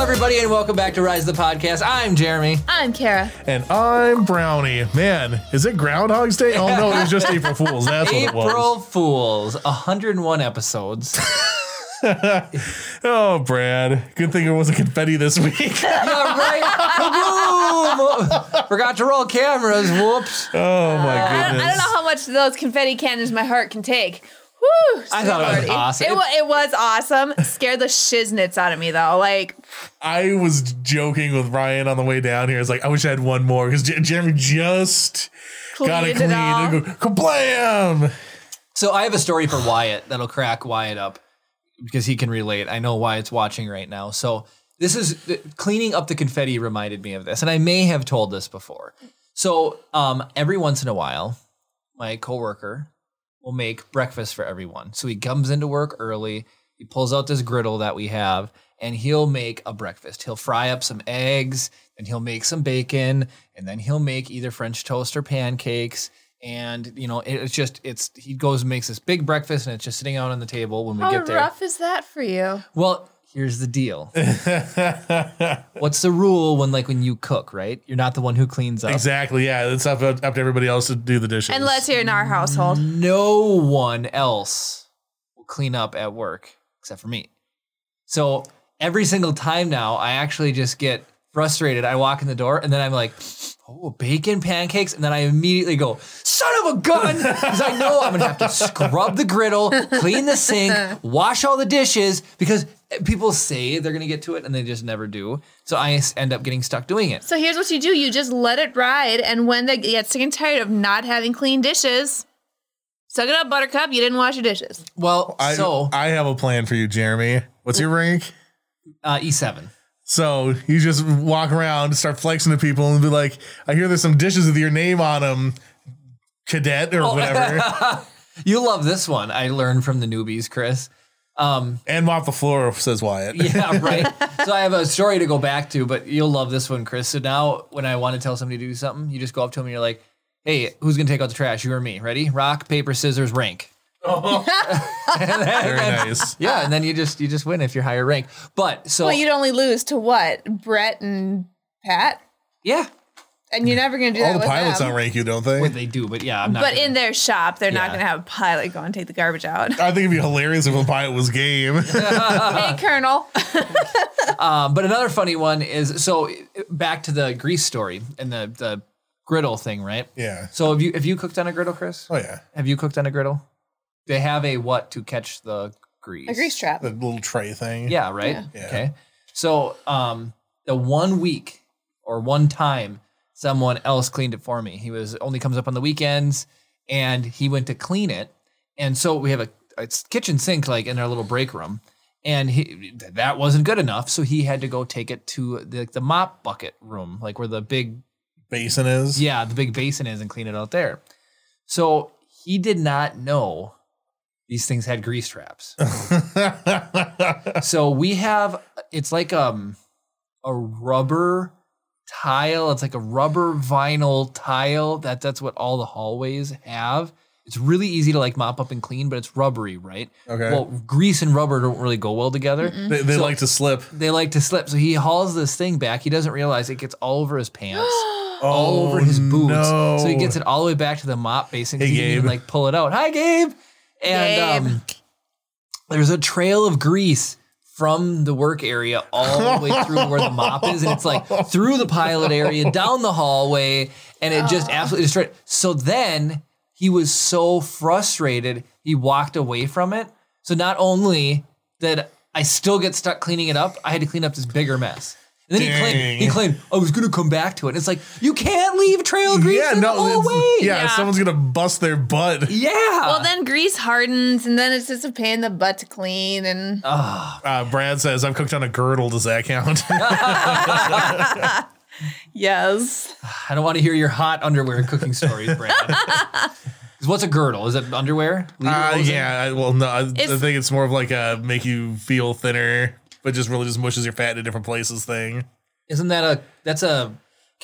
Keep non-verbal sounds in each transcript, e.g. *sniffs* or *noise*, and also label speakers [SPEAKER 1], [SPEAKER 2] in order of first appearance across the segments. [SPEAKER 1] everybody, and welcome back to Rise the Podcast. I'm Jeremy.
[SPEAKER 2] I'm Kara.
[SPEAKER 3] And I'm Brownie. Man, is it Groundhog's Day? Oh no, it was just April Fools. That's what it was.
[SPEAKER 1] April Fools, 101 episodes.
[SPEAKER 3] Oh, Brad. Good thing it wasn't confetti this *laughs* week.
[SPEAKER 1] yeah, right? Kaboom! Forgot to roll cameras. Whoops.
[SPEAKER 3] Oh my
[SPEAKER 2] I don't,
[SPEAKER 3] goodness.
[SPEAKER 2] I don't know how much those confetti cannons my heart can take. Woo!
[SPEAKER 1] I thought it was
[SPEAKER 2] sweetheart.
[SPEAKER 1] awesome.
[SPEAKER 2] It, wa- it was awesome. Scared the shiznits out of me though. Like
[SPEAKER 3] I was joking with Ryan on the way down here. It's like I wish I had one more because Jeremy just got it
[SPEAKER 2] Cleaned it
[SPEAKER 3] clean.
[SPEAKER 2] all.
[SPEAKER 3] And go, kablam!
[SPEAKER 1] So I have a story for Wyatt that'll crack Wyatt up because he can relate. I know Wyatt's watching right now. So this is th- cleaning up the confetti reminded me of this, and I may have told this before. So um, every once in a while, my coworker will make breakfast for everyone. So he comes into work early. He pulls out this griddle that we have, and he'll make a breakfast. He'll fry up some eggs, and he'll make some bacon, and then he'll make either French toast or pancakes. And you know, it- it's just it's he goes and makes this big breakfast, and it's just sitting out on the table when we
[SPEAKER 2] how
[SPEAKER 1] get there.
[SPEAKER 2] rough is that for you?
[SPEAKER 1] Well, here's the deal. What's the rule when like when you cook, right? You're not the one who cleans up.
[SPEAKER 3] *laughs* Exactly. Yeah, it's up, up to everybody else to do the dishes.
[SPEAKER 2] Unless you're in our household.
[SPEAKER 1] No one else will clean up at work except for me. So every single time now, I actually just get frustrated. I walk in the door and then I'm like, oh, bacon pancakes. And then I immediately go, son of a gun. Because I know I'm going to have to scrub the griddle, clean the sink, wash all the dishes because people say they're going to get to it and they just never do. So I s- end up getting stuck doing it.
[SPEAKER 2] So here's what you do: you just let it ride, and when they get sick and tired of not having clean dishes, suck it up, Buttercup. You didn't wash your dishes.
[SPEAKER 1] Well,
[SPEAKER 3] I,
[SPEAKER 1] so
[SPEAKER 3] I have a plan for you, Jeremy. What's your rank?
[SPEAKER 1] uh, E7.
[SPEAKER 3] So you just walk around, start flexing to people, and be like, "I hear there's some dishes with your name on them, cadet
[SPEAKER 1] Oh.
[SPEAKER 3] or *laughs* whatever,"
[SPEAKER 1] *laughs* You love this one. I learned from the newbies, Chris.
[SPEAKER 3] and mop the floor, says Wyatt.
[SPEAKER 1] *laughs* Yeah, right. so I have a story to go back to, but you'll love this one, Chris. So now when I want to tell somebody to do something, you just go up to them and you're like, hey, who's going to take out the trash? You or me? Ready? Rock, paper, scissors,
[SPEAKER 3] *laughs*
[SPEAKER 1] rank.
[SPEAKER 3] Oh.
[SPEAKER 1] *laughs*
[SPEAKER 3] Very nice.
[SPEAKER 1] Yeah, and then you just you just win if you're higher rank. But so
[SPEAKER 2] Well, you'd only lose to what? Brett and Pat,
[SPEAKER 1] yeah,
[SPEAKER 2] and you're never gonna do that.
[SPEAKER 3] All the
[SPEAKER 2] with
[SPEAKER 3] pilots
[SPEAKER 2] them.
[SPEAKER 3] on rank you, don't they?
[SPEAKER 1] what they do, but yeah, I'm not.
[SPEAKER 2] But
[SPEAKER 1] gonna-
[SPEAKER 2] in their shop, they're not
[SPEAKER 1] Yeah.
[SPEAKER 2] going to have a pilot go and take the garbage *laughs* out.
[SPEAKER 3] I think it'd be hilarious
[SPEAKER 1] *laughs*
[SPEAKER 3] if a pilot was game.
[SPEAKER 2] hey, Colonel.
[SPEAKER 1] Um, but another funny one is so back to the grease story and the the griddle thing, right?
[SPEAKER 3] yeah.
[SPEAKER 1] So have you have you cooked on a griddle, Chris?
[SPEAKER 3] Oh yeah.
[SPEAKER 1] Have you cooked on a griddle? They have a what to catch the grease.
[SPEAKER 2] A grease trap.
[SPEAKER 3] The little tray thing.
[SPEAKER 1] Yeah, right?
[SPEAKER 3] Yeah.
[SPEAKER 1] Okay. So um the one week or one time someone else cleaned it for me. He was only comes up on the weekends and he went to clean it. And so we have a, a kitchen sink like in our little break room. And he, that wasn't good enough, so he had to go take it to the, the mop bucket room, like where the big
[SPEAKER 3] Basin is.
[SPEAKER 1] yeah, the big basin is and clean it out there. So he did not know these things had grease traps. so we have it's like um a rubber tile. It's like a rubber vinyl tile. That that's what all the hallways have. It's really easy to like mop up and clean, but it's rubbery, right?
[SPEAKER 3] *laughs* Okay.
[SPEAKER 1] Well, grease and rubber don't really go well together.
[SPEAKER 3] They, they like to slip.
[SPEAKER 1] They like to slip. So he hauls this thing back. He doesn't realize it gets all over his pants *gasps* all
[SPEAKER 3] Oh,
[SPEAKER 1] over his boots.
[SPEAKER 3] no.
[SPEAKER 1] So he gets it all the way back to the mop basin. 'cause
[SPEAKER 3] Hey,
[SPEAKER 1] he didn't even,
[SPEAKER 3] Gabe.
[SPEAKER 1] like pull it out. Hi, Gabe. And um, there's a trail of grease from the work area all the way through where the mop is, and it's like through the pilot area, down the hallway, and it just absolutely destroyed. So then he was so frustrated, he walked away from it. So not only did I still get stuck cleaning it up, I had to clean up this bigger mess. And then he claimed,
[SPEAKER 3] Dang.
[SPEAKER 1] he claimed I was gonna come back to it. And it's like you can't leave trail grease in the
[SPEAKER 3] it's-
[SPEAKER 1] hallway.
[SPEAKER 3] Yeah,
[SPEAKER 2] Yeah.
[SPEAKER 3] someone's gonna bust their butt.
[SPEAKER 1] yeah.
[SPEAKER 2] Well, then grease hardens, and then it's just a pain in the butt to clean. And
[SPEAKER 3] Uh, Brad says, "I've cooked on a girdle. Does that count?"
[SPEAKER 2] yes,
[SPEAKER 1] I don't want to hear your hot underwear cooking stories, Brad.
[SPEAKER 2] *laughs*
[SPEAKER 1] 'Cause What's a girdle? Is it underwear?
[SPEAKER 3] Uh,
[SPEAKER 1] Levi's?
[SPEAKER 3] yeah, I, well, no, I, I
[SPEAKER 2] It's-
[SPEAKER 3] think it's more of like a make you feel thinner, but just really just mushes your fat to different places thing.
[SPEAKER 1] Isn't that a that's a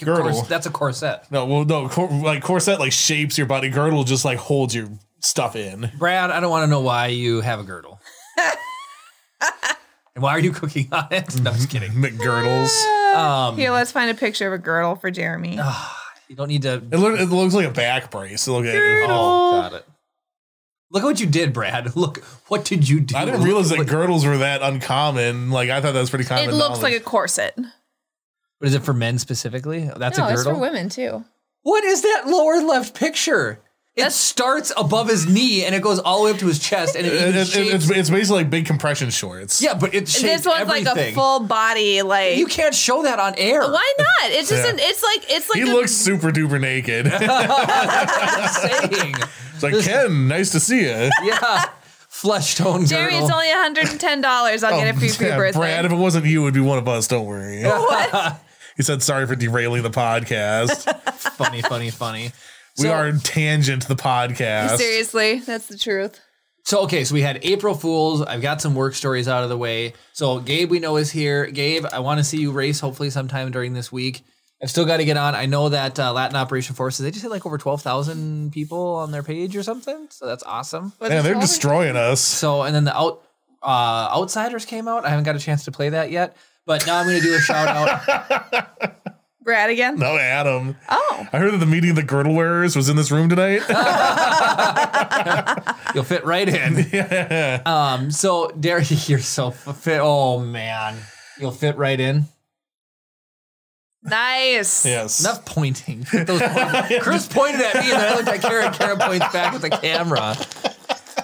[SPEAKER 3] Girdle.
[SPEAKER 1] Cors, that's a corset.
[SPEAKER 3] No, well, no, cor- like corset like shapes your body. Girdle just like holds your stuff in.
[SPEAKER 2] *laughs*
[SPEAKER 1] Brad, I don't want to know why you have a girdle. And why are you cooking on it? No, I'm just
[SPEAKER 3] Mm-hmm.
[SPEAKER 1] kidding.
[SPEAKER 3] McGirdles.
[SPEAKER 1] Um,
[SPEAKER 2] Here, let's find a picture of a girdle for Jeremy.
[SPEAKER 1] you don't need to.
[SPEAKER 3] It, look, it looks like a back brace. Look at it.
[SPEAKER 1] Oh, got it. Look at what you did, Brad. *laughs* Look, what did you do?
[SPEAKER 3] I didn't realize that
[SPEAKER 1] What-
[SPEAKER 3] girdles were that uncommon. Like I thought that was pretty common.
[SPEAKER 2] it looks like a
[SPEAKER 3] knowledge.
[SPEAKER 2] corset.
[SPEAKER 1] What is it for men specifically? That's
[SPEAKER 2] no,
[SPEAKER 1] a
[SPEAKER 2] it's for
[SPEAKER 1] girdle.
[SPEAKER 2] women too.
[SPEAKER 1] What is that lower left picture? It
[SPEAKER 2] That's-
[SPEAKER 1] starts above his knee and it goes all the way up to his chest and it,
[SPEAKER 3] It-
[SPEAKER 1] even
[SPEAKER 3] it- it-
[SPEAKER 1] shapes-
[SPEAKER 3] it's, it's basically like big compression shorts.
[SPEAKER 1] yeah, but it's
[SPEAKER 2] This one's like a full body, like
[SPEAKER 1] You can't show that on air. *laughs*
[SPEAKER 2] why not? It's just
[SPEAKER 3] Yeah.
[SPEAKER 2] an, it's like it's like
[SPEAKER 3] He
[SPEAKER 2] a-
[SPEAKER 3] looks super
[SPEAKER 2] *laughs*
[SPEAKER 3] duper naked. it's
[SPEAKER 1] I'm saying.
[SPEAKER 3] like Ken, nice to see you.
[SPEAKER 1] Yeah, flesh tone
[SPEAKER 2] Jeremy,
[SPEAKER 1] girdle.
[SPEAKER 2] it's only $110. I'll get it for you for your birthday.
[SPEAKER 3] Oh, Brad, if it wasn't you, it would be one of us.
[SPEAKER 1] *laughs*
[SPEAKER 3] Don't worry. *laughs* he said, "Sorry for derailing the podcast.
[SPEAKER 1] *laughs* funny, funny, funny.
[SPEAKER 3] we
[SPEAKER 1] So-
[SPEAKER 3] are tangent the podcast."
[SPEAKER 2] Seriously, that's the truth.
[SPEAKER 1] So okay, so we had April Fools. I've got some work stories out of the way. So Gabe, we know is here. Gabe, I want to see you race hopefully sometime during this week. I've still got to get on. I know that uh, Latin Operation Forces they just had like over twelve thousand people on their page or something. So that's awesome.
[SPEAKER 2] Was
[SPEAKER 3] Man,
[SPEAKER 2] it
[SPEAKER 3] they're
[SPEAKER 2] called?
[SPEAKER 3] destroying us.
[SPEAKER 1] So and then the out uh, Outsiders came out. I haven't got a chance to play that yet, but now I'm going to do a shout out.
[SPEAKER 2] Brad again?
[SPEAKER 3] No, Adam.
[SPEAKER 2] Oh,
[SPEAKER 3] I heard that the meeting of the girdle wearers was in this room
[SPEAKER 1] *laughs*
[SPEAKER 3] tonight.
[SPEAKER 1] Oh. You'll fit right
[SPEAKER 3] *laughs*
[SPEAKER 1] in. Um. So Derry, *laughs* you're so f- fit. Oh man, you'll fit right in.
[SPEAKER 2] nice.
[SPEAKER 3] yes.
[SPEAKER 1] Enough pointing. Put those pointing- Chris pointed at me, and then I looked at Kara. and Kara points back at the camera.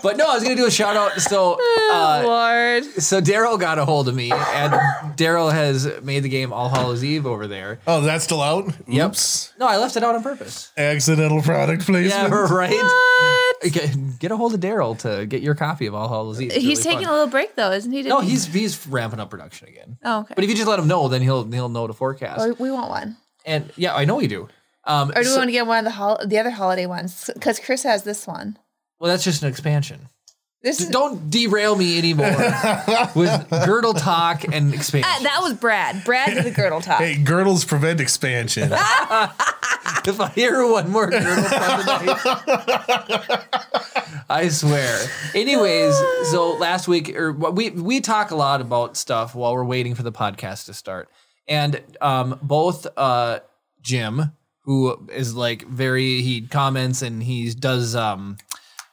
[SPEAKER 1] But no, I was gonna do a shout out. So,
[SPEAKER 2] Oh,
[SPEAKER 1] uh,
[SPEAKER 2] Lord.
[SPEAKER 1] so Daryl got a hold of me, and Daryl has made the game All Hallows Eve over there.
[SPEAKER 3] Oh, that's still out.
[SPEAKER 1] Yep.
[SPEAKER 3] Oops.
[SPEAKER 1] No, I left it out on purpose.
[SPEAKER 3] Accidental product
[SPEAKER 1] Yeah, *laughs*
[SPEAKER 3] placement.
[SPEAKER 1] right.
[SPEAKER 2] What?
[SPEAKER 1] Okay, get a hold of Daryl to get your copy of All Hallows Eve. It's
[SPEAKER 2] He's
[SPEAKER 1] really
[SPEAKER 2] taking
[SPEAKER 1] fun.
[SPEAKER 2] a little break though, isn't he? *laughs*
[SPEAKER 1] No,
[SPEAKER 2] Didn't he-
[SPEAKER 1] he's he's ramping up production again.
[SPEAKER 2] Oh, okay.
[SPEAKER 1] But if you just let him know, then he'll he'll know to forecast.
[SPEAKER 2] Oh, we want one.
[SPEAKER 1] And yeah, I know you do. Um,
[SPEAKER 2] Or do
[SPEAKER 1] so-
[SPEAKER 2] we want to get one of the hol- the other holiday ones? Because Chris has this one.
[SPEAKER 1] well, that's just an expansion.
[SPEAKER 2] This is
[SPEAKER 1] Don't derail me anymore with girdle talk and expansion.
[SPEAKER 2] Ah, that was Brad.
[SPEAKER 1] *laughs*
[SPEAKER 2] Brad did the girdle top.
[SPEAKER 3] Hey, girdles prevent
[SPEAKER 1] if
[SPEAKER 3] expansion.
[SPEAKER 1] I hear one more girdle talk tonight, I swear. Anyways, so last week or what- we we talk a lot about stuff while we're waiting for the podcast to start, and um, both uh, Jim, who is like very he comments and he does um,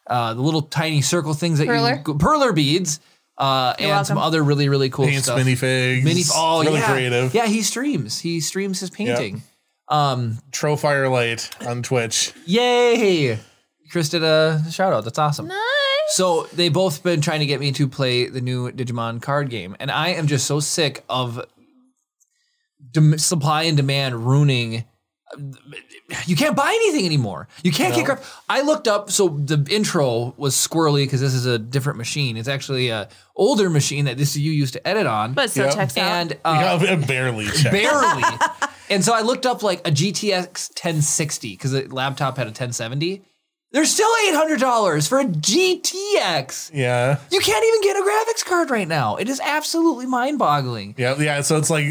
[SPEAKER 1] uh, the little tiny circle things that
[SPEAKER 2] Perler?
[SPEAKER 1] you perler beads. Uh, and some
[SPEAKER 2] welcome.
[SPEAKER 1] other really really cool
[SPEAKER 3] Paints
[SPEAKER 1] stuff.
[SPEAKER 3] mini figs.
[SPEAKER 1] Mini, oh
[SPEAKER 3] really
[SPEAKER 1] yeah,
[SPEAKER 3] creative.
[SPEAKER 1] yeah. He streams. He streams his painting.
[SPEAKER 3] Tro Firelight on Twitch. *laughs*
[SPEAKER 1] Yay! Chris did a shout out. That's awesome.
[SPEAKER 2] Nice.
[SPEAKER 1] So they both been trying to get me to play the new Digimon card game, and I am just so sick of dem- supply and demand ruining. You can't buy anything anymore. You can't get crap. I looked up, so the intro was squirrely because this is a different machine. It's actually a older machine that this you used to edit on,
[SPEAKER 2] But it still
[SPEAKER 3] Yep.
[SPEAKER 2] checks out.
[SPEAKER 1] and uh,
[SPEAKER 3] yeah, barely checked.
[SPEAKER 1] barely. and so I looked up like a GTX 1060 because the laptop had a 1070. They're still $800 for a GTX.
[SPEAKER 3] yeah.
[SPEAKER 1] You can't even get a graphics card right now. It is absolutely mind boggling.
[SPEAKER 3] Yeah. Yeah. So it's like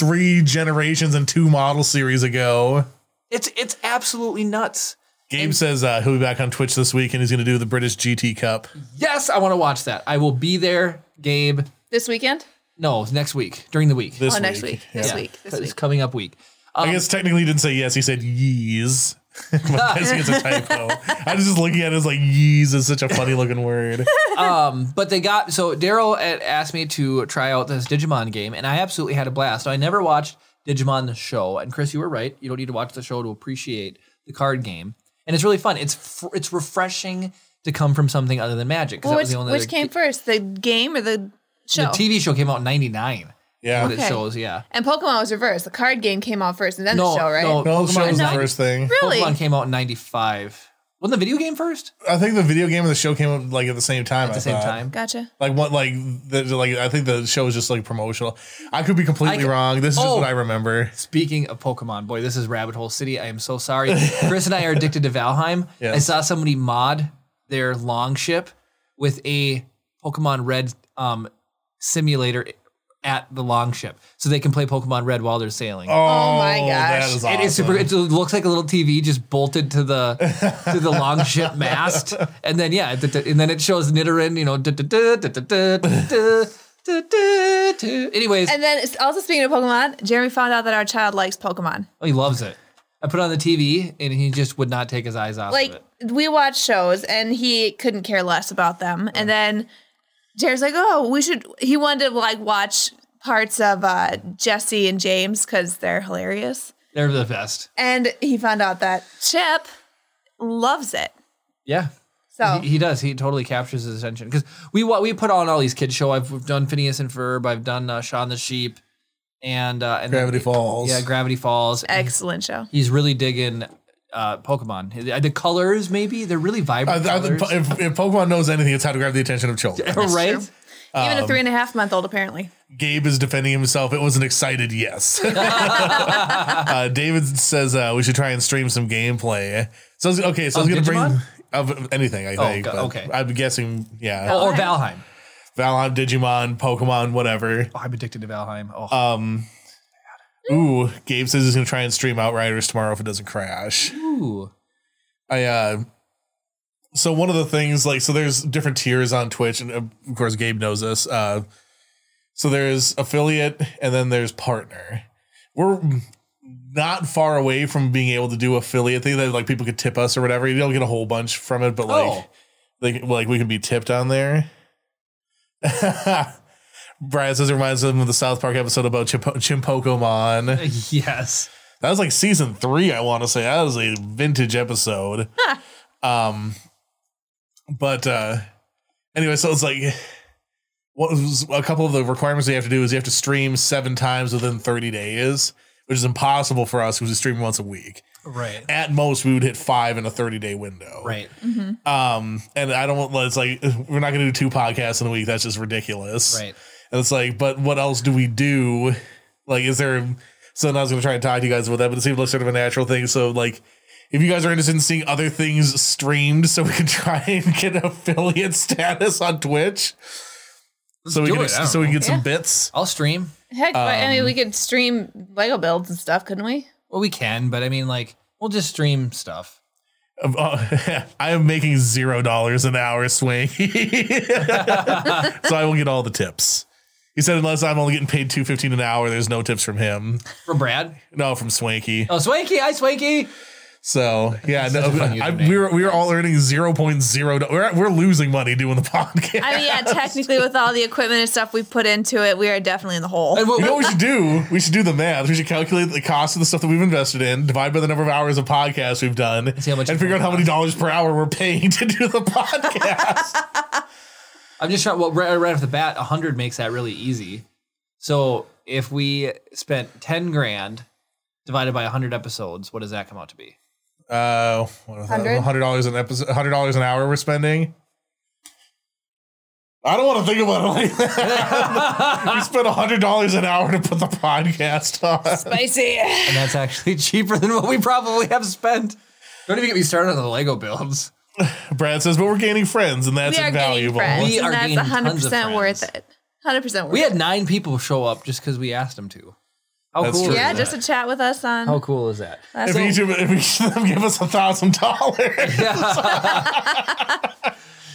[SPEAKER 3] three generations and two model series ago.
[SPEAKER 1] It's it's absolutely nuts.
[SPEAKER 3] Gabe says uh, he'll be back on Twitch this week and he's going to do the British GT Cup.
[SPEAKER 1] Yes, I want to watch that. I will be there, Gabe.
[SPEAKER 2] this weekend?
[SPEAKER 1] No, it's next week, during the week. Um,
[SPEAKER 3] This
[SPEAKER 2] oh, next week. This
[SPEAKER 3] Yeah.
[SPEAKER 2] week. This
[SPEAKER 1] It's
[SPEAKER 2] week.
[SPEAKER 1] coming up week.
[SPEAKER 3] I guess technically he didn't say yes. He said yees. *laughs* But I think it's a typo. I was just looking at it as like yees is such a funny looking word.
[SPEAKER 1] But they got so Daryl had asked me to try out this Digimon game, and I absolutely had a blast. So I never watched Digimon the show, and Chris, you were right. You don't need to watch the show to appreciate the card game, and it's really fun. It's fr- it's refreshing to come from something other than Magic. 'cause that
[SPEAKER 2] Well, which
[SPEAKER 1] was the only
[SPEAKER 2] which
[SPEAKER 1] other-
[SPEAKER 2] came first, the game or the show?
[SPEAKER 1] the TV show came out in '99.
[SPEAKER 3] Yeah.
[SPEAKER 1] What it
[SPEAKER 2] Okay.
[SPEAKER 1] shows, yeah.
[SPEAKER 2] and Pokemon was reversed. The card game came out first, and then
[SPEAKER 1] No,
[SPEAKER 2] the show, right?
[SPEAKER 1] no.
[SPEAKER 3] No, show was the
[SPEAKER 1] Pokemon-
[SPEAKER 3] first thing.
[SPEAKER 2] Really?
[SPEAKER 1] Pokemon came out in '95. Wasn't the video game first?
[SPEAKER 3] I think the video game and the show came up like at the same time.
[SPEAKER 1] At the same time.
[SPEAKER 2] Gotcha.
[SPEAKER 3] Like what? Like the, like I think the show was just like promotional. I could be completely
[SPEAKER 1] I ca-
[SPEAKER 3] wrong. This is just
[SPEAKER 1] Oh.
[SPEAKER 3] what I remember.
[SPEAKER 1] Speaking of Pokemon, boy, this is Rabbit Hole City. I am so sorry. Chris and I are addicted to Valheim.
[SPEAKER 3] Yes.
[SPEAKER 1] I saw somebody mod their long ship with a Pokemon Red um, simulator at the long ship, so they can play Pokemon Red while they're sailing.
[SPEAKER 3] Oh,
[SPEAKER 2] my
[SPEAKER 3] that
[SPEAKER 2] gosh.
[SPEAKER 3] is
[SPEAKER 1] It is super.
[SPEAKER 3] awesome.
[SPEAKER 1] It looks like a little TV just bolted to the to the long ship mast, and then yeah, d- d- and then it shows Nidoran, you know, duh, duh, duh, duh, duh, duh, duh, duh. Du, du, du. Anyways,
[SPEAKER 2] And then it's- also speaking of Pokemon, Jeremy found out that our child likes Pokemon.
[SPEAKER 1] oh, he loves it. I put it on the TV and he just would not take his eyes off of
[SPEAKER 2] Like
[SPEAKER 1] it.
[SPEAKER 2] we watch shows and he couldn't care less about them. And then Jared's like, "Oh, we should." He wanted to like watch parts of uh, Jesse and James because they're hilarious.
[SPEAKER 1] They're the best.
[SPEAKER 2] And he found out that Chip loves it.
[SPEAKER 1] Yeah.
[SPEAKER 2] So
[SPEAKER 1] He, he does. He totally captures his attention because we wa- we put on all these kids show. I've done Phineas and Ferb. I've done uh, Shaun the Sheep, and uh, and
[SPEAKER 3] Gravity Falls.
[SPEAKER 1] Yeah, Gravity Falls.
[SPEAKER 2] excellent show.
[SPEAKER 1] He's really digging uh, Pokemon. The colors, maybe they're really
[SPEAKER 3] I,
[SPEAKER 1] vibrant.
[SPEAKER 3] I,
[SPEAKER 1] colors.
[SPEAKER 3] if, if Pokemon knows anything, it's how to grab the attention of children.
[SPEAKER 1] *laughs* right?
[SPEAKER 2] true. Even
[SPEAKER 1] Um,
[SPEAKER 2] a three and a half month old apparently.
[SPEAKER 3] Gabe is defending himself. It was an
[SPEAKER 1] *laughs*
[SPEAKER 3] excited yes. uh, David says uh, we should try and stream some gameplay. So I was- okay, so I was
[SPEAKER 1] Of
[SPEAKER 3] gonna
[SPEAKER 1] Digimon?
[SPEAKER 3] bring of anything. I think.
[SPEAKER 1] go-
[SPEAKER 3] but
[SPEAKER 1] okay. Oh,
[SPEAKER 3] I'm guessing. Yeah,
[SPEAKER 1] Or, or
[SPEAKER 2] Valheim.
[SPEAKER 1] Valheim.
[SPEAKER 3] Valheim, Digimon, Pokemon, whatever.
[SPEAKER 1] Oh, I'm addicted to Valheim. Oh,
[SPEAKER 3] Uh, Ooh, Gabe says he's gonna try and stream Outriders tomorrow if it doesn't crash.
[SPEAKER 1] ooh.
[SPEAKER 3] I uh so one of the things like so there's different tiers on Twitch and uh, of course Gabe knows this. Uh so there's affiliate and then there's partner. We're not far away from being able to do affiliate thing that like people could tip us or whatever. You don't get a whole bunch from it, but like
[SPEAKER 1] Oh. *laughs*
[SPEAKER 3] like like we can be tipped on there. *laughs* Brian says it reminds him of the South Park episode about Chimpo- Chimpokemon.
[SPEAKER 1] yes.
[SPEAKER 3] That was like season three, I want to say. That was a
[SPEAKER 1] *laughs*
[SPEAKER 3] vintage episode. um, but uh, anyway, so it's like what was a couple of the requirements you have to do is you have to stream seven times within 30 days, which is impossible for us because we stream once a week.
[SPEAKER 1] Right.
[SPEAKER 3] At most, we would hit five in a 30 day window.
[SPEAKER 1] Right.
[SPEAKER 3] Um, and I don't want, it's like, we're not going to do two podcasts in a week. That's just ridiculous.
[SPEAKER 1] Right.
[SPEAKER 3] And it's like, but what else do we do? Like, is there? So then I was going to try and talk to you guys about that, but it seemed like sort of a natural thing. So like, if you guys are interested in seeing other things streamed, so we can *laughs* try and get affiliate status on Twitch, so we
[SPEAKER 1] do
[SPEAKER 3] can
[SPEAKER 1] it. I don't
[SPEAKER 3] so we can
[SPEAKER 1] know.
[SPEAKER 3] get some
[SPEAKER 2] Yeah.
[SPEAKER 3] bits.
[SPEAKER 1] I'll stream.
[SPEAKER 2] Heck, but I
[SPEAKER 1] Um,
[SPEAKER 2] mean, we could stream Lego builds and stuff, couldn't we?
[SPEAKER 1] Well, we can, but I mean, like, we'll just stream stuff.
[SPEAKER 3] Um, uh, *laughs* I am making zero dollars an hour swing, *laughs* so I will get all the tips. He said, unless I'm only getting paid two fifteen an hour, there's no tips from him.
[SPEAKER 1] From Brad.
[SPEAKER 3] No, from Swanky.
[SPEAKER 1] Oh, Swanky. Hi, Swanky.
[SPEAKER 3] So yeah, no,
[SPEAKER 1] such a fun
[SPEAKER 3] I,
[SPEAKER 1] username.
[SPEAKER 3] we were we were all earning zero point zero. We're we're losing money doing the *laughs* podcast.
[SPEAKER 1] *laughs*
[SPEAKER 2] I mean, yeah, technically, with all the equipment and stuff we put into it, we are definitely in the hole.
[SPEAKER 1] And what-
[SPEAKER 3] you know what we should do? We should do the math. We should calculate the cost of the stuff that we've invested in, divide by the number of hours of podcasts we've done,
[SPEAKER 1] see how much
[SPEAKER 3] and
[SPEAKER 1] it
[SPEAKER 3] figure out how many dollars per hour we're paying to do the *laughs* podcast.
[SPEAKER 1] I'm just trying. Well, right, right off the bat, 100 makes that really easy. So if we spent 10 grand divided by 100 episodes, what does that come out to be?
[SPEAKER 3] *laughs* uh,
[SPEAKER 2] Hundred?
[SPEAKER 3] hundred dollars an episode, hundred dollars an hour we're spending. I don't want to think about it like that. *laughs* we spent hundred dollars an hour to put the podcast on.
[SPEAKER 2] Spicy. *laughs*
[SPEAKER 1] And that's actually *laughs* cheaper than what we probably have spent. Don't even get me started on the Lego builds.
[SPEAKER 3] Brad says, but we're gaining friends, and that's
[SPEAKER 2] we are getting
[SPEAKER 3] invaluable.
[SPEAKER 2] friends.
[SPEAKER 1] We are
[SPEAKER 2] and
[SPEAKER 1] gaining
[SPEAKER 2] that's
[SPEAKER 1] tons of
[SPEAKER 2] 100% worth
[SPEAKER 1] friends.
[SPEAKER 2] it. 100% worth
[SPEAKER 1] We had
[SPEAKER 2] it.
[SPEAKER 1] nine people show up just because we asked them to. How
[SPEAKER 3] That's
[SPEAKER 1] cool
[SPEAKER 3] true.
[SPEAKER 1] is
[SPEAKER 2] Yeah,
[SPEAKER 1] that?
[SPEAKER 2] just to chat with us on.
[SPEAKER 1] How cool is that?
[SPEAKER 2] last
[SPEAKER 3] If
[SPEAKER 2] week.
[SPEAKER 3] each, of, if each *laughs* of them give us a
[SPEAKER 1] *laughs*
[SPEAKER 3] thousand dollars,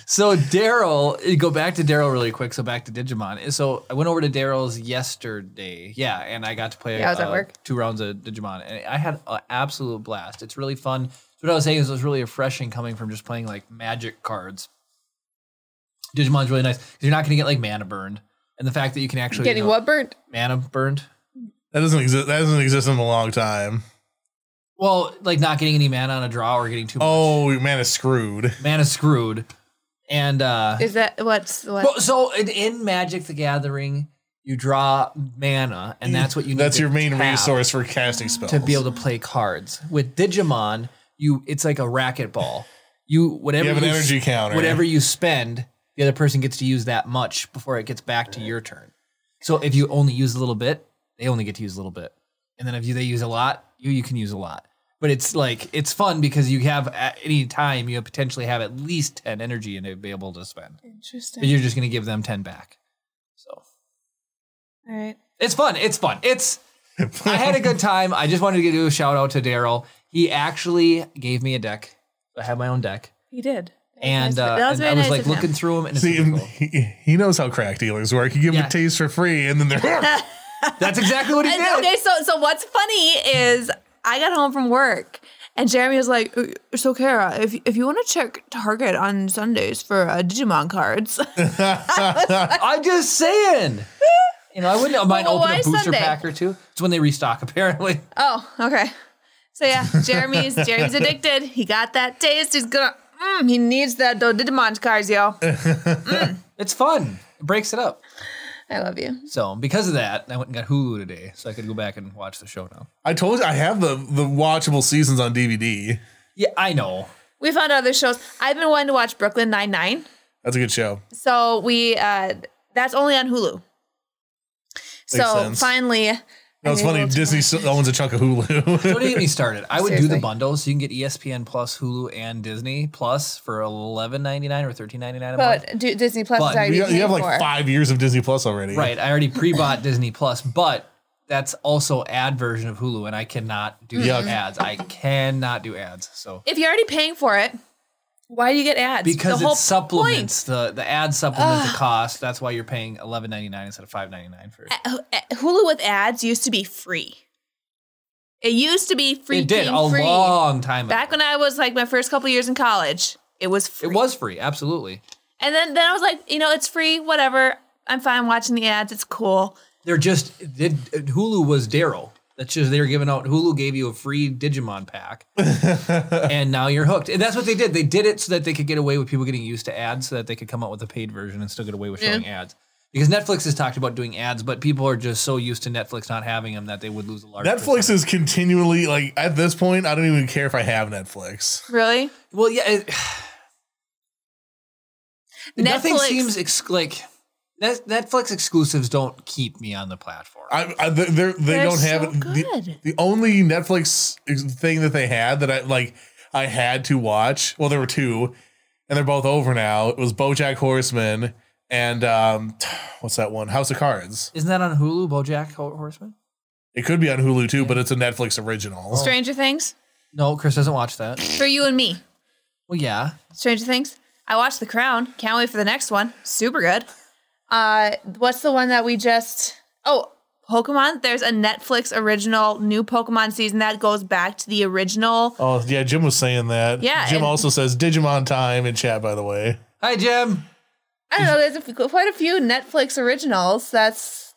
[SPEAKER 1] So Daryl, go back to Daryl really quick. So back to Digimon. So I went over to Daryl's yesterday. Yeah, and I got to play
[SPEAKER 2] Yeah, I was at
[SPEAKER 1] uh,
[SPEAKER 2] work.
[SPEAKER 1] two rounds of Digimon, and I had an absolute blast. It's really fun. So what I was saying is it was really refreshing coming from just playing like Magic cards. Digimon's really nice because you're not going to get like mana burned, and the fact that you can actually
[SPEAKER 2] getting
[SPEAKER 1] you know,
[SPEAKER 2] what burnt?
[SPEAKER 1] mana burned.
[SPEAKER 3] that doesn't exist. That doesn't exist in a long time.
[SPEAKER 1] Well, like not getting any mana on a draw or getting too much
[SPEAKER 3] Oh, man is screwed.
[SPEAKER 1] mana screwed, and uh,
[SPEAKER 2] Is that what's what?
[SPEAKER 1] Well, so in, in Magic the Gathering, you draw mana, and that's what you need.
[SPEAKER 3] That's
[SPEAKER 1] to
[SPEAKER 3] your main
[SPEAKER 1] tap
[SPEAKER 3] resource for casting spells.
[SPEAKER 1] to be able to play cards. With Digimon, you it's like a racquetball. You whatever
[SPEAKER 3] You have an
[SPEAKER 1] s-
[SPEAKER 3] energy counter.
[SPEAKER 1] Whatever you spend, the other person gets to use that much before it gets back to your turn. So if you only use a little bit, they only get to use a little bit, and then if you they use a lot, you you can use a lot. But it's like it's fun because you have at any time you potentially have at least ten energy and to be able to spend. But
[SPEAKER 2] Interesting.
[SPEAKER 1] you're just gonna give them ten back. So
[SPEAKER 2] All right.
[SPEAKER 1] it's fun. It's fun. It's I had a good time. I just wanted to do a shout out to Daryl. He actually gave me a deck. I have my own deck.
[SPEAKER 2] He did.
[SPEAKER 1] And,
[SPEAKER 2] nice.
[SPEAKER 1] uh,
[SPEAKER 2] That was
[SPEAKER 1] and I
[SPEAKER 2] very
[SPEAKER 1] was
[SPEAKER 2] nice
[SPEAKER 1] like
[SPEAKER 2] of him.
[SPEAKER 1] looking through them, and it's
[SPEAKER 3] See,
[SPEAKER 1] beautiful.
[SPEAKER 3] *laughs* he, he knows how crack dealers work. You give them
[SPEAKER 1] Yeah.
[SPEAKER 3] a taste for free, and
[SPEAKER 1] *laughs*
[SPEAKER 3] then they're *laughs*
[SPEAKER 1] oh, that's exactly what he
[SPEAKER 2] *laughs* And,
[SPEAKER 1] did.
[SPEAKER 2] okay, so so what's funny is I got home from work and Jeremy was like, "Uh, "So Kara, if if you want to check Target on Sundays for uh, Digimon cards, *laughs*
[SPEAKER 1] I'm just saying. You know, I wouldn't mind opening
[SPEAKER 2] Well, Oh, why
[SPEAKER 1] a booster
[SPEAKER 2] Sunday?
[SPEAKER 1] pack or two. It's when they restock, *laughs* apparently.
[SPEAKER 2] oh, okay." So yeah,
[SPEAKER 1] *laughs*
[SPEAKER 2] Jeremy's Jeremy's addicted. He got that taste. He's gonna. Mm, he needs that those Digimon cards, y'all.
[SPEAKER 1] *laughs* It's fun. It breaks it up.
[SPEAKER 2] I love you.
[SPEAKER 1] So because of that, I went and got Hulu today, so I could go back and watch the show now.
[SPEAKER 3] I told you I have the the watchable seasons on DVD.
[SPEAKER 1] Yeah, I know.
[SPEAKER 2] We found other shows. I've been wanting to watch Brooklyn Nine Nine.
[SPEAKER 3] That's a good show.
[SPEAKER 2] So we uh that's only on Hulu. so
[SPEAKER 3] sense.
[SPEAKER 2] finally,
[SPEAKER 3] No, it's
[SPEAKER 2] I'm
[SPEAKER 3] funny.
[SPEAKER 2] able to
[SPEAKER 3] Disney still owns a chunk of Hulu. *laughs*
[SPEAKER 1] Don't even get me started. I would do
[SPEAKER 2] Seriously.
[SPEAKER 1] the bundle, so you can get E ESPN Plus, Hulu, and Disney Plus for eleven ninety nine or thirteen ninety nine a month.
[SPEAKER 2] but D- Disney Plus
[SPEAKER 1] But
[SPEAKER 2] is already
[SPEAKER 3] you, you
[SPEAKER 2] paid
[SPEAKER 3] have like
[SPEAKER 2] for.
[SPEAKER 3] five years of Disney Plus already.
[SPEAKER 1] Right. I already pre-bought Disney Plus, but that's also ad version of Hulu, and I cannot do
[SPEAKER 3] Yuck.
[SPEAKER 2] Mm-hmm.
[SPEAKER 1] ads. I cannot do ads. So
[SPEAKER 2] If you're already paying for it, why do you get ads?
[SPEAKER 1] because
[SPEAKER 2] the whole
[SPEAKER 1] it supplements the the ad supplements the cost. That's why you're paying eleven ninety nine instead of five ninety nine for.
[SPEAKER 2] point- H- H- Hulu with ads used to be free. It used to be free.
[SPEAKER 1] It did a
[SPEAKER 2] free.
[SPEAKER 1] long time ago.
[SPEAKER 2] Back when I was like my first couple years in college, it was free.
[SPEAKER 1] It was free, absolutely.
[SPEAKER 2] and then then I was like, you know, it's free, whatever. I'm fine watching the ads. It's cool.
[SPEAKER 1] They're just did Hulu was Daryl. That's just they were giving out. Hulu gave you a free Digimon
[SPEAKER 3] *laughs*
[SPEAKER 1] pack, and now you're hooked. And that's what they did. They did it so that they could get away with people getting used to ads, so that they could come out with a paid version and still get away with showing ads. Because Netflix has talked about doing ads, but people are just so used to Netflix not having them that they would lose a large. percentage.
[SPEAKER 3] Netflix is continually like at this point. I don't even care if I have Netflix.
[SPEAKER 2] Really?
[SPEAKER 1] Well, yeah. It, *sighs* Nothing
[SPEAKER 2] Netflix-
[SPEAKER 1] seems ex- like Net- Netflix exclusives don't keep me on the platform.
[SPEAKER 3] I, I they're, they're, they
[SPEAKER 2] They're
[SPEAKER 3] don't have
[SPEAKER 2] so
[SPEAKER 3] it. The,
[SPEAKER 2] good.
[SPEAKER 3] the only Netflix thing that they had that I like I had to watch. Well, there were two, and they're both over now. It was BoJack Horseman and um, *sighs* what's that one? House of Cards.
[SPEAKER 1] Isn't that on Hulu? BoJack Ho- Horseman?
[SPEAKER 3] It could be on Hulu too, but it's a Netflix original.
[SPEAKER 2] Stranger Things
[SPEAKER 1] No, Chris doesn't watch that.
[SPEAKER 2] for you and me.
[SPEAKER 1] Well, yeah.
[SPEAKER 2] Stranger Things. I watched The Crown. Can't wait for the next one. Super good. Uh, what's the one that we just? Oh, Pokemon. There's a Netflix original new Pokemon season that goes back to the original.
[SPEAKER 3] Oh yeah, Jim was saying that.
[SPEAKER 2] Yeah,
[SPEAKER 3] Jim
[SPEAKER 2] and-
[SPEAKER 3] also says Digimon time in chat. By the way,
[SPEAKER 1] Hi, Jim.
[SPEAKER 2] I don't know. There's a, f- quite a few Netflix originals. That's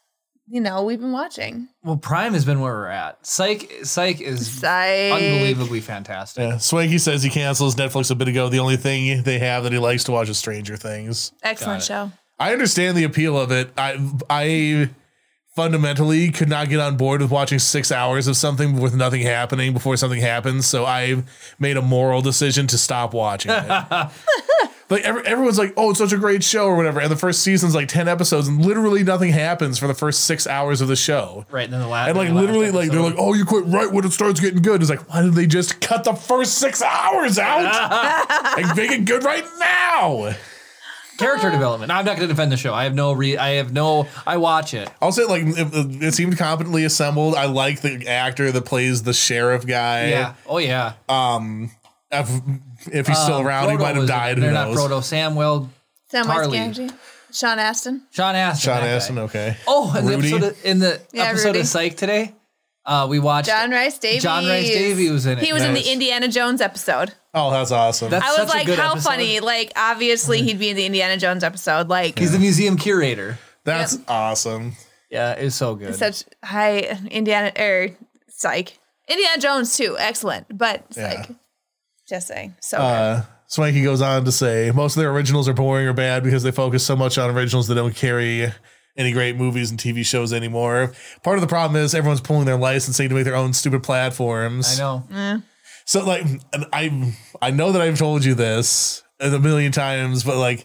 [SPEAKER 2] you know we've been watching.
[SPEAKER 1] Well, Prime has been where we're at. Psych, Psych is
[SPEAKER 2] Psych.
[SPEAKER 1] unbelievably fantastic.
[SPEAKER 3] yeah. Swanky says he cancels Netflix a bit ago. The only thing they have that he likes to watch is Stranger Things.
[SPEAKER 2] Excellent
[SPEAKER 1] Got it.
[SPEAKER 2] show.
[SPEAKER 3] I understand the appeal of it. I I fundamentally could not get on board with watching six hours of something with nothing happening before something happens. So I made a moral decision to stop watching it. like every, everyone's like, oh, it's such a great show or whatever. And the first season's like ten episodes, and literally nothing happens for the first six hours of the show.
[SPEAKER 1] Right, and then the last
[SPEAKER 3] And like
[SPEAKER 1] the last
[SPEAKER 3] literally, like they're like,
[SPEAKER 1] episode.
[SPEAKER 3] "Oh, you quit right when it starts getting good." It's like, why did they just cut the first six hours out and make it good right now? "Oh!"
[SPEAKER 1] character development. I'm not going to defend the show. I have no re. I have no. I watch it.
[SPEAKER 3] Also, like it, it seemed competently assembled. I like the actor that plays the sheriff guy.
[SPEAKER 1] Yeah. Oh yeah.
[SPEAKER 3] If, if he's still around, he
[SPEAKER 1] Um, Frodo
[SPEAKER 3] might have
[SPEAKER 1] was-
[SPEAKER 3] died. Who
[SPEAKER 1] They're not
[SPEAKER 3] knows?
[SPEAKER 1] Frodo. Samwell.
[SPEAKER 2] Samwise
[SPEAKER 1] Tarly.
[SPEAKER 2] Gamgee, Sean Astin.
[SPEAKER 1] Sean Astin.
[SPEAKER 3] John
[SPEAKER 1] that guy.
[SPEAKER 3] Aston. Okay.
[SPEAKER 1] Oh, in the
[SPEAKER 3] Rudy.
[SPEAKER 1] episode of, in the
[SPEAKER 2] Yeah,
[SPEAKER 1] episode
[SPEAKER 2] Rudy.
[SPEAKER 1] of Psych today, uh, we watched.
[SPEAKER 2] John Rice Davies.
[SPEAKER 1] John Rhys Davies was in it.
[SPEAKER 2] He was in
[SPEAKER 3] Nice.
[SPEAKER 2] the Indiana Jones episode.
[SPEAKER 3] Oh, that's awesome.
[SPEAKER 1] That's
[SPEAKER 2] I was
[SPEAKER 1] such a
[SPEAKER 2] like,
[SPEAKER 1] good
[SPEAKER 2] how
[SPEAKER 1] episode.
[SPEAKER 2] funny. Like, obviously, he'd be in the Indiana Jones episode. Like,
[SPEAKER 1] He's the museum curator.
[SPEAKER 3] that's awesome.
[SPEAKER 1] Yeah, it was so good.
[SPEAKER 2] such high Indiana or psych. Indiana Jones too, excellent, but psych.
[SPEAKER 3] Yeah.
[SPEAKER 2] Just saying, so
[SPEAKER 3] Uh, Swanky goes on to say most of their originals are boring or bad because they focus so much on originals that don't carry any great movies and TV shows anymore. Part of the problem is everyone's pulling their licensing to make their own stupid platforms.
[SPEAKER 1] I know.
[SPEAKER 3] So like and I I know that I've told you this a million times, but like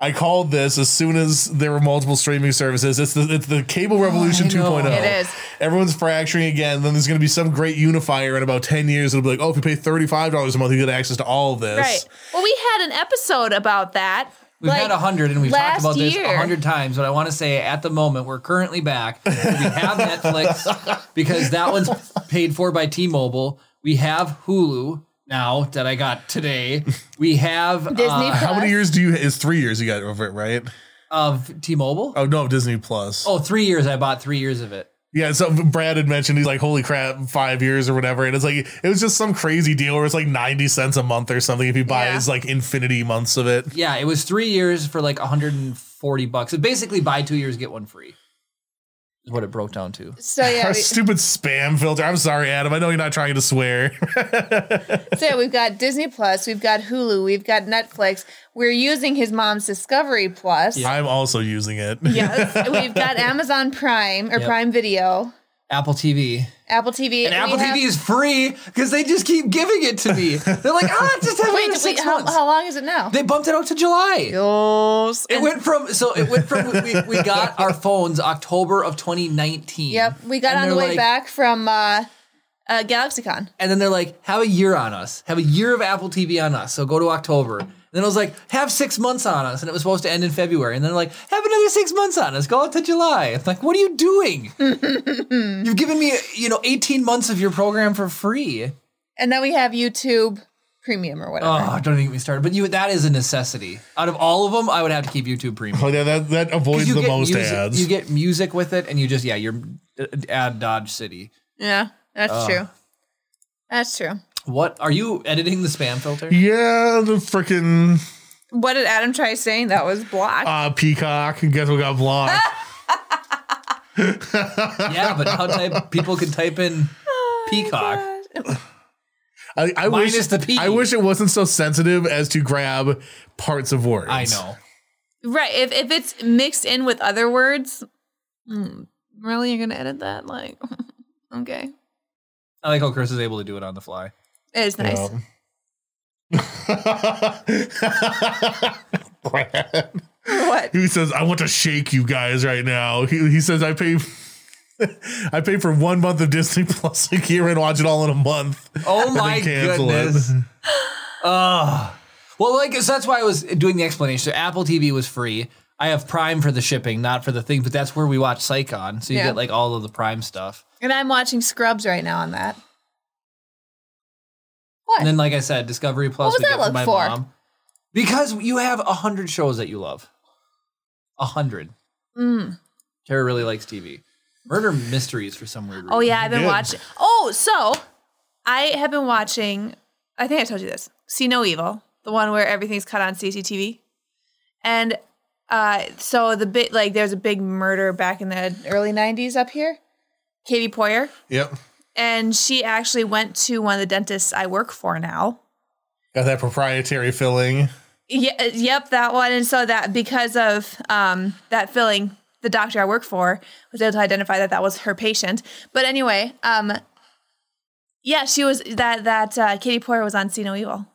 [SPEAKER 3] I called this as soon as there were multiple streaming services. It's the it's the cable revolution
[SPEAKER 1] I know.
[SPEAKER 3] 2.0.
[SPEAKER 2] Oh, It is.
[SPEAKER 3] Everyone's fracturing again. Then there's going to be some great unifier in about 10 years. It'll be like, oh, if you pay $35 a month, you get access to all of this.
[SPEAKER 2] good. Right. Well, we had an episode about that.
[SPEAKER 1] We've had a uh, hundred, and we've talked
[SPEAKER 2] last
[SPEAKER 1] about this
[SPEAKER 2] year.
[SPEAKER 1] a hundred times. But I want to say, at the moment, we're currently back. We have
[SPEAKER 2] *laughs*
[SPEAKER 1] Netflix because that one's paid for by T-Mobile. We have Hulu. now that I got today. We have
[SPEAKER 2] Disney
[SPEAKER 1] uh,
[SPEAKER 2] Plus.
[SPEAKER 3] *laughs* How many years do you? It's three years you got over it, right?
[SPEAKER 1] of T-Mobile.
[SPEAKER 3] Oh no, Disney Plus.
[SPEAKER 1] Oh, three years. I bought three years of it.
[SPEAKER 3] Yeah, so Brad had mentioned he's like, holy crap, five years or whatever, and it's like it was just some crazy deal where it's like ninety cents a month or something if you buy
[SPEAKER 2] Yeah.
[SPEAKER 3] his like infinity months of it.
[SPEAKER 1] Yeah, it was three years for like 140 bucks. It basically buy two years, get one free. Is what it broke down to.
[SPEAKER 2] So yeah,
[SPEAKER 3] Our
[SPEAKER 2] we, so
[SPEAKER 3] stupid spam filter. I'm sorry, Adam. I know you're not trying
[SPEAKER 1] *laughs*
[SPEAKER 3] to swear.
[SPEAKER 2] yeah, we've got Disney Plus, we've got Hulu, we've got Netflix. We're using his mom's Discovery Plus.
[SPEAKER 3] I'm also using it.
[SPEAKER 2] Yes, we've
[SPEAKER 1] *laughs*
[SPEAKER 2] got Amazon Prime or
[SPEAKER 1] Yep.
[SPEAKER 2] Prime Video,
[SPEAKER 1] Apple TV.
[SPEAKER 2] Apple TV,
[SPEAKER 1] And Apple
[SPEAKER 2] we have-
[SPEAKER 1] TV is free because they just keep giving it to me. They're like, ah, just have it
[SPEAKER 2] Wait,
[SPEAKER 1] for
[SPEAKER 2] wait,
[SPEAKER 1] six
[SPEAKER 2] how,
[SPEAKER 1] months.
[SPEAKER 2] how long is it now?
[SPEAKER 1] they bumped it out to July.
[SPEAKER 2] Goals.
[SPEAKER 1] It went from so it went from we, we
[SPEAKER 2] *laughs*
[SPEAKER 1] got our phones October of 2019.
[SPEAKER 2] Yep, we got
[SPEAKER 1] And
[SPEAKER 2] on the
[SPEAKER 1] they're
[SPEAKER 2] way
[SPEAKER 1] like-
[SPEAKER 2] back from uh, uh, GalaxyCon.
[SPEAKER 1] And then they're like, have a year on us. Have a year of Apple TV on us. So go to October. And then I was like, have six months on us. And it was supposed to end in February. And then they're like, have another six months on us. Go out to July. It's like, what are you
[SPEAKER 2] *laughs*
[SPEAKER 1] doing? You've given me, you know, 18 months of your program for free.
[SPEAKER 2] And then we have YouTube Premium or whatever.
[SPEAKER 1] Oh, don't even get me started. But you that is a necessity. Out of all of them, I would have to keep YouTube Premium.
[SPEAKER 3] *laughs* Oh yeah, that that avoids
[SPEAKER 1] You
[SPEAKER 3] the
[SPEAKER 1] get
[SPEAKER 3] most
[SPEAKER 1] music,
[SPEAKER 3] ads.
[SPEAKER 1] You get music with it, and you just, yeah, you're uh, ad Dodge City.
[SPEAKER 2] Yeah, that's true. That's true.
[SPEAKER 1] What are you editing the spam
[SPEAKER 3] *laughs*
[SPEAKER 1] filter?
[SPEAKER 3] yeah, the freaking
[SPEAKER 2] What did Adam try saying? That was blocked.
[SPEAKER 3] uh, peacock. Guess what got
[SPEAKER 1] *laughs*
[SPEAKER 3] blocked?
[SPEAKER 1] yeah, but how type people can type in Uh, peacock.
[SPEAKER 3] I, I
[SPEAKER 1] Minus
[SPEAKER 3] wish
[SPEAKER 1] the P.
[SPEAKER 3] I wish it wasn't so sensitive as to grab parts of words.
[SPEAKER 1] I know.
[SPEAKER 2] *laughs* Right. If if it's mixed in with other words, mm, really you're gonna edit that? Like, *laughs* okay,
[SPEAKER 1] I like how Chris is able to do it on the fly.
[SPEAKER 2] it is nice.
[SPEAKER 3] Yeah. Brad.
[SPEAKER 2] *laughs* What?
[SPEAKER 3] *laughs* He says, "I want to shake you guys right now." He, he says, "I pay, *laughs* I pay for one month of Disney Plus a year and watch it all in a month." *laughs*
[SPEAKER 1] Oh
[SPEAKER 3] then
[SPEAKER 1] my
[SPEAKER 3] cancel it.
[SPEAKER 1] goodness. Ugh. well, like so that's why I was doing the explanation. So Apple TV was free. I have Prime for the shipping, not for the thing, but that's where we watch Psych on. So you
[SPEAKER 2] Yeah.
[SPEAKER 1] get like all of the Prime stuff.
[SPEAKER 2] And I'm watching Scrubs right now on that. What?
[SPEAKER 1] And then, like I said, Discovery Plus.
[SPEAKER 2] What was
[SPEAKER 1] we
[SPEAKER 2] that
[SPEAKER 1] get from
[SPEAKER 2] look for?
[SPEAKER 1] Because you have a hundred shows that you love. A hundred.
[SPEAKER 2] Mm.
[SPEAKER 1] Tara really likes TV. Murder mysteries for some weird reason.
[SPEAKER 2] Oh yeah, I've been
[SPEAKER 3] Good.
[SPEAKER 2] watching. Oh, so I have been watching. I think I told you this. See No Evil, the one where everything's cut on CCTV, and uh, so the bit like there's a big murder back in the early '90s up here. Katie Poyer,
[SPEAKER 3] *laughs* Yep,
[SPEAKER 2] and she actually went to one of the dentists I work for now.
[SPEAKER 3] got that proprietary filling.
[SPEAKER 2] Yeah, uh, yep, that one. And so that because of um, that filling, the doctor I work for was able to identify that that was her patient. But anyway, um, yeah, she was that that uh, Katie Porter was on See No Evil.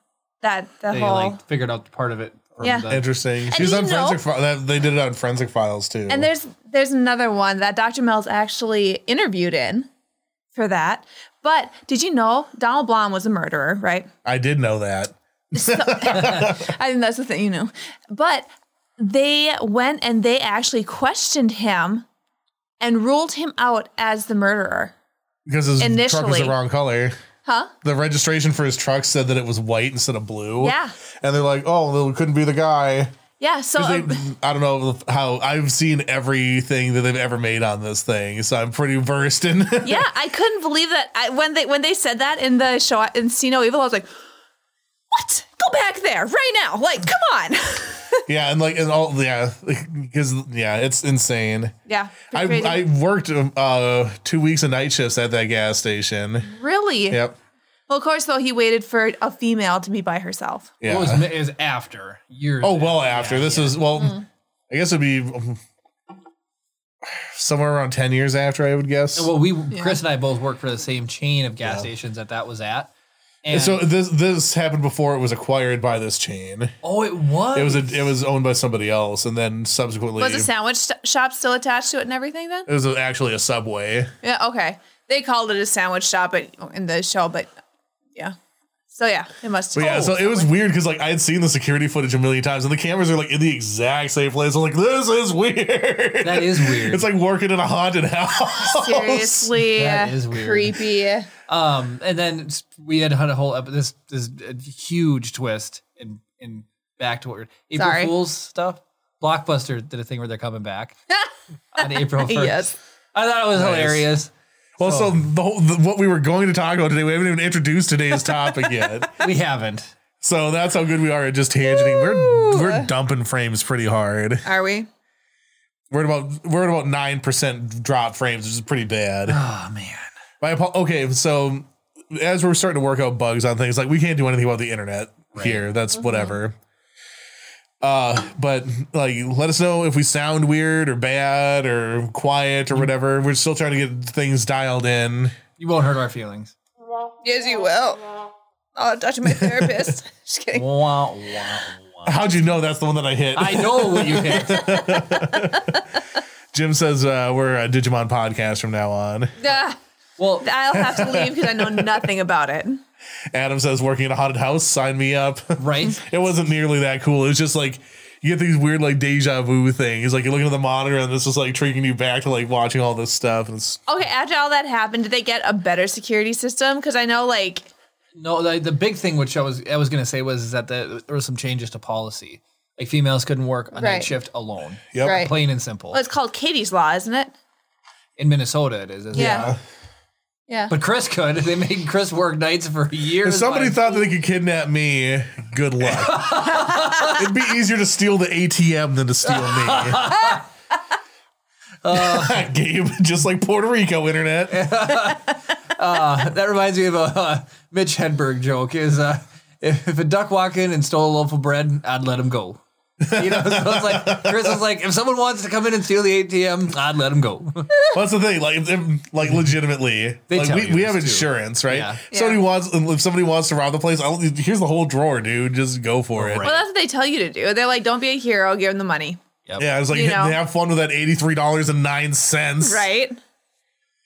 [SPEAKER 2] That the
[SPEAKER 1] They
[SPEAKER 2] whole
[SPEAKER 1] like figured out part of it. From
[SPEAKER 2] Yeah.
[SPEAKER 1] the-
[SPEAKER 3] Interesting. She was
[SPEAKER 2] you
[SPEAKER 3] on
[SPEAKER 2] know-
[SPEAKER 3] forensic. Fi- that, they did it on forensic files too.
[SPEAKER 2] and there's there's another one that Dr. Mel's actually interviewed in for that. But did you know Donald Blom was a murderer, right?
[SPEAKER 3] I did know that.
[SPEAKER 2] I think that's the thing, you know. But they went and they actually questioned him and ruled him out as the murderer.
[SPEAKER 3] Because his truck was
[SPEAKER 2] Initially.
[SPEAKER 3] the wrong color.
[SPEAKER 2] Huh?
[SPEAKER 3] The registration for his truck said that it was white instead of blue.
[SPEAKER 2] Yeah.
[SPEAKER 3] And they're like, oh, well, it couldn't be the guy.
[SPEAKER 2] Yeah. So,
[SPEAKER 3] 'Cause they-
[SPEAKER 2] um, *laughs*
[SPEAKER 3] I don't know how I've seen everything that they've ever made on this thing, so I'm pretty versed in. *laughs*
[SPEAKER 2] yeah, I couldn't believe that I, when they when they said that in the show in See No Evil, I was like, "What? Go back there right now! Like, come on!" *laughs*
[SPEAKER 3] yeah, and like and all yeah, *laughs* because yeah, it's insane.
[SPEAKER 2] yeah.
[SPEAKER 3] I
[SPEAKER 2] crazy.
[SPEAKER 3] I worked um, uh two weeks of night shifts at that gas station.
[SPEAKER 2] really?
[SPEAKER 3] Yep.
[SPEAKER 2] Well, of course, though, he waited for a female to be by herself.
[SPEAKER 3] Yeah.
[SPEAKER 1] It was, it was after years.
[SPEAKER 3] Oh, well after. this is well
[SPEAKER 2] Mm.
[SPEAKER 3] I guess it'd be um, somewhere around 10 years after I would guess.
[SPEAKER 1] Oh, Well, we Chris and I both worked for the same chain of gas stations that that was at. And
[SPEAKER 3] so this this happened before it was acquired by this chain.
[SPEAKER 1] oh, it was.
[SPEAKER 3] It was a, it was owned by somebody else and then subsequently
[SPEAKER 2] Was the sandwich st- shop still attached to it and everything then?
[SPEAKER 3] it was actually a subway.
[SPEAKER 2] Yeah, okay. They called it a sandwich shop at, in the show, but yeah. So yeah, it must.
[SPEAKER 3] But yeah, so
[SPEAKER 1] Oh.
[SPEAKER 3] it was weird because like I had seen the security footage a million times, and the cameras are like in the exact same place. I'm like, this is weird. That
[SPEAKER 1] is weird.
[SPEAKER 3] It's like working in a haunted house.
[SPEAKER 2] Oh,
[SPEAKER 3] *laughs*
[SPEAKER 2] seriously uh,
[SPEAKER 1] That is weird.
[SPEAKER 2] creepy.
[SPEAKER 1] Um, and then s- we had had a whole ep- this this uh, huge twist and and back to what we're- April
[SPEAKER 2] Sorry.
[SPEAKER 1] Fools stuff. Blockbuster did a thing where they're coming
[SPEAKER 2] *laughs*
[SPEAKER 1] back on April first.
[SPEAKER 2] Yes.
[SPEAKER 1] I thought it was
[SPEAKER 3] Nice.
[SPEAKER 1] hilarious.
[SPEAKER 3] Well, so the whole, the, what we were going to talk about today, we haven't even introduced
[SPEAKER 1] *laughs*
[SPEAKER 3] today's topic yet.
[SPEAKER 2] *laughs*
[SPEAKER 1] We haven't.
[SPEAKER 3] So that's how good we are at just tangenting. We're we're dumping frames pretty hard.
[SPEAKER 2] Are we?
[SPEAKER 3] We're at about we're at about nine percent drop frames, which is pretty bad.
[SPEAKER 1] *sighs*
[SPEAKER 3] *laughs*
[SPEAKER 1] Oh man.
[SPEAKER 3] My apo- okay, so as we're starting to work out bugs on things, like we can't do anything about the internet here. That's whatever. Uh, but like, let us know if we sound weird or bad or quiet or whatever. We're still trying to get things dialed in.
[SPEAKER 1] You won't hurt our feelings.
[SPEAKER 2] Yes, you will. I'll talk to my therapist. Just kidding.
[SPEAKER 1] Wah, wah, wah.
[SPEAKER 3] How'd you know that's the one that I hit?
[SPEAKER 1] I know what you picked.
[SPEAKER 3] *laughs* Jim says uh, we're a Digimon podcast from now on.
[SPEAKER 2] Ah, *laughs*
[SPEAKER 1] Well,
[SPEAKER 2] I'll have to leave because I know nothing about it.
[SPEAKER 3] Adam says working in a haunted house. Sign me up. *laughs*
[SPEAKER 1] right.
[SPEAKER 3] it wasn't nearly that cool. It was just like you get these weird like deja vu things. Like you're looking at the monitor and this is like tricking you back to like watching all this stuff. And it's
[SPEAKER 2] Okay, after all that happened, did they get a better security system? Because I know, like,
[SPEAKER 1] No, the, the big thing which I was I was gonna say was is that the, there were some changes to policy. Like females couldn't work a night
[SPEAKER 2] Right.
[SPEAKER 1] shift alone.
[SPEAKER 3] yep.
[SPEAKER 2] Right.
[SPEAKER 1] Plain and simple.
[SPEAKER 2] well, it's called Katie's Law, isn't it?
[SPEAKER 1] In Minnesota, it is. isn't it?
[SPEAKER 2] Yeah. Yeah.
[SPEAKER 1] But Chris could. They made Chris work nights for years.
[SPEAKER 3] If somebody
[SPEAKER 1] by-
[SPEAKER 3] thought that they could kidnap me,
[SPEAKER 1] *laughs*
[SPEAKER 3] good luck. It'd be easier to steal the ATM than to steal
[SPEAKER 1] *laughs*
[SPEAKER 3] me.
[SPEAKER 1] Uh,
[SPEAKER 3] *laughs* Gabe, just like Puerto Rico
[SPEAKER 1] *laughs*
[SPEAKER 3] internet.
[SPEAKER 1] that reminds me of a uh, Mitch Hedberg joke: is uh, if, if a duck walked in and stole a loaf of bread, I'd let him go. You know, so it's like Chris was like, if someone wants to come in and steal the ATM, I'd let him go.
[SPEAKER 3] Well, that's the thing. Like, if- if- like legitimately,
[SPEAKER 1] They
[SPEAKER 3] like
[SPEAKER 1] tell
[SPEAKER 3] we,
[SPEAKER 1] you
[SPEAKER 3] we
[SPEAKER 1] this
[SPEAKER 3] have
[SPEAKER 1] too.
[SPEAKER 3] insurance, right?
[SPEAKER 1] Yeah.
[SPEAKER 3] Somebody
[SPEAKER 2] Yeah.
[SPEAKER 3] wants if somebody wants to rob the place. I'll, here's the whole drawer, dude. Just go for it.
[SPEAKER 1] Right.
[SPEAKER 2] Well, that's what they tell you to do. They're like, don't be a hero, give them the money.
[SPEAKER 3] Yeah, I was like,
[SPEAKER 2] You know?
[SPEAKER 3] have fun with that eighty three dollars and nine cents.
[SPEAKER 2] Right?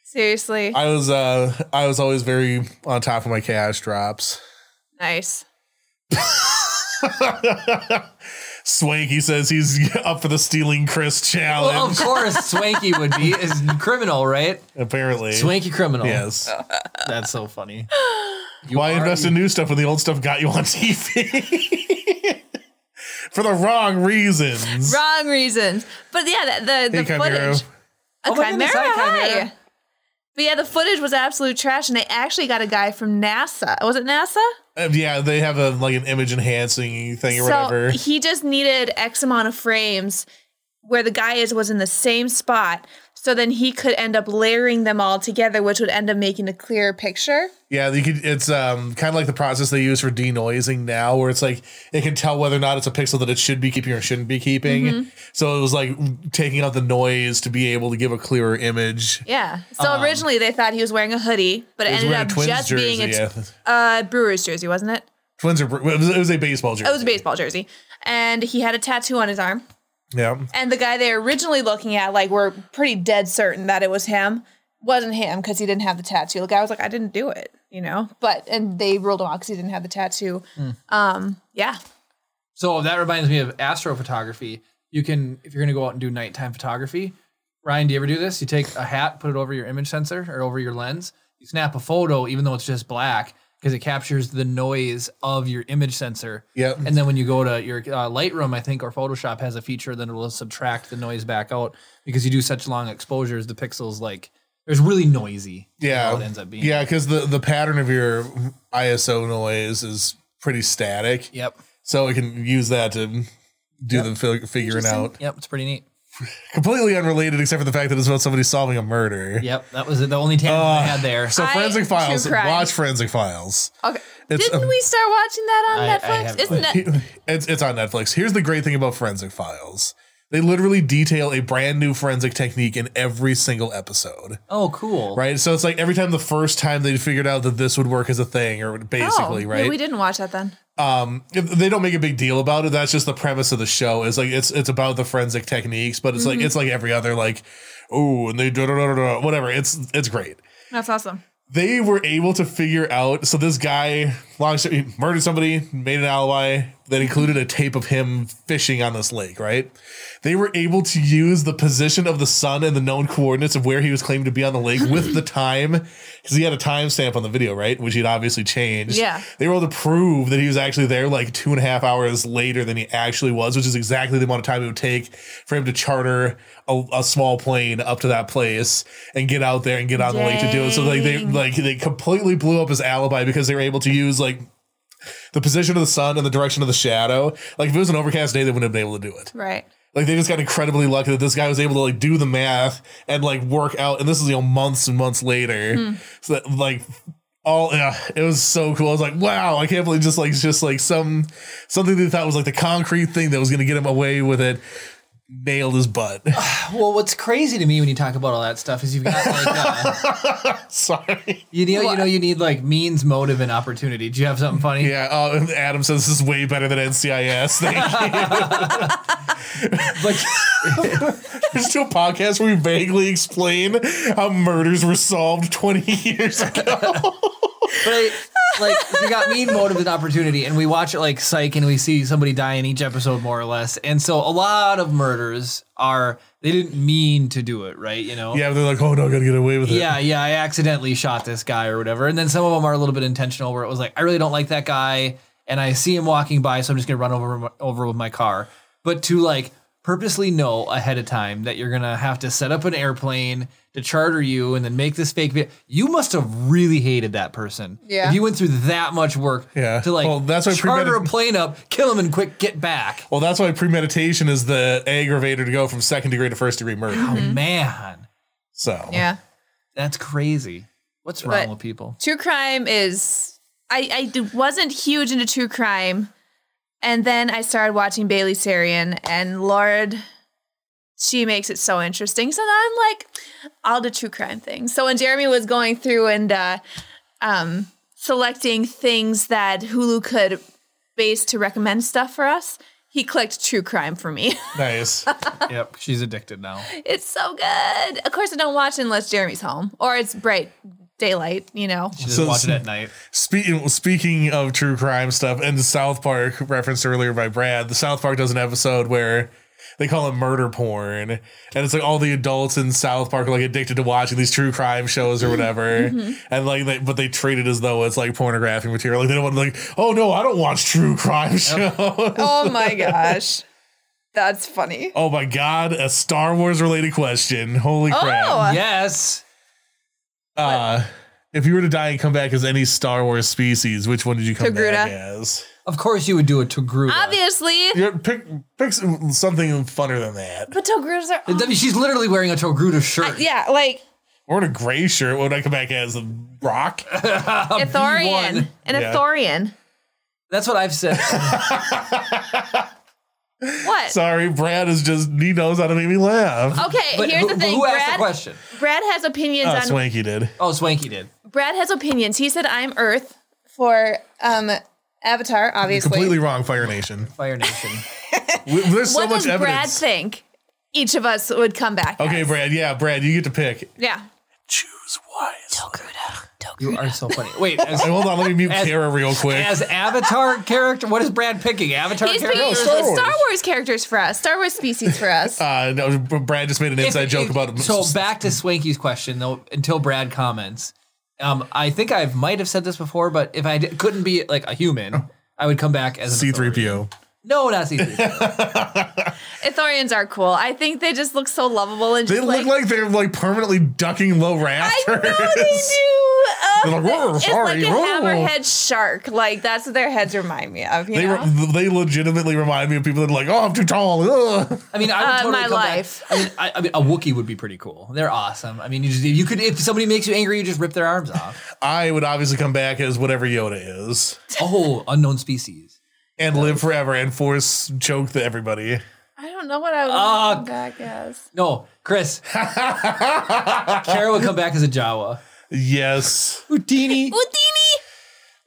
[SPEAKER 2] Seriously.
[SPEAKER 3] I was uh I was always very on top of my cash drops.
[SPEAKER 2] nice.
[SPEAKER 3] Swanky says he's *laughs* up for the stealing Chris
[SPEAKER 1] well,
[SPEAKER 3] challenge.
[SPEAKER 1] of course, Swanky would be is criminal, right?
[SPEAKER 3] apparently,
[SPEAKER 1] Swanky criminal.
[SPEAKER 3] yes.
[SPEAKER 2] Uh,
[SPEAKER 1] that's so funny.
[SPEAKER 3] Why
[SPEAKER 1] are-
[SPEAKER 3] invest in new stuff when the old stuff got you on TV *laughs* for the wrong reasons?
[SPEAKER 2] Wrong reasons. But yeah, the, the, the
[SPEAKER 3] Hey, Chimera.
[SPEAKER 2] footage. A
[SPEAKER 1] Oh my goodness,
[SPEAKER 2] chimera,
[SPEAKER 1] hi, Chimera.
[SPEAKER 2] hi. But yeah, the footage was absolute trash, and they actually got a guy from NASA. Was it NASA?
[SPEAKER 3] Uh, yeah, they have a like an image enhancing thing or whatever.
[SPEAKER 2] he just needed X amount of frames where the guy is was in the same spot. So then he could end up layering them all together, which would end up making a clearer picture.
[SPEAKER 3] Yeah, you could, it's um, kind of like the process they use for denoising now, where it's like it can tell whether or not it's a pixel that it should be keeping or shouldn't be keeping.
[SPEAKER 2] Mm-hmm.
[SPEAKER 3] So it was like taking out the noise to be able to give a clearer image.
[SPEAKER 2] Yeah. So originally they thought he was wearing a hoodie, but it,
[SPEAKER 3] Um, was
[SPEAKER 2] ended
[SPEAKER 3] wearing a
[SPEAKER 2] up
[SPEAKER 3] Twins
[SPEAKER 2] just being a
[SPEAKER 3] jersey,
[SPEAKER 2] t- uh, Brewers jersey, wasn't it?
[SPEAKER 3] Twins are br- it was, it was a baseball jersey.
[SPEAKER 2] It was a baseball jersey, and he had a tattoo on his arm.
[SPEAKER 3] yeah.
[SPEAKER 2] And the guy they were originally looking at, like, we're pretty dead certain that it was him, wasn't him because he didn't have the tattoo. The guy was like, I didn't do it, you know. But and they ruled him out because he didn't have the tattoo. Um, yeah,
[SPEAKER 1] So that reminds me of astrophotography. You can, if you're going to go out and do nighttime photography, Ryan, do you ever do this? You take a hat, put it over your image sensor or over your lens. You snap a photo, even though it's just black, because it captures the noise of your image sensor.
[SPEAKER 3] Yep.
[SPEAKER 1] And then when you go to your uh, Lightroom, I think, or Photoshop has a feature that will subtract the noise back out because you do such long exposures, the pixels like there's really noisy. is
[SPEAKER 3] Yeah.
[SPEAKER 1] how it ends up being.
[SPEAKER 3] Yeah, because the, the pattern of your ISO noise is pretty static.
[SPEAKER 1] Yep.
[SPEAKER 3] So it can use that to do the fig- figuring out.
[SPEAKER 1] Yep. It's pretty neat.
[SPEAKER 3] Completely unrelated, except for the fact that it's about somebody solving a murder.
[SPEAKER 1] Yep. That was the only tangent I had there.
[SPEAKER 3] So
[SPEAKER 2] I-
[SPEAKER 3] forensic
[SPEAKER 2] true
[SPEAKER 3] files.
[SPEAKER 2] crime.
[SPEAKER 3] Watch forensic files.
[SPEAKER 2] okay.
[SPEAKER 3] It's,
[SPEAKER 2] didn't
[SPEAKER 3] um,
[SPEAKER 2] we start watching that on
[SPEAKER 1] I- I
[SPEAKER 2] Netflix?
[SPEAKER 1] haven't
[SPEAKER 2] Isn't that
[SPEAKER 3] It's it's on Netflix. Here's the great thing about forensic files. They literally detail a brand new forensic technique in every single episode,
[SPEAKER 1] oh, cool.
[SPEAKER 3] right? So it's like every time the first time they figured out that this would work as a thing, or
[SPEAKER 2] *laughs*
[SPEAKER 3] basically,
[SPEAKER 2] oh,
[SPEAKER 3] right?
[SPEAKER 2] We didn't watch that then.
[SPEAKER 3] um, they don't make a big deal about it. That's just the premise of the show. Is like it's it's about the forensic techniques, but it's
[SPEAKER 2] Mm-hmm.
[SPEAKER 3] like it's like every other like, oh, and they da da da da whatever. It's it's great.
[SPEAKER 2] That's awesome.
[SPEAKER 3] they were able to figure out. So this guy, long story, he murdered somebody, made an alibi that included a tape of him fishing on this lake. Right? They were able to use the position of the sun and the known coordinates of where he was claimed to be on the lake with the time, because he had a timestamp on the video, right? Which he'd obviously changed.
[SPEAKER 2] Yeah.
[SPEAKER 3] They were able to prove that he was actually there like two and a half hours later than he actually was, which is exactly the amount of time it would take for him to charter a, a small plane up to that place and get out there and get on the lake to do it. So like they
[SPEAKER 2] Dang.
[SPEAKER 3] like they completely blew up his alibi because they were able to use like the position of the sun and the direction of the shadow. Like if it was an overcast day, they wouldn't have been able to do it.
[SPEAKER 2] Right.
[SPEAKER 3] Like they just got incredibly lucky that this guy was able to like do the math and like work out. And this is you know months and months later. So that like all yeah, it was so cool. I was like, wow, I can't believe just like just like some something they thought was like the concrete thing that was gonna get him away with it. Nailed his butt. *laughs*
[SPEAKER 1] Well, what's crazy to me when you talk about all that stuff is you've got like uh,
[SPEAKER 3] Sorry.
[SPEAKER 1] you know you
[SPEAKER 2] What?
[SPEAKER 1] know you need like means, motive, and opportunity. Do you have something funny?
[SPEAKER 3] Yeah. Oh, and Adam says this is way better than NCIS. Thank you.
[SPEAKER 1] Like
[SPEAKER 3] There's two podcasts where we vaguely explain how murders were solved 20 *laughs* years ago.
[SPEAKER 1] But I, like we got mean motive and opportunity, and we watch it like Psych, and we see somebody die in each episode more or less. And so a lot of murders are they didn't mean to do it, right? You know.
[SPEAKER 3] yeah, but they're like, oh no, I gotta get away with it.
[SPEAKER 1] Yeah, yeah, I accidentally shot this guy or whatever. And then some of them are a little bit intentional where it was like, I really don't like that guy and I see him walking by, so I'm just going to run over over with my car. But to like purposely know ahead of time that you're going to have to set up an airplane to charter you and then make this fake video. You must have really hated that person.
[SPEAKER 2] Yeah.
[SPEAKER 1] If you went through that much work
[SPEAKER 3] Yeah.
[SPEAKER 1] to like
[SPEAKER 3] Well, that's why
[SPEAKER 1] charter
[SPEAKER 3] premedit-
[SPEAKER 1] a plane up, kill him and quick get back.
[SPEAKER 3] Well, that's why premeditation is the aggravator to go from second degree to first degree murder.
[SPEAKER 1] Oh,
[SPEAKER 2] Mm-hmm.
[SPEAKER 1] Man,
[SPEAKER 3] So
[SPEAKER 2] Yeah.
[SPEAKER 1] that's crazy. What's wrong
[SPEAKER 2] But-
[SPEAKER 1] with
[SPEAKER 2] *laughs*
[SPEAKER 1] people?
[SPEAKER 2] True crime is I I d- wasn't huge into true crime, and then I started watching Bailey Sarian, and Lord, she makes it so interesting. So now I'm like, I'll do true crime things. So when Jeremy was going through and uh, um, selecting things that Hulu could base to recommend stuff for us, he clicked true crime for me. *laughs*
[SPEAKER 3] nice.
[SPEAKER 1] yep, she's addicted now.
[SPEAKER 2] It's so good. Of course, I don't watch unless Jeremy's home or it's bright daylight, you know.
[SPEAKER 1] She doesn't
[SPEAKER 3] So-
[SPEAKER 1] watch it at night.
[SPEAKER 3] Speaking speaking of true crime stuff and the South Park referenced earlier by Brad, the South Park does an episode where they call it murder porn, and it's like all the adults in South Park are like addicted to watching these true crime shows or whatever,
[SPEAKER 2] Mm-hmm.
[SPEAKER 3] and like they, but they treat it as though it's like pornographic material. Like they don't want to like, oh no, I don't watch true crime shows. *laughs*
[SPEAKER 2] Oh my gosh. That's funny.
[SPEAKER 3] oh my god, a Star Wars related question. Holy crap!
[SPEAKER 2] *laughs* Oh.
[SPEAKER 1] Yes.
[SPEAKER 3] Uh, if you were to die and come back as any Star Wars species, which one did you come
[SPEAKER 2] Togruta.
[SPEAKER 3] back as?
[SPEAKER 1] Of course you would do a Togruta.
[SPEAKER 2] Obviously.
[SPEAKER 3] Yeah, pick pick some- something funner than that.
[SPEAKER 2] But Togrutas are.
[SPEAKER 1] I mean, she's literally wearing a Togruta shirt.
[SPEAKER 2] yeah, like
[SPEAKER 3] Or in a gray shirt, what would I come back as? A rock?
[SPEAKER 2] Ithorian.
[SPEAKER 1] B1.
[SPEAKER 2] An
[SPEAKER 3] Yeah.
[SPEAKER 2] Ithorian.
[SPEAKER 1] That's what I've
[SPEAKER 2] *laughs*
[SPEAKER 1] said.
[SPEAKER 2] What?
[SPEAKER 3] Sorry, Brad is just he knows how to make me laugh.
[SPEAKER 2] okay,
[SPEAKER 1] But
[SPEAKER 2] here's
[SPEAKER 1] who,
[SPEAKER 2] the thing.
[SPEAKER 1] who asked the
[SPEAKER 2] Brad,
[SPEAKER 1] question?
[SPEAKER 2] Brad has opinions
[SPEAKER 3] Oh,
[SPEAKER 2] on.
[SPEAKER 3] Swanky did.
[SPEAKER 1] Oh, Swanky did.
[SPEAKER 2] Brad has opinions. He said, I'm Earth for um, Avatar, obviously.
[SPEAKER 3] Completely wrong, Fire Nation.
[SPEAKER 1] Fire Nation.
[SPEAKER 2] *laughs*
[SPEAKER 3] W- There's so
[SPEAKER 2] what
[SPEAKER 3] much
[SPEAKER 2] does Brad
[SPEAKER 3] evidence.
[SPEAKER 2] think each of us would come back?
[SPEAKER 3] Okay,
[SPEAKER 2] as?
[SPEAKER 3] Brad. Yeah, Brad, you get to pick.
[SPEAKER 2] Yeah.
[SPEAKER 3] Choose wise.
[SPEAKER 2] Togruta.
[SPEAKER 1] you are so funny. Wait, as,
[SPEAKER 3] Hold on, let me mute
[SPEAKER 1] As-
[SPEAKER 3] Kara real quick.
[SPEAKER 1] as Avatar character, what is Brad picking? Avatar
[SPEAKER 2] He's
[SPEAKER 1] character?
[SPEAKER 2] picking
[SPEAKER 3] Star
[SPEAKER 2] Star,
[SPEAKER 3] Wars.
[SPEAKER 2] Wars. characters for us, Star Wars species for us.
[SPEAKER 3] *laughs* Uh, no, Brad just made an
[SPEAKER 1] If-
[SPEAKER 3] inside joke
[SPEAKER 1] if-
[SPEAKER 3] about
[SPEAKER 1] So back to Swanky's question though. Until Brad comments, um, I think I might have said this before, but if I did, couldn't be like a human, I would come back as an authority.
[SPEAKER 3] C3PO.
[SPEAKER 1] No, not C three PO.
[SPEAKER 2] Ithorians are cool. I think they just look so lovable and
[SPEAKER 3] They
[SPEAKER 2] just
[SPEAKER 3] look like they're like permanantly ducking low
[SPEAKER 2] I
[SPEAKER 3] rafters.
[SPEAKER 2] know they do.
[SPEAKER 3] They're
[SPEAKER 2] Uh,
[SPEAKER 3] like, "Whoa,
[SPEAKER 2] it's
[SPEAKER 3] sorry,
[SPEAKER 2] like a
[SPEAKER 3] whoa."
[SPEAKER 2] hammerhead shark. Like that's what their heads remind me of. You
[SPEAKER 3] They,
[SPEAKER 2] know?
[SPEAKER 3] re- they legitimately remind me of people that are like, oh, I'm too tall. Ugh.
[SPEAKER 1] I mean, I would
[SPEAKER 2] Uh,
[SPEAKER 1] totally
[SPEAKER 2] my
[SPEAKER 1] come back.
[SPEAKER 2] life.
[SPEAKER 1] I mean, I, I mean, a Wookiee would be pretty cool. They're awesome. I mean, you just you could if somebody makes you angry, you just rip their arms off.
[SPEAKER 3] I would obviously come back as whatever Yoda is
[SPEAKER 1] Oh, unknown species.
[SPEAKER 3] and live forever and force choke to everybody.
[SPEAKER 2] I don't know what I would
[SPEAKER 1] Ah.
[SPEAKER 2] come back as.
[SPEAKER 1] No,
[SPEAKER 3] *laughs*
[SPEAKER 1] Chris. Kara would come back as a Jawa.
[SPEAKER 3] Yes.
[SPEAKER 1] Houdini.
[SPEAKER 2] Houdini.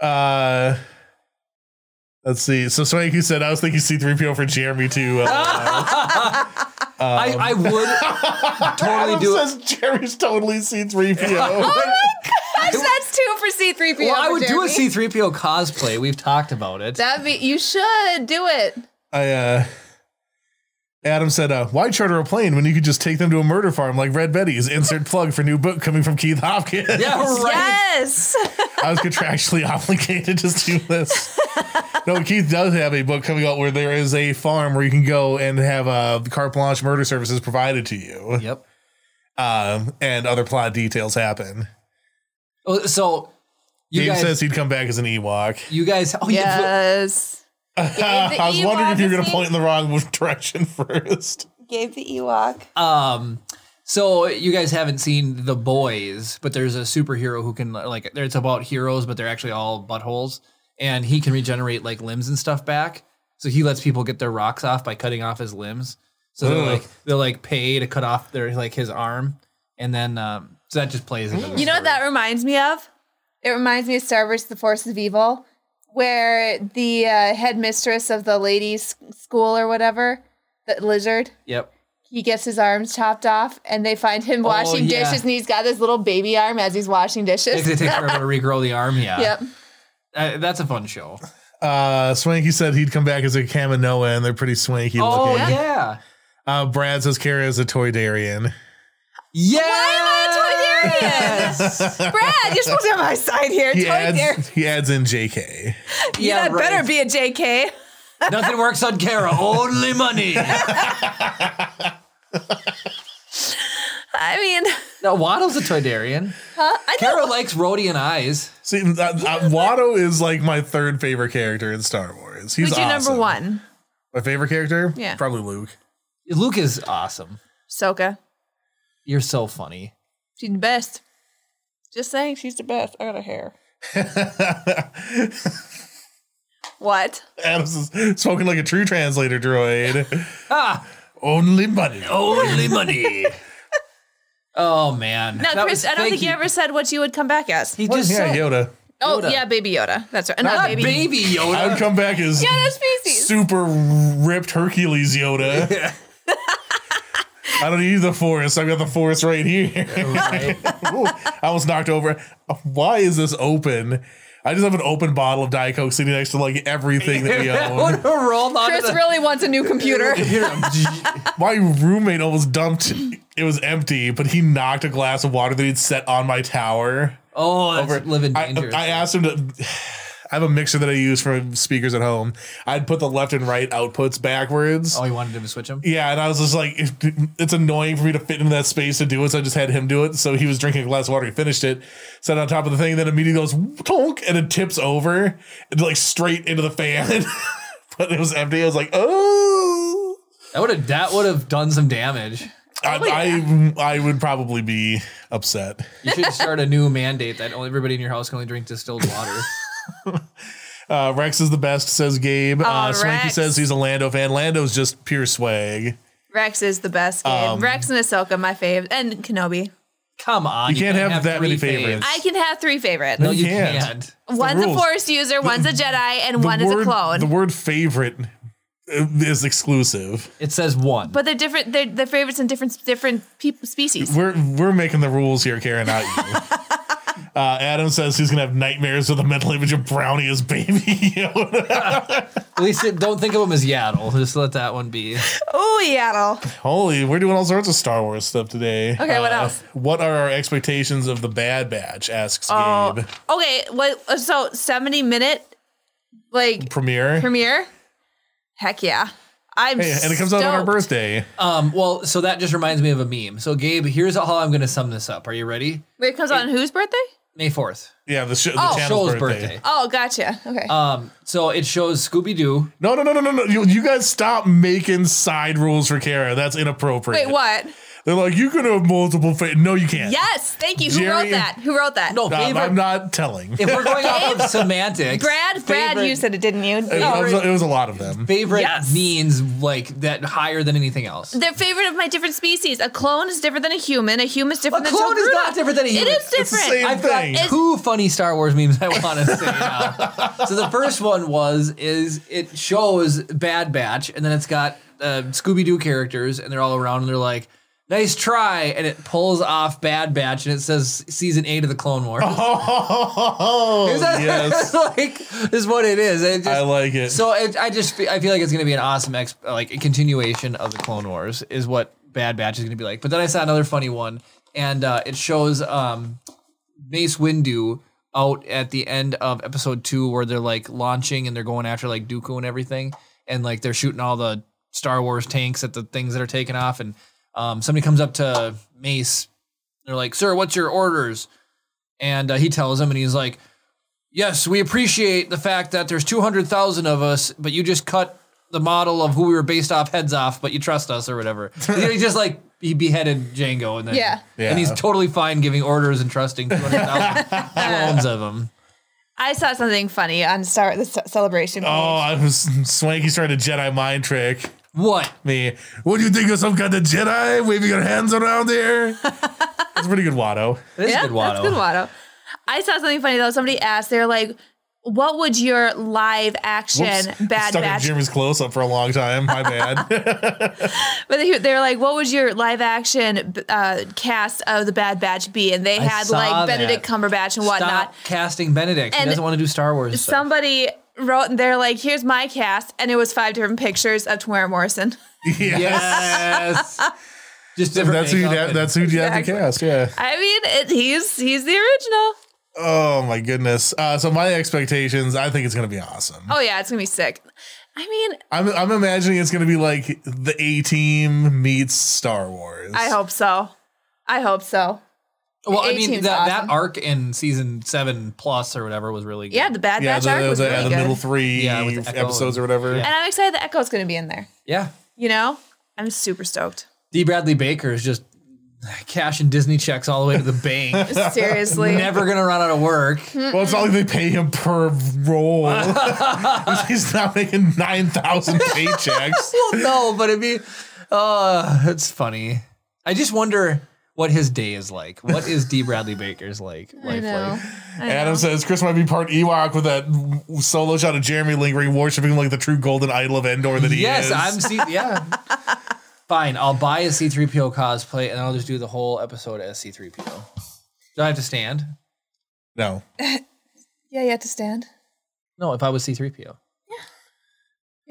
[SPEAKER 3] Uh, let's see. So Swanky said, I was thinking C3PO for Jeremy too. Uh,
[SPEAKER 1] I, I would *laughs* totally
[SPEAKER 3] Adam
[SPEAKER 1] do it. *laughs*
[SPEAKER 3] says Jeremy's totally C3PO.
[SPEAKER 2] gosh, that's two for C three PO.
[SPEAKER 1] Well, I would do a C3PO cosplay. We've talked about it.
[SPEAKER 2] That be you should do it.
[SPEAKER 3] I uh Adam said, uh, why charter a plane when you could just take them to a murder farm like Red Betty's? Insert plug for new book coming from Keith Hopkins.
[SPEAKER 1] yeah, right.
[SPEAKER 2] Yes.
[SPEAKER 3] I was contractually *laughs* obligated to do this. No, Keith does have a book coming out where there is a farm where you can go and have uh, carte blanche murder services provided to you.
[SPEAKER 1] Yep.
[SPEAKER 3] Um, and other plot details happen.
[SPEAKER 1] Oh, So you
[SPEAKER 3] Dave
[SPEAKER 1] guys,
[SPEAKER 3] says he'd come back as an Ewok.
[SPEAKER 1] you guys, oh yeah.
[SPEAKER 2] yes.
[SPEAKER 3] *laughs*
[SPEAKER 2] Gave the
[SPEAKER 3] I was wondering
[SPEAKER 2] Ewok
[SPEAKER 3] if you
[SPEAKER 2] his
[SPEAKER 3] were going to
[SPEAKER 2] name?
[SPEAKER 3] point in the wrong *laughs* direction first.
[SPEAKER 2] Gave the Ewok.
[SPEAKER 1] Um, so you guys haven't seen The Boys, but there's a superhero who can like it's about heroes, but they're actually all buttholes, and he can regenerate like limbs and stuff back. So he lets people get their rocks off by cutting off his limbs. So they're
[SPEAKER 3] Ugh.
[SPEAKER 1] like they're like pay to cut off their like his arm, and then um, so that just plays. Into the
[SPEAKER 2] You know what
[SPEAKER 1] story.
[SPEAKER 2] that reminds me of? It reminds me of Star Wars: The Force of Evil, where the uh, headmistress of the ladies' school or whatever, the lizard, *laughs*
[SPEAKER 1] Yep.
[SPEAKER 2] he gets his arms chopped off, and they find him washing
[SPEAKER 1] Oh, yeah.
[SPEAKER 2] dishes, and he's got this little baby arm as he's washing
[SPEAKER 1] Because it
[SPEAKER 2] dishes.
[SPEAKER 1] takes forever to regrow the arm. Yeah.
[SPEAKER 2] Yep.
[SPEAKER 1] Uh, that's a fun show.
[SPEAKER 3] Uh, Swanky said he'd come back as a Kaminoa, and they're pretty swanky
[SPEAKER 1] Oh
[SPEAKER 3] looking.
[SPEAKER 1] yeah.
[SPEAKER 3] Uh, Brad says Kara is a toy Darian.
[SPEAKER 1] Yeah.
[SPEAKER 2] Why am I a Brad, you're supposed to have my side here.
[SPEAKER 3] He,
[SPEAKER 2] Toy Dare.
[SPEAKER 3] adds, he adds in JK.
[SPEAKER 2] You
[SPEAKER 1] Yeah,
[SPEAKER 2] yeah,
[SPEAKER 1] right.
[SPEAKER 2] better be a JK.
[SPEAKER 1] Nothing works on
[SPEAKER 2] *laughs*
[SPEAKER 1] Kara. Only money.
[SPEAKER 2] I mean,
[SPEAKER 1] No, Waddle's a Toydarian.
[SPEAKER 2] huh? I
[SPEAKER 1] Kara
[SPEAKER 2] know.
[SPEAKER 1] likes Rodian eyes.
[SPEAKER 3] See, uh, uh, Watto is like my third favorite character in Star Wars. He's
[SPEAKER 2] Who's your
[SPEAKER 3] awesome.
[SPEAKER 2] number one?
[SPEAKER 3] My favorite character?
[SPEAKER 2] Yeah.
[SPEAKER 3] Probably Luke.
[SPEAKER 1] Luke is awesome.
[SPEAKER 2] Soka.
[SPEAKER 1] You're so funny.
[SPEAKER 2] She's the best. Just saying, she's the best. I got her
[SPEAKER 1] *laughs*
[SPEAKER 2] hair. What?
[SPEAKER 3] Adams is spoken like a true translator
[SPEAKER 2] *laughs*
[SPEAKER 3] droid.
[SPEAKER 1] Ah,
[SPEAKER 3] Only money.
[SPEAKER 1] only money. oh man.
[SPEAKER 2] No,
[SPEAKER 1] That
[SPEAKER 2] Chris,
[SPEAKER 1] was-
[SPEAKER 2] I don't
[SPEAKER 1] thank
[SPEAKER 2] think you ever said what you would come back as.
[SPEAKER 1] He
[SPEAKER 3] What?
[SPEAKER 1] just
[SPEAKER 3] yeah,
[SPEAKER 1] said
[SPEAKER 3] Yoda.
[SPEAKER 2] oh,
[SPEAKER 1] Yoda.
[SPEAKER 2] yeah, Baby Yoda. That's right. Not,
[SPEAKER 1] not
[SPEAKER 2] Baby.
[SPEAKER 1] baby, Yoda. *laughs*
[SPEAKER 3] I would come back as
[SPEAKER 2] Yoda species.
[SPEAKER 3] super ripped Hercules Yoda.
[SPEAKER 1] Yeah.
[SPEAKER 3] *laughs* I don't need the forest. I've got the forest right here.
[SPEAKER 1] *laughs* Right.
[SPEAKER 3] Ooh, I almost knocked over. Why is this open? I just have an open bottle of Diet Coke sitting next to like everything
[SPEAKER 1] *laughs*
[SPEAKER 3] that we
[SPEAKER 1] That
[SPEAKER 3] own.
[SPEAKER 1] would've rolled onto
[SPEAKER 2] Chris
[SPEAKER 1] the-
[SPEAKER 2] really wants a new
[SPEAKER 3] *laughs*
[SPEAKER 2] computer.
[SPEAKER 3] My roommate almost dumped. It was empty, but he knocked a glass of water that he'd set on my tower.
[SPEAKER 1] oh, that's
[SPEAKER 3] over-
[SPEAKER 1] living
[SPEAKER 3] I,
[SPEAKER 1] dangerous.
[SPEAKER 3] I asked him to. *sighs* I have a mixer that I use for speakers at home. I'd put the left and right outputs backwards.
[SPEAKER 1] oh, you wanted him to switch him?
[SPEAKER 3] Yeah, and I was just like, it- it's annoying for me to fit into that space to do it, so I just had him do it. So he was drinking a glass of water, he finished it, sat on top of the thing, then immediately goes tonk, and it tips over, and like straight into the fan. *laughs* but it was empty. I was like, oh.
[SPEAKER 1] That would have that would have done some damage.
[SPEAKER 3] I, I I would probably be upset.
[SPEAKER 1] You
[SPEAKER 2] *laughs*
[SPEAKER 1] should start a new mandate that only everybody in your house can only drink distilled
[SPEAKER 3] *laughs*
[SPEAKER 1] water.
[SPEAKER 3] Uh, Rex is the best, says Gabe. uh,
[SPEAKER 2] Oh,
[SPEAKER 3] Swanky
[SPEAKER 2] Rex.
[SPEAKER 3] says he's a Lando fan. Lando's just pure swag.
[SPEAKER 2] Rex is the best game.
[SPEAKER 3] Um,
[SPEAKER 2] Rex and Ahsoka, my fave. And Kenobi.
[SPEAKER 1] Come on,
[SPEAKER 3] You can't have that many
[SPEAKER 1] three faves.
[SPEAKER 3] favorites.
[SPEAKER 2] I can have three favorites.
[SPEAKER 1] No, you
[SPEAKER 3] You can't.
[SPEAKER 1] can't.
[SPEAKER 2] one's a
[SPEAKER 3] rules.
[SPEAKER 2] Force user, one's a Jedi, and
[SPEAKER 3] The
[SPEAKER 2] one
[SPEAKER 3] word,
[SPEAKER 2] is a clone.
[SPEAKER 3] The word favorite uh, is exclusive.
[SPEAKER 1] It says one.
[SPEAKER 2] But they're different. They're, they're favorites in different different peop species.
[SPEAKER 3] We're we're making the rules here, Karen, not you.
[SPEAKER 2] *laughs*
[SPEAKER 3] Uh, Adam says he's gonna have nightmares with a mental image of Brownie as baby *laughs* Yoda.
[SPEAKER 1] At least it, don't think of him as Yaddle. Just let that one be.
[SPEAKER 2] Oh, Yaddle.
[SPEAKER 3] Holy, we're doing all sorts of Star Wars stuff today. Uh,
[SPEAKER 2] Okay, what else?
[SPEAKER 3] What are our expectations of the Bad Batch? Asks
[SPEAKER 2] Oh,
[SPEAKER 3] Gabe.
[SPEAKER 2] okay. What? uh, So seventy minute, like
[SPEAKER 3] Premiere.
[SPEAKER 2] premiere. Heck yeah! I'm.
[SPEAKER 3] Hey, *laughs* and it comes out on our
[SPEAKER 2] stoked.
[SPEAKER 3] birthday.
[SPEAKER 1] Um, well, so that just reminds me of a meme. So, Gabe, here's how I'm going to sum this up. Are you ready?
[SPEAKER 2] Wait, it comes out on whose birthday?
[SPEAKER 1] May 4th.
[SPEAKER 3] Yeah, the, sh- the
[SPEAKER 2] Oh.
[SPEAKER 3] channel's
[SPEAKER 1] Joel's
[SPEAKER 3] birthday.
[SPEAKER 1] birthday.
[SPEAKER 2] Oh, gotcha. Okay.
[SPEAKER 3] Uh,
[SPEAKER 1] Um, so it shows Scooby Doo.
[SPEAKER 3] No, no, no, no, no, no. You, you guys stop making side rules for Kara. That's inappropriate.
[SPEAKER 2] Wait, what?
[SPEAKER 3] They're like, you can have multiple fa No, you can't.
[SPEAKER 2] Yes, thank you. Who
[SPEAKER 3] Jerry-
[SPEAKER 2] wrote that? Who wrote that?
[SPEAKER 1] No,
[SPEAKER 3] Um,
[SPEAKER 1] favorite.
[SPEAKER 3] I'm not telling.
[SPEAKER 1] if we're going
[SPEAKER 2] *laughs*
[SPEAKER 1] off of semantics,
[SPEAKER 2] Brad. Brad,
[SPEAKER 1] favorite-
[SPEAKER 2] you said it, didn't you?
[SPEAKER 3] It
[SPEAKER 2] Oh.
[SPEAKER 3] was, it was a lot of them.
[SPEAKER 1] Favorite
[SPEAKER 2] Yes.
[SPEAKER 1] means like that higher than anything else.
[SPEAKER 2] They're favorite of my different species. A clone is different than a human. A human is different
[SPEAKER 1] A
[SPEAKER 2] than
[SPEAKER 1] clone is
[SPEAKER 2] Togruta.
[SPEAKER 1] not different than a human.
[SPEAKER 2] It is
[SPEAKER 1] It's the
[SPEAKER 2] different.
[SPEAKER 3] same
[SPEAKER 1] I've got
[SPEAKER 3] thing.
[SPEAKER 1] two funny Star Wars memes I want to say
[SPEAKER 3] *laughs*
[SPEAKER 1] now. so the first one was is it shows Bad Batch, and then it's got uh, Scooby Doo characters, and they're all around, and they're like, nice try, and it pulls off Bad Batch, and it says season eight of the Clone Wars.
[SPEAKER 3] Oh,
[SPEAKER 1] *laughs* Is that- *laughs*
[SPEAKER 3] yes.
[SPEAKER 1] like is what it is. It just-
[SPEAKER 3] I like it.
[SPEAKER 1] so it, I just fe- I feel like it's gonna be an awesome ex- like a continuation of the Clone Wars is what Bad Batch is gonna be like. But then I saw another funny one, and uh, it shows um, Mace Windu out at the end of Episode Two where they're like launching and they're going after like Dooku and everything, and like they're shooting all the Star Wars tanks at the things that are taking off, and um, somebody comes up to Mace, they're like, "Sir, what's your orders?" And uh, he tells him, and he's like. Yes, we appreciate the fact that there's 200,000 of us, but you just cut the model of who we were based off heads off, but you trust us or whatever. he just like he beheaded Django and then
[SPEAKER 2] Yeah.
[SPEAKER 1] and he's
[SPEAKER 3] Yeah.
[SPEAKER 1] totally fine giving orders and trusting 200,000
[SPEAKER 2] *laughs*
[SPEAKER 1] clones of him.
[SPEAKER 2] I saw something funny on Star the ce- celebration. page.
[SPEAKER 3] oh, I was Swanky's trying to Jedi mind trick
[SPEAKER 1] What?
[SPEAKER 3] me. What do you think of some kind of Jedi waving your hands
[SPEAKER 1] *laughs*
[SPEAKER 3] around here? That's a pretty good Watto.
[SPEAKER 1] This
[SPEAKER 2] yeah,
[SPEAKER 1] is good Watto.
[SPEAKER 2] that's good Watto. I saw something funny though. Somebody asked, they're like, "What would your live action
[SPEAKER 3] Whoops.
[SPEAKER 2] Bad
[SPEAKER 3] Stuck
[SPEAKER 2] Batch?"
[SPEAKER 3] in Jimmy's close up for a long
[SPEAKER 1] *laughs*
[SPEAKER 3] time. My bad.
[SPEAKER 2] But they, they were like, "What would your live action uh, cast of the Bad Batch be?" And they
[SPEAKER 1] I
[SPEAKER 2] had
[SPEAKER 1] saw
[SPEAKER 2] like Benedict
[SPEAKER 1] that.
[SPEAKER 2] Cumberbatch and
[SPEAKER 1] Stop
[SPEAKER 2] whatnot.
[SPEAKER 1] casting Benedict. he
[SPEAKER 2] And
[SPEAKER 1] doesn't want to do Star Wars. stuff.
[SPEAKER 2] *laughs* Somebody wrote, and they're like, "Here's my cast," and it was five different pictures of Tamara Morrison. *laughs*
[SPEAKER 1] yes. just different
[SPEAKER 3] That's who you
[SPEAKER 1] makeup
[SPEAKER 3] have,
[SPEAKER 1] and-
[SPEAKER 3] that's who you have to
[SPEAKER 2] Exactly.
[SPEAKER 3] cast. Yeah.
[SPEAKER 2] I mean, it, he's he's the original.
[SPEAKER 3] Oh my goodness. Uh, so my expectations, I think it's gonna be awesome.
[SPEAKER 2] Oh yeah, it's gonna be sick. I mean,
[SPEAKER 3] I'm I'm imagining it's gonna be like the A Team meets Star Wars.
[SPEAKER 2] I hope so. I hope so.
[SPEAKER 1] Well, I
[SPEAKER 2] 18
[SPEAKER 1] mean
[SPEAKER 2] is
[SPEAKER 1] that,
[SPEAKER 2] awesome.
[SPEAKER 1] that arc in season 7 plus or whatever was really good.
[SPEAKER 2] Yeah, the Bad
[SPEAKER 3] Yeah,
[SPEAKER 2] Batch
[SPEAKER 3] the,
[SPEAKER 2] arc
[SPEAKER 3] the,
[SPEAKER 2] was
[SPEAKER 3] the-
[SPEAKER 2] really
[SPEAKER 3] the
[SPEAKER 2] good.
[SPEAKER 3] middle three
[SPEAKER 1] Yeah, with the Echo
[SPEAKER 3] episodes or whatever.
[SPEAKER 1] Yeah.
[SPEAKER 2] and I'm excited that Echo's gonna be in there.
[SPEAKER 1] yeah.
[SPEAKER 2] You know, I'm super stoked.
[SPEAKER 1] D. Bradley Baker is just cashing Disney checks all the way to the bank. *laughs*
[SPEAKER 2] Seriously,
[SPEAKER 1] Never gonna run out of
[SPEAKER 2] *laughs*
[SPEAKER 1] work.
[SPEAKER 2] Hmm.
[SPEAKER 3] Well, it's not like they pay him per
[SPEAKER 1] *laughs*
[SPEAKER 3] role. *laughs* He's not making nine
[SPEAKER 1] *laughs*
[SPEAKER 3] thousand paychecks.
[SPEAKER 1] no, but it'd be uh it's funny. I just wonder what his day is like. What is D. Bradley Baker's like
[SPEAKER 2] I
[SPEAKER 1] life
[SPEAKER 2] know.
[SPEAKER 1] like?
[SPEAKER 3] Adam says Chris might be part Ewok with that solo shot of Jeremy lingering, worshiping like the true golden idol of Endor that he
[SPEAKER 1] Yes,
[SPEAKER 3] is.
[SPEAKER 1] I'm C *laughs* yeah. Fine, I'll buy a C3PO cosplay and I'll just do the whole episode as C3PO. Do I have to stand?
[SPEAKER 3] no.
[SPEAKER 2] Yeah, you have to stand.
[SPEAKER 1] No, if I was C3PO.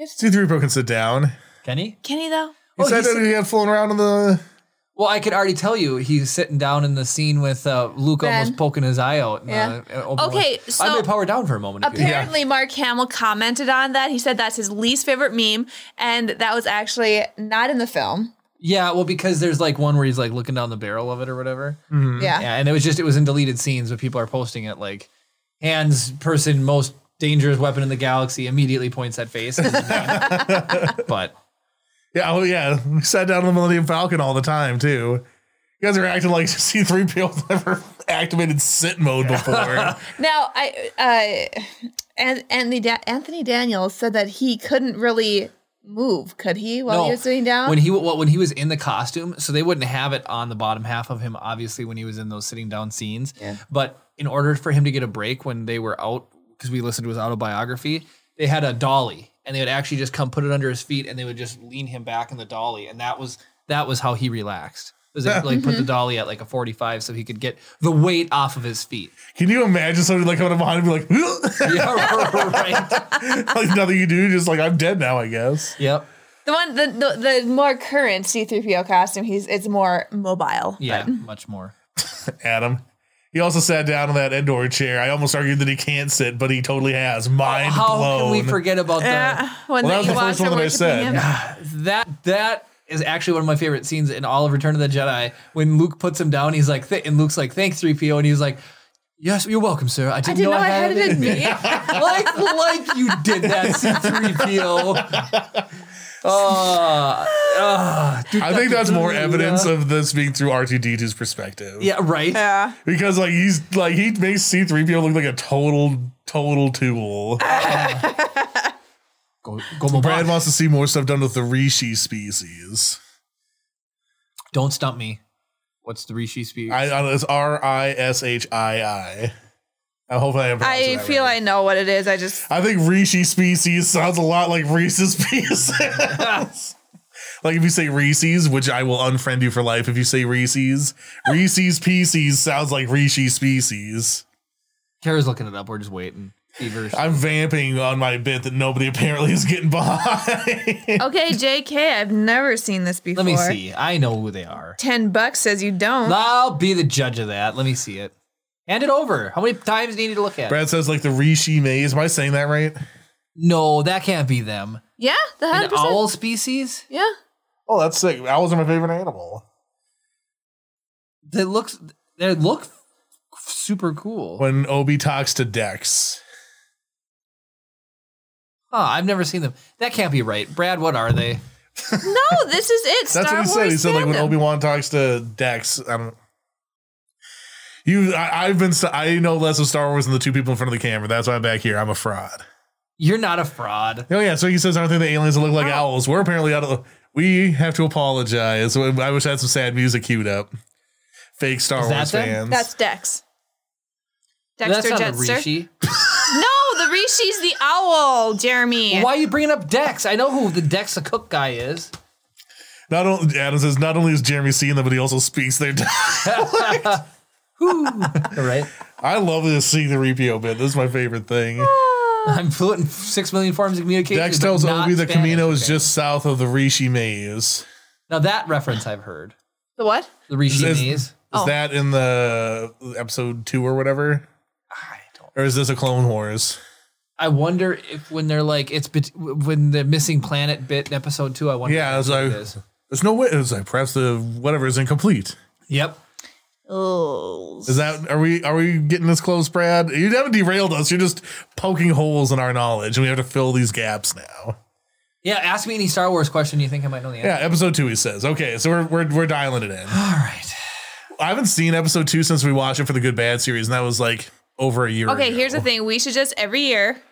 [SPEAKER 3] C three can sit down. He
[SPEAKER 1] Can he?
[SPEAKER 2] Kenny though,
[SPEAKER 1] Oh,
[SPEAKER 3] said
[SPEAKER 1] he's-
[SPEAKER 3] that he had flown around in the.
[SPEAKER 1] Well, I could already tell you he's sitting down in the scene with uh, Luke
[SPEAKER 2] Ben.
[SPEAKER 1] almost poking his eye out. in the-
[SPEAKER 2] Yeah.
[SPEAKER 1] uh, open
[SPEAKER 2] Okay,
[SPEAKER 1] one.
[SPEAKER 2] so-
[SPEAKER 1] I may power down for a moment. if you-
[SPEAKER 2] Apparently, Mark Hamill commented on that. He said that's his least favorite meme, and that was actually not in the film.
[SPEAKER 1] *laughs* yeah, well, because there's like one where he's like looking down the barrel of it or whatever.
[SPEAKER 3] Mm,
[SPEAKER 2] Yeah.
[SPEAKER 1] Yeah, and it was just it was in deleted scenes, but people are posting it like hands person most dangerous weapon in the galaxy immediately points at face. *laughs* but
[SPEAKER 3] Yeah, oh yeah, we sat down on the Millennium Falcon all the time too. You guys are acting like *laughs* C three PO never activated sit
[SPEAKER 1] *laughs*
[SPEAKER 3] mode before.
[SPEAKER 2] Now, I uh, and and the da- Anthony Daniels said that he couldn't really move, could he, while he was sitting down?
[SPEAKER 1] When he well, when he was in the costume, so they wouldn't have it on the bottom half of him. Obviously, when he was in those sitting down scenes, but in order for him to get a break when they were out, because we listened to his autobiography, they had a dolly, and they would actually just come put it under his feet, and they would just lean him back in the dolly, and that was that was how he relaxed. Was
[SPEAKER 2] *laughs*
[SPEAKER 1] they, like
[SPEAKER 2] Mm-hmm.
[SPEAKER 1] put the dolly at like a forty five so he could get the weight off of his feet. *laughs*
[SPEAKER 3] Can you imagine somebody like coming up behind me like, *laughs*
[SPEAKER 1] Yeah, right.
[SPEAKER 3] like nothing you do, just like I'm dead now, I guess.
[SPEAKER 1] Yep.
[SPEAKER 2] the one, the, the the more current C three PO costume, he's it's more mobile.
[SPEAKER 1] Yeah, much more.
[SPEAKER 3] Adam. He also sat down in that Endor chair. I almost argued that he can't sit, but he totally has. Mind
[SPEAKER 1] How can
[SPEAKER 3] blown.
[SPEAKER 1] we forget about that?
[SPEAKER 2] Yeah, when
[SPEAKER 3] Well, that was the
[SPEAKER 2] Ewoks
[SPEAKER 3] first one
[SPEAKER 2] are
[SPEAKER 3] that I
[SPEAKER 2] worshiping
[SPEAKER 3] said. *laughs*
[SPEAKER 2] him.
[SPEAKER 1] That that is actually one of my favorite scenes in all of Return of the Jedi when Luke puts him down. He's like, th- and Luke's like, "Thanks, three PO," and he's like, "Yes, you're welcome, sir. I
[SPEAKER 2] I
[SPEAKER 1] didn't,
[SPEAKER 2] didn't
[SPEAKER 1] know, I had, it in
[SPEAKER 3] *laughs*
[SPEAKER 1] me."
[SPEAKER 2] me.
[SPEAKER 1] like, like you did that, C three *laughs* Ah, PO. ah,
[SPEAKER 3] I think that's more evidence of this being through R2D2's perspective.
[SPEAKER 1] Yeah, right.
[SPEAKER 2] Yeah.
[SPEAKER 3] Because like he's like he makes C3PO look like a total, total tool.
[SPEAKER 1] Go, go, Mobot.
[SPEAKER 3] Brad wants to see more stuff done with the Rishi species.
[SPEAKER 1] Don't stump me. What's the Rishi speak?
[SPEAKER 3] I, I it's R I S H I I. I hope I am.
[SPEAKER 2] I feel I know what it is. I
[SPEAKER 3] *laughs*
[SPEAKER 2] just
[SPEAKER 3] I think Rishi species sounds a lot like Reese's pieces. Like if you say Reese's, which I will unfriend you for life if you say Reese's. Reese's Pieces sounds like Rishi Species.
[SPEAKER 1] Kara's looking it up. We're just waiting. Feverish.
[SPEAKER 3] I'm vamping on my bit that nobody apparently is
[SPEAKER 2] *laughs*
[SPEAKER 3] getting behind.
[SPEAKER 2] Okay, JK, I've never seen this before.
[SPEAKER 1] Let me see. I know who they are.
[SPEAKER 2] 10 bucks says you don't.
[SPEAKER 1] I'll be the judge of that. Let me see it. Hand it over. How many times do you need to look at? it?
[SPEAKER 3] Brad says like the Rishi Maze. Am I saying that right?
[SPEAKER 1] No, that can't be them.
[SPEAKER 2] yeah, the
[SPEAKER 1] An
[SPEAKER 2] 100%.
[SPEAKER 1] owl species
[SPEAKER 2] *laughs* Yeah.
[SPEAKER 3] Oh, that's sick. Owls are my favorite animal.
[SPEAKER 1] that looks they look f- super cool.
[SPEAKER 3] When Obi talks to Dex.
[SPEAKER 1] Huh, I've never seen them. That can't be right. Brad, what are they?
[SPEAKER 2] No, this is it.
[SPEAKER 3] That's
[SPEAKER 2] Star
[SPEAKER 3] what he
[SPEAKER 2] Wars
[SPEAKER 3] said. He said like when
[SPEAKER 2] fandom.
[SPEAKER 3] Obi Wan talks to Dex. I don't. You, I, I've been. st- I know less of Star Wars than the two people in front of the camera. That's why I'm back here. I'm a fraud.
[SPEAKER 1] You're not a fraud.
[SPEAKER 3] Oh yeah. So he says, "Aren't they the aliens that look
[SPEAKER 1] Oh.
[SPEAKER 3] like owls?" We're apparently out of. the We have to apologize. I wish I had some sad music queued up. Fake Star
[SPEAKER 1] Is that
[SPEAKER 3] Wars
[SPEAKER 1] them?
[SPEAKER 3] fans.
[SPEAKER 2] That's Dex. Dexter
[SPEAKER 1] That's not a
[SPEAKER 2] Jetster.
[SPEAKER 1] Rishi.
[SPEAKER 2] No, the Rishi's the owl, Jeremy.
[SPEAKER 1] Why are you bringing up Dex? I know who the Dex the cook guy is.
[SPEAKER 3] not only Adam says. Not only is Jeremy seeing them, but he also speaks their. *laughs*
[SPEAKER 1] Whoo.
[SPEAKER 2] *sighs*
[SPEAKER 1] right?
[SPEAKER 3] I love this seeing the repio bit. This is my favorite thing.
[SPEAKER 1] I'm fluent in six million forms of communication.
[SPEAKER 3] Dex
[SPEAKER 1] Oh. but
[SPEAKER 3] tells
[SPEAKER 1] not
[SPEAKER 3] Obi the
[SPEAKER 1] Spanish,
[SPEAKER 3] Camino is
[SPEAKER 1] apparently.
[SPEAKER 3] just south of the Rishi Maze.
[SPEAKER 1] Now that reference I've heard.
[SPEAKER 2] The what?
[SPEAKER 1] The Rishi
[SPEAKER 3] Is-
[SPEAKER 1] maze.
[SPEAKER 3] Is
[SPEAKER 2] Oh.
[SPEAKER 3] that in the episode two or whatever?
[SPEAKER 1] I don't.
[SPEAKER 3] Or is this a Clone Wars?
[SPEAKER 1] I wonder if when they're like it's bet- when the missing planet bit in episode two. I wonder.
[SPEAKER 3] Yeah,
[SPEAKER 1] if
[SPEAKER 3] it's
[SPEAKER 1] that's what
[SPEAKER 3] like
[SPEAKER 1] it is.
[SPEAKER 3] there's no way. It's like perhaps the whatever is incomplete.
[SPEAKER 1] Yep.
[SPEAKER 2] Oh.
[SPEAKER 3] Is that are we are we getting this close, Brad? You haven't derailed us. You're just poking holes in our knowledge, and we have to fill these gaps now.
[SPEAKER 1] Yeah. Ask me any Star Wars question you think I might know the answer.
[SPEAKER 3] Yeah, episode two. He says, okay, so we're we're, we're dialing it in.
[SPEAKER 1] All right.
[SPEAKER 3] I haven't seen episode two since we watched it for the Good Bad series, and that was like over a year.
[SPEAKER 2] Okay,
[SPEAKER 3] ago.
[SPEAKER 2] here's the thing. We should just every year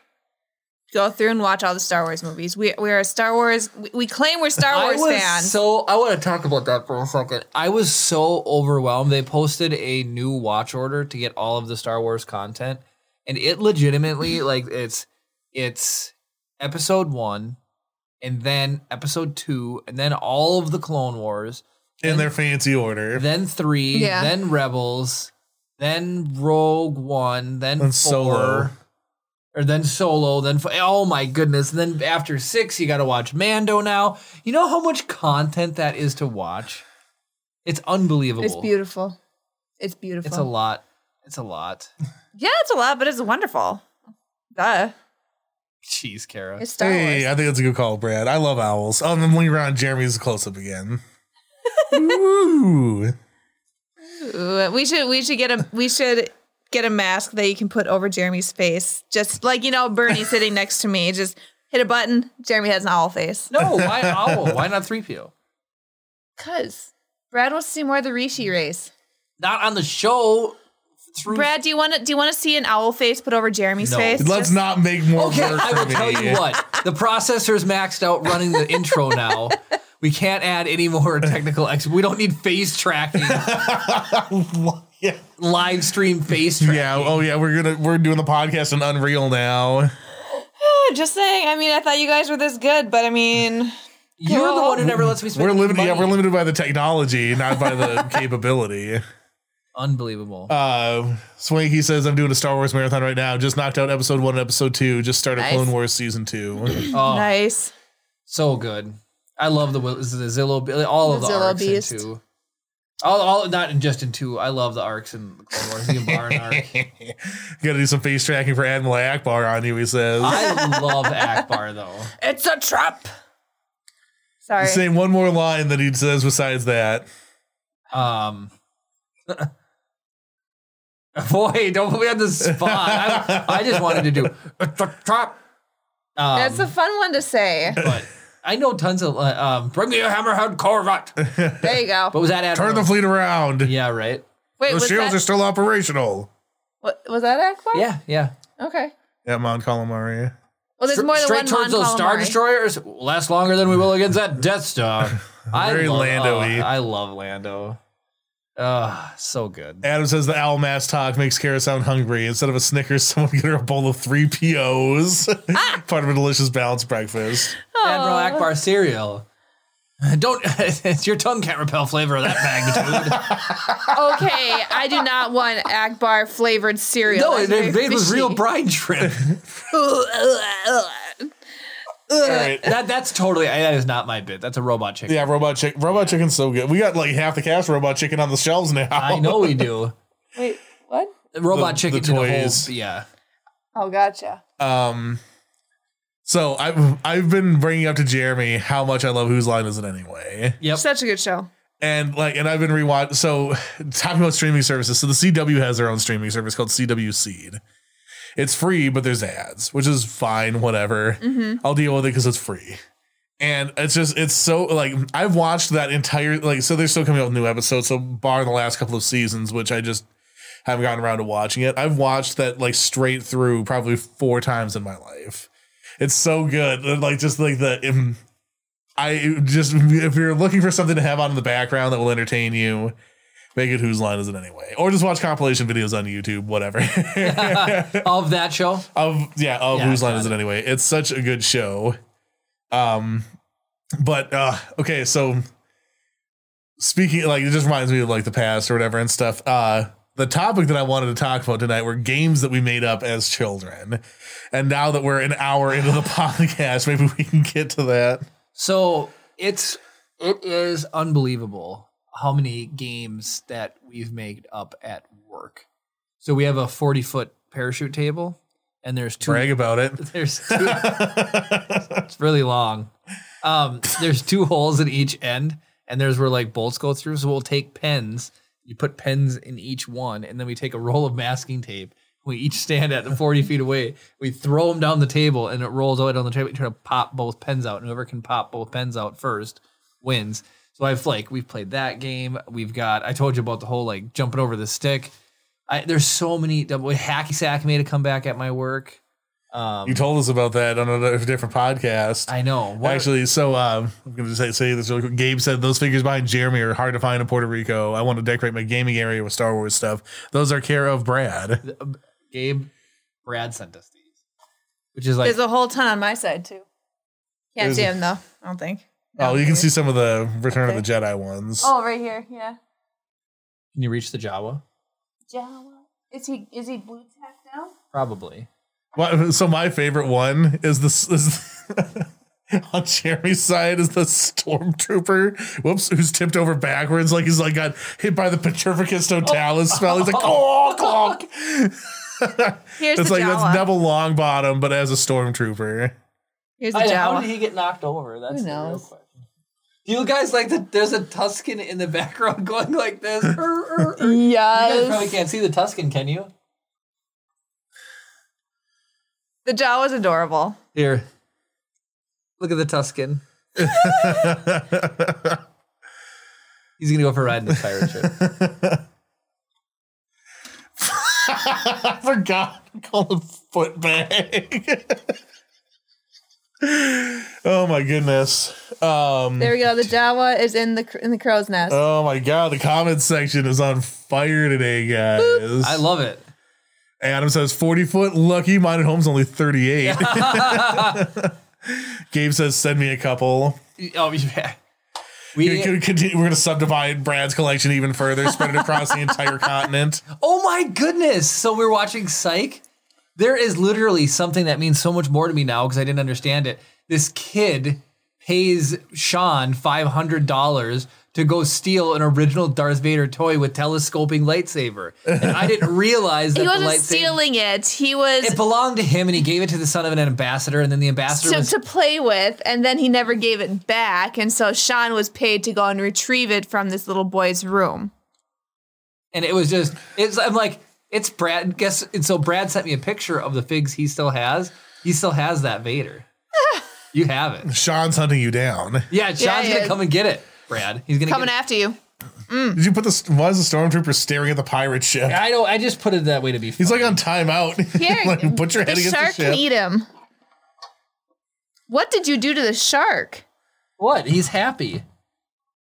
[SPEAKER 2] go through and watch all the Star Wars movies. We we are a Star Wars. We, we claim we're Star
[SPEAKER 1] *laughs*
[SPEAKER 2] Wars
[SPEAKER 1] I was
[SPEAKER 2] fans.
[SPEAKER 1] so I want to talk about that for a second. I was so overwhelmed. They posted a new watch order to get all of the Star Wars content, and it
[SPEAKER 2] *laughs*
[SPEAKER 1] legitimately like it's it's episode one, and then episode two, and then all of the Clone Wars,
[SPEAKER 3] in their fancy order.
[SPEAKER 1] then three,
[SPEAKER 2] Yeah.
[SPEAKER 1] then Rebels, then Rogue One, then
[SPEAKER 3] Then
[SPEAKER 1] four,
[SPEAKER 3] Solo.
[SPEAKER 1] or then Solo, then fo- oh my goodness! And then after six, you got to watch Mando now. You know how much content that is to watch. It's unbelievable.
[SPEAKER 2] it's beautiful. It's beautiful.
[SPEAKER 1] It's a lot. It's a lot. *laughs*
[SPEAKER 2] yeah, it's a lot, but it's wonderful. Duh.
[SPEAKER 1] Jeez, Kara.
[SPEAKER 2] It's Star
[SPEAKER 3] hey,
[SPEAKER 2] Wars.
[SPEAKER 3] I think that's a good call, Brad. I love owls. Oh, and then when you're on Jeremy's close
[SPEAKER 2] *laughs*
[SPEAKER 3] up again. Ooh.
[SPEAKER 2] Ooh, we should we should get a we should get a mask that you can put over Jeremy's face, just like you know Bernie sitting next to me. Just hit a button. Jeremy has an owl face.
[SPEAKER 1] no, why owl? Why not three PO?
[SPEAKER 2] Cause Brad wants to see more of the Rishi race.
[SPEAKER 1] Not on the show. Through
[SPEAKER 2] Brad, do you want to do you want to see an owl face put over Jeremy's
[SPEAKER 1] Mm. No.
[SPEAKER 2] face?
[SPEAKER 3] Let's
[SPEAKER 2] Just-
[SPEAKER 3] not make more
[SPEAKER 1] Okay,
[SPEAKER 3] work
[SPEAKER 1] I
[SPEAKER 3] for
[SPEAKER 1] will
[SPEAKER 3] me.
[SPEAKER 1] tell you what. The processor's maxed out running the intro now. We can't add any
[SPEAKER 3] *laughs*
[SPEAKER 1] more technical ex. We don't need face tracking,
[SPEAKER 3] yeah.
[SPEAKER 1] live stream face tracking.
[SPEAKER 3] yeah. Oh yeah, we're gonna we're doing the podcast in Unreal now.
[SPEAKER 2] Just saying. I mean, I thought you guys were this good, but I mean,
[SPEAKER 1] You're the one who never lets me spend
[SPEAKER 3] We're limited
[SPEAKER 1] money.
[SPEAKER 3] yeah, we're limited by the technology, not
[SPEAKER 1] *laughs*
[SPEAKER 3] by the capability.
[SPEAKER 1] Unbelievable.
[SPEAKER 3] Uh Swanky says I'm doing a Star Wars marathon right now. Just knocked out episode one and episode two, just started
[SPEAKER 2] Nice.
[SPEAKER 3] Clone Wars
[SPEAKER 1] *laughs*
[SPEAKER 3] season two.
[SPEAKER 1] oh,
[SPEAKER 2] nice.
[SPEAKER 1] so good. I love the, Will- the Zillow, all of
[SPEAKER 2] The
[SPEAKER 1] the,
[SPEAKER 2] Zillow
[SPEAKER 1] arcs
[SPEAKER 2] Beast.
[SPEAKER 1] in two. All, all, not in just in two. I love the arcs in Clone Wars, the Embaran arc.
[SPEAKER 3] *laughs* Gotta do some face tracking for Admiral Akbar on you, he says.
[SPEAKER 1] I love Akbar though.
[SPEAKER 2] It's a trap. Sorry.
[SPEAKER 3] Say one more line that he says besides that.
[SPEAKER 1] Um, *laughs* boy, don't put me on the spot. I, I just wanted to do it's a trap. Um,
[SPEAKER 2] That's a fun one to say.
[SPEAKER 1] but I know tons of uh, um, bring me a hammerhead corvette. *laughs* But
[SPEAKER 2] There you go.
[SPEAKER 1] was that Admiral?
[SPEAKER 3] Turn the fleet around.
[SPEAKER 1] Oh. yeah, right.
[SPEAKER 2] Wait,
[SPEAKER 3] the
[SPEAKER 2] was
[SPEAKER 3] shields
[SPEAKER 2] that,
[SPEAKER 3] are still operational.
[SPEAKER 2] what, was that Akbar?
[SPEAKER 1] Yeah, yeah.
[SPEAKER 2] Okay.
[SPEAKER 3] At Mount Calamari.
[SPEAKER 2] Well, there's more than
[SPEAKER 1] Straight
[SPEAKER 2] one
[SPEAKER 1] towards
[SPEAKER 2] Mon
[SPEAKER 1] those star
[SPEAKER 2] Calamari.
[SPEAKER 1] destroyers last longer than we will against that Death
[SPEAKER 3] *laughs*
[SPEAKER 1] Star. I
[SPEAKER 3] Very
[SPEAKER 1] love,
[SPEAKER 3] Lando-y.
[SPEAKER 1] oh, I love Lando. Ah, so good.
[SPEAKER 3] Adam says the owl mass talk makes Kara sound hungry. Instead of a Snickers, *laughs* someone get her a bowl of three *laughs*
[SPEAKER 2] Oh.
[SPEAKER 3] POs. Part of a delicious balanced breakfast.
[SPEAKER 1] Admiral
[SPEAKER 2] Aw.
[SPEAKER 1] Akbar cereal. Don't *laughs* your tongue can't repel flavor of that magnitude.
[SPEAKER 2] Okay, I do not want Akbar flavored cereal.
[SPEAKER 1] no, it,
[SPEAKER 2] That's very
[SPEAKER 1] it made with
[SPEAKER 2] fishy.
[SPEAKER 1] real brine shrimp.
[SPEAKER 3] *laughs* All right.
[SPEAKER 1] that that's totally that is not my bit. That's a robot chicken.
[SPEAKER 3] Yeah, robot chicken. Robot chicken's so good. We got like half the cast robot chicken on the shelves now.
[SPEAKER 1] I know we do.
[SPEAKER 2] *laughs* Wait, what?
[SPEAKER 1] Robot
[SPEAKER 3] The-
[SPEAKER 1] chicken
[SPEAKER 3] the
[SPEAKER 1] did a whole-
[SPEAKER 3] toys. *laughs*
[SPEAKER 1] yeah. *laughs*
[SPEAKER 2] Oh, gotcha.
[SPEAKER 3] *laughs* Um, so I've I've been bringing up to Jeremy how much I love Whose Line Is It Anyway,
[SPEAKER 1] Yep.
[SPEAKER 2] Such a good show.
[SPEAKER 3] and like, and I've been rewatch. So *sighs* talking about streaming services, so the CW has their own streaming service called CW Seed. It's free, but there's ads, which is fine. Whatever, I'll deal with it because it's free. And it's just it's so like I've watched that entire like so they're still coming out with new episodes. So bar the last couple of seasons, which I just haven't gotten around to watching it. I've watched that like straight through probably four times in my life. It's so good. And, Like just like the um, I just if you're looking for something to have on in the background that will entertain you, make it whose line is it anyway, or just watch compilation videos on YouTube, whatever. *laughs*
[SPEAKER 1] Of that show.
[SPEAKER 3] of yeah of
[SPEAKER 1] Yeah,
[SPEAKER 3] whose line
[SPEAKER 1] got
[SPEAKER 3] is it
[SPEAKER 1] it.
[SPEAKER 3] anyway it's such a good show um but uh okay so speaking like it just reminds me of like the past or whatever and stuff uh the topic that i wanted to talk about tonight were games that we made up as children and now that we're an hour into
[SPEAKER 1] *laughs*
[SPEAKER 3] the podcast maybe we can get to that
[SPEAKER 1] So it's it is unbelievable how many games that we've made up at work. So we have a forty foot parachute table, and there's two.
[SPEAKER 3] brag about
[SPEAKER 1] *laughs*
[SPEAKER 3] it
[SPEAKER 1] There's two, it's really long. Um, there's two holes in each end, and there's where like bolts go through. So we'll take pens. You put pens in each one, and then we take a roll of masking tape. We each stand at 40 feet away. We throw them down the table, and it rolls out on the table. You try to pop both pens out, and whoever can pop both pens out first wins. So I've like we've played that game. We've got I told you about the whole like jumping over the stick. I, there's so many. Hacky sack made a comeback at my work. Um,
[SPEAKER 3] you told us about that on a different podcast
[SPEAKER 1] I know. What,
[SPEAKER 3] Actually, so um, I'm going to say, say this really quick. Gabe said those figures behind Jeremy are hard to find in Puerto Rico. I want to decorate my gaming area with Star Wars stuff. Those are care of Brad.
[SPEAKER 1] Gabe, Brad sent us these, which is like
[SPEAKER 2] There's a whole ton on my side too. Can't
[SPEAKER 3] There's
[SPEAKER 2] see
[SPEAKER 3] a-
[SPEAKER 2] him though. I don't think.
[SPEAKER 3] Oh, you can see some of the Return
[SPEAKER 2] Okay.
[SPEAKER 3] of the Jedi ones.
[SPEAKER 2] Oh, right here. Yeah.
[SPEAKER 1] can you reach the Jawa?
[SPEAKER 2] Jawa. Is he is he blue tacked now?
[SPEAKER 1] Probably.
[SPEAKER 3] Wha- So my favorite one is this is *laughs* on Jeremy's side is the stormtrooper. Whoops, who's tipped over backwards like he's like got hit by the Petrificus Totalis spell. He's like oh, clonk.
[SPEAKER 2] Here's
[SPEAKER 3] It's
[SPEAKER 2] the
[SPEAKER 3] like
[SPEAKER 2] Jawa.
[SPEAKER 3] that's Neville Longbottom, but as a stormtrooper.
[SPEAKER 2] Here's the Jawa.
[SPEAKER 1] he get knocked over? That's
[SPEAKER 2] Who the real knows?
[SPEAKER 1] question. Do you guys like that? There's a Tuscan in the *laughs* background going like this. *laughs* Er, er, er. You guys probably
[SPEAKER 2] yes.
[SPEAKER 1] can't see the Tuscan, can you?
[SPEAKER 2] The Jawa's adorable.
[SPEAKER 1] Here, look at the Tuscan. *laughs* He's gonna go for a ride in the pirate ship.
[SPEAKER 3] *laughs* I forgot to call it foot bag. *laughs* oh my goodness. Um
[SPEAKER 2] There we
[SPEAKER 3] *laughs*
[SPEAKER 2] go. The Jawa is in the cr- in the crow's nest.
[SPEAKER 3] Oh my god, the comment section is on fire today, guys.
[SPEAKER 1] *laughs* I love it.
[SPEAKER 3] Adam says 40 foot lucky, mine at home's
[SPEAKER 1] *laughs*
[SPEAKER 3] only 38. *laughs* Gabe says send me a couple.
[SPEAKER 1] Oh yeah.
[SPEAKER 3] We
[SPEAKER 1] We,
[SPEAKER 3] could continue, we're going to subdivide Brad's collection even further, spread it across the entire *laughs* continent.
[SPEAKER 1] Oh my goodness! So we're watching Psych. There is literally something that means so much more to me now because I didn't understand it. This kid pays Sean five hundred dollars to go steal an original Darth Vader toy with telescoping lightsaber, and I didn't realize that
[SPEAKER 2] he
[SPEAKER 1] the
[SPEAKER 2] wasn't
[SPEAKER 1] lightsaber
[SPEAKER 2] stealing it. He was
[SPEAKER 1] it belonged to him, and he gave it to the son of an ambassador, and then the ambassador
[SPEAKER 2] to,
[SPEAKER 1] was
[SPEAKER 2] to play with, and then he never gave it back, and so Sean was paid to go and retrieve it from this little boy's room.
[SPEAKER 1] and it was just it's I'm like it's Brad guess and so Brad sent me a picture of the figs he still has. He still has that Vader. you have it.
[SPEAKER 3] Sean's hunting you down.
[SPEAKER 1] Yeah, Sean's
[SPEAKER 2] he
[SPEAKER 1] gonna
[SPEAKER 2] is.
[SPEAKER 1] come and get it, Brad. He's gonna
[SPEAKER 2] Coming
[SPEAKER 1] get
[SPEAKER 2] after *laughs* you.
[SPEAKER 3] Did you put the why is the stormtrooper staring at the pirate ship?
[SPEAKER 1] it. I don't. I just put it that way to be.
[SPEAKER 3] He's
[SPEAKER 1] funny.
[SPEAKER 3] like on timeout. *laughs*
[SPEAKER 2] Here,
[SPEAKER 3] like, put your
[SPEAKER 2] the
[SPEAKER 3] head against
[SPEAKER 2] shark
[SPEAKER 3] the
[SPEAKER 2] can
[SPEAKER 3] ship.
[SPEAKER 2] eat him. What did you do to the shark?
[SPEAKER 1] what? He's happy.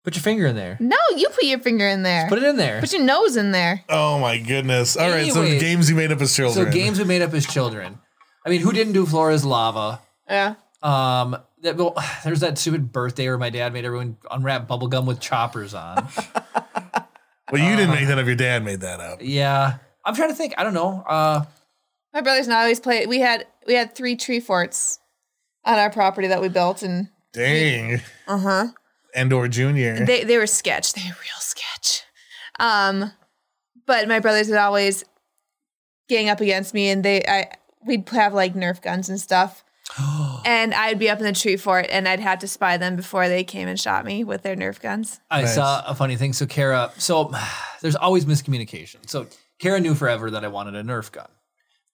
[SPEAKER 1] Put your finger in there.
[SPEAKER 2] No, you put your finger in there.
[SPEAKER 1] Put it in there.
[SPEAKER 2] Put your nose in there.
[SPEAKER 3] oh my goodness! All right, so
[SPEAKER 1] Anyways.
[SPEAKER 3] games you made up as
[SPEAKER 1] So
[SPEAKER 3] children.
[SPEAKER 1] games we made up as children. I mean, who didn't do Flora's lava?
[SPEAKER 2] Yeah.
[SPEAKER 1] Um, that, well, *sighs* there's that stupid birthday where my dad made everyone unwrap bubblegum with choppers *laughs* on.
[SPEAKER 3] Well, you didn't make that up. Your dad made that up.
[SPEAKER 1] Uh-huh. yeah. I'm trying to think. I don't know. Uh,
[SPEAKER 2] My brothers and I always play. We had we had three tree forts on our property that we built, and
[SPEAKER 3] Dang.
[SPEAKER 2] uh huh.
[SPEAKER 3] Endor Jr.
[SPEAKER 2] They they were sketch. They were real sketch. Um, but my brothers would always gang up against me, and they I we'd have like Nerf guns
[SPEAKER 1] *gasps*
[SPEAKER 2] and stuff, and I'd be up in the tree fort, and I'd have to spy them before they came and shot me with their Nerf guns.
[SPEAKER 1] I
[SPEAKER 3] Nice.
[SPEAKER 1] saw a funny thing. So Kara, so *sighs* there's always miscommunication. So Kara knew forever that I wanted a Nerf gun.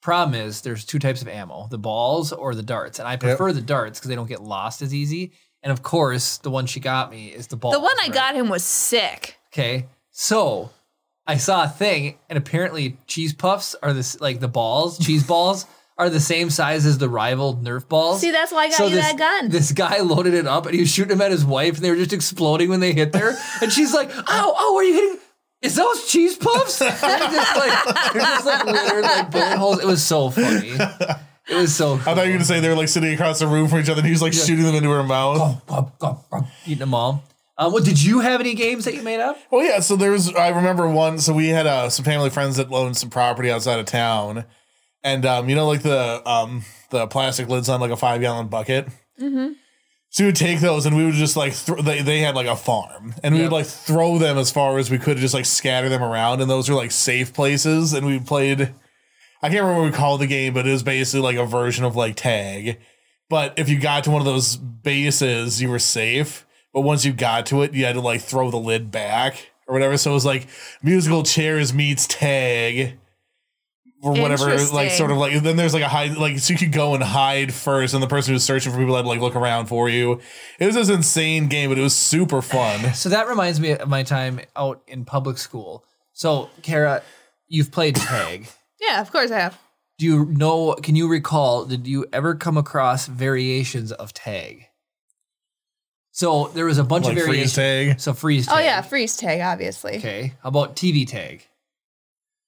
[SPEAKER 1] Problem is, there's two types of ammo: the balls or the darts, and I prefer the darts because they don't get lost as easy. And of course, the one she got me is the ball.
[SPEAKER 2] The one I got him was sick.
[SPEAKER 1] Okay, so I saw a thing, and apparently, cheese puffs are this like the balls, cheese
[SPEAKER 2] *laughs*
[SPEAKER 1] balls. Are the same size as the rival Nerf balls.
[SPEAKER 2] See, that's why I got you
[SPEAKER 1] this,
[SPEAKER 2] that gun.
[SPEAKER 1] This guy loaded it up and he was shooting them at his wife, and they were just exploding when they hit there. And she's like, "Oh, oh, are you hitting? Is those cheese
[SPEAKER 2] *laughs*
[SPEAKER 1] puffs?" And just like, they're just like littered like bullet holes. It was so funny. It was so.
[SPEAKER 3] I
[SPEAKER 1] Cool.
[SPEAKER 3] thought you were gonna say they were like sitting across the room from each other, and he was like shooting them into her mouth. Oh.
[SPEAKER 1] Eating them all. Um, what did you have any games that you made up?
[SPEAKER 3] Well, yeah. So there was. I remember one. So we had uh, some family friends that loaned some property outside of town, and um, you know, like the um, the plastic lids on like a five gallon bucket. Mm-hmm. So we would take those, and we would just like throw they they had like a farm, and we
[SPEAKER 1] Yep.
[SPEAKER 3] would like throw them as far as we could, just like scatter them around, and those were like safe places, and we played. I can't remember what we called the game, but it was basically like a version of like tag. But if you got to one of those bases, you were safe. But once you got to it, you had to like throw the lid back or whatever. So it was like musical chairs meets tag or whatever. Like
[SPEAKER 2] Interesting.
[SPEAKER 3] sort of like then there's like a hide like so you could go and hide first, and the person who's searching for people had to like look around for you. It was this insane game, but it was
[SPEAKER 1] *sighs*
[SPEAKER 3] super fun.
[SPEAKER 1] So that reminds me of my time out in public school. So, Kara, you've played tag.
[SPEAKER 2] yeah, of course I have.
[SPEAKER 1] Do you know? Can you recall? Did you ever come across variations of tag? So there was a bunch
[SPEAKER 3] like
[SPEAKER 1] of
[SPEAKER 3] freeze
[SPEAKER 1] variations.
[SPEAKER 3] tag.
[SPEAKER 1] So freeze. Tag.
[SPEAKER 2] Oh yeah, freeze tag, obviously.
[SPEAKER 1] Okay. How about TV tag?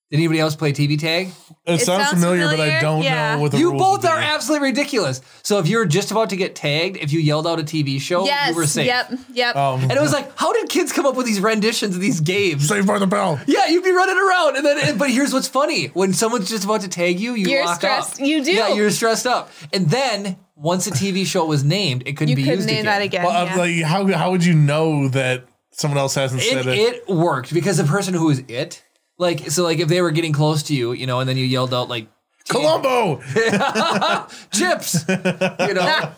[SPEAKER 1] Did anybody else play TV tag?
[SPEAKER 3] It, sounds,
[SPEAKER 2] sounds
[SPEAKER 3] familiar, but
[SPEAKER 2] familiar,
[SPEAKER 3] I don't
[SPEAKER 2] yeah.
[SPEAKER 3] know what the
[SPEAKER 1] you
[SPEAKER 3] rules
[SPEAKER 1] both
[SPEAKER 3] would
[SPEAKER 1] are
[SPEAKER 3] be.
[SPEAKER 1] absolutely ridiculous. So if you were just about to get tagged, if you yelled out a TV show,
[SPEAKER 2] Yes.
[SPEAKER 1] Oh, you were safe.
[SPEAKER 2] Yep.
[SPEAKER 1] *laughs*
[SPEAKER 2] Yep.
[SPEAKER 3] Um,
[SPEAKER 1] And it was like, how did kids come up with these renditions of these games?
[SPEAKER 3] Saved by the Bell.
[SPEAKER 1] Yeah, you'd be running around, and then. But here's what's funny: when someone's just about to tag you, you
[SPEAKER 2] You're
[SPEAKER 1] lock
[SPEAKER 2] stressed.
[SPEAKER 1] up.
[SPEAKER 2] You do.
[SPEAKER 1] Yeah, you're stressed up, and then once a TV show was named, it couldn't
[SPEAKER 2] you
[SPEAKER 1] be
[SPEAKER 2] couldn't
[SPEAKER 1] used
[SPEAKER 2] name
[SPEAKER 1] again.
[SPEAKER 2] that again.
[SPEAKER 3] Well,
[SPEAKER 2] yeah.
[SPEAKER 3] I'm like, how how would you know that someone else hasn't
[SPEAKER 1] It,
[SPEAKER 3] said it?
[SPEAKER 1] it worked because the person who was it, like, so like if they were getting close to you, you know, and then you yelled out like
[SPEAKER 3] Columbo. *laughs*
[SPEAKER 1] chips, you know.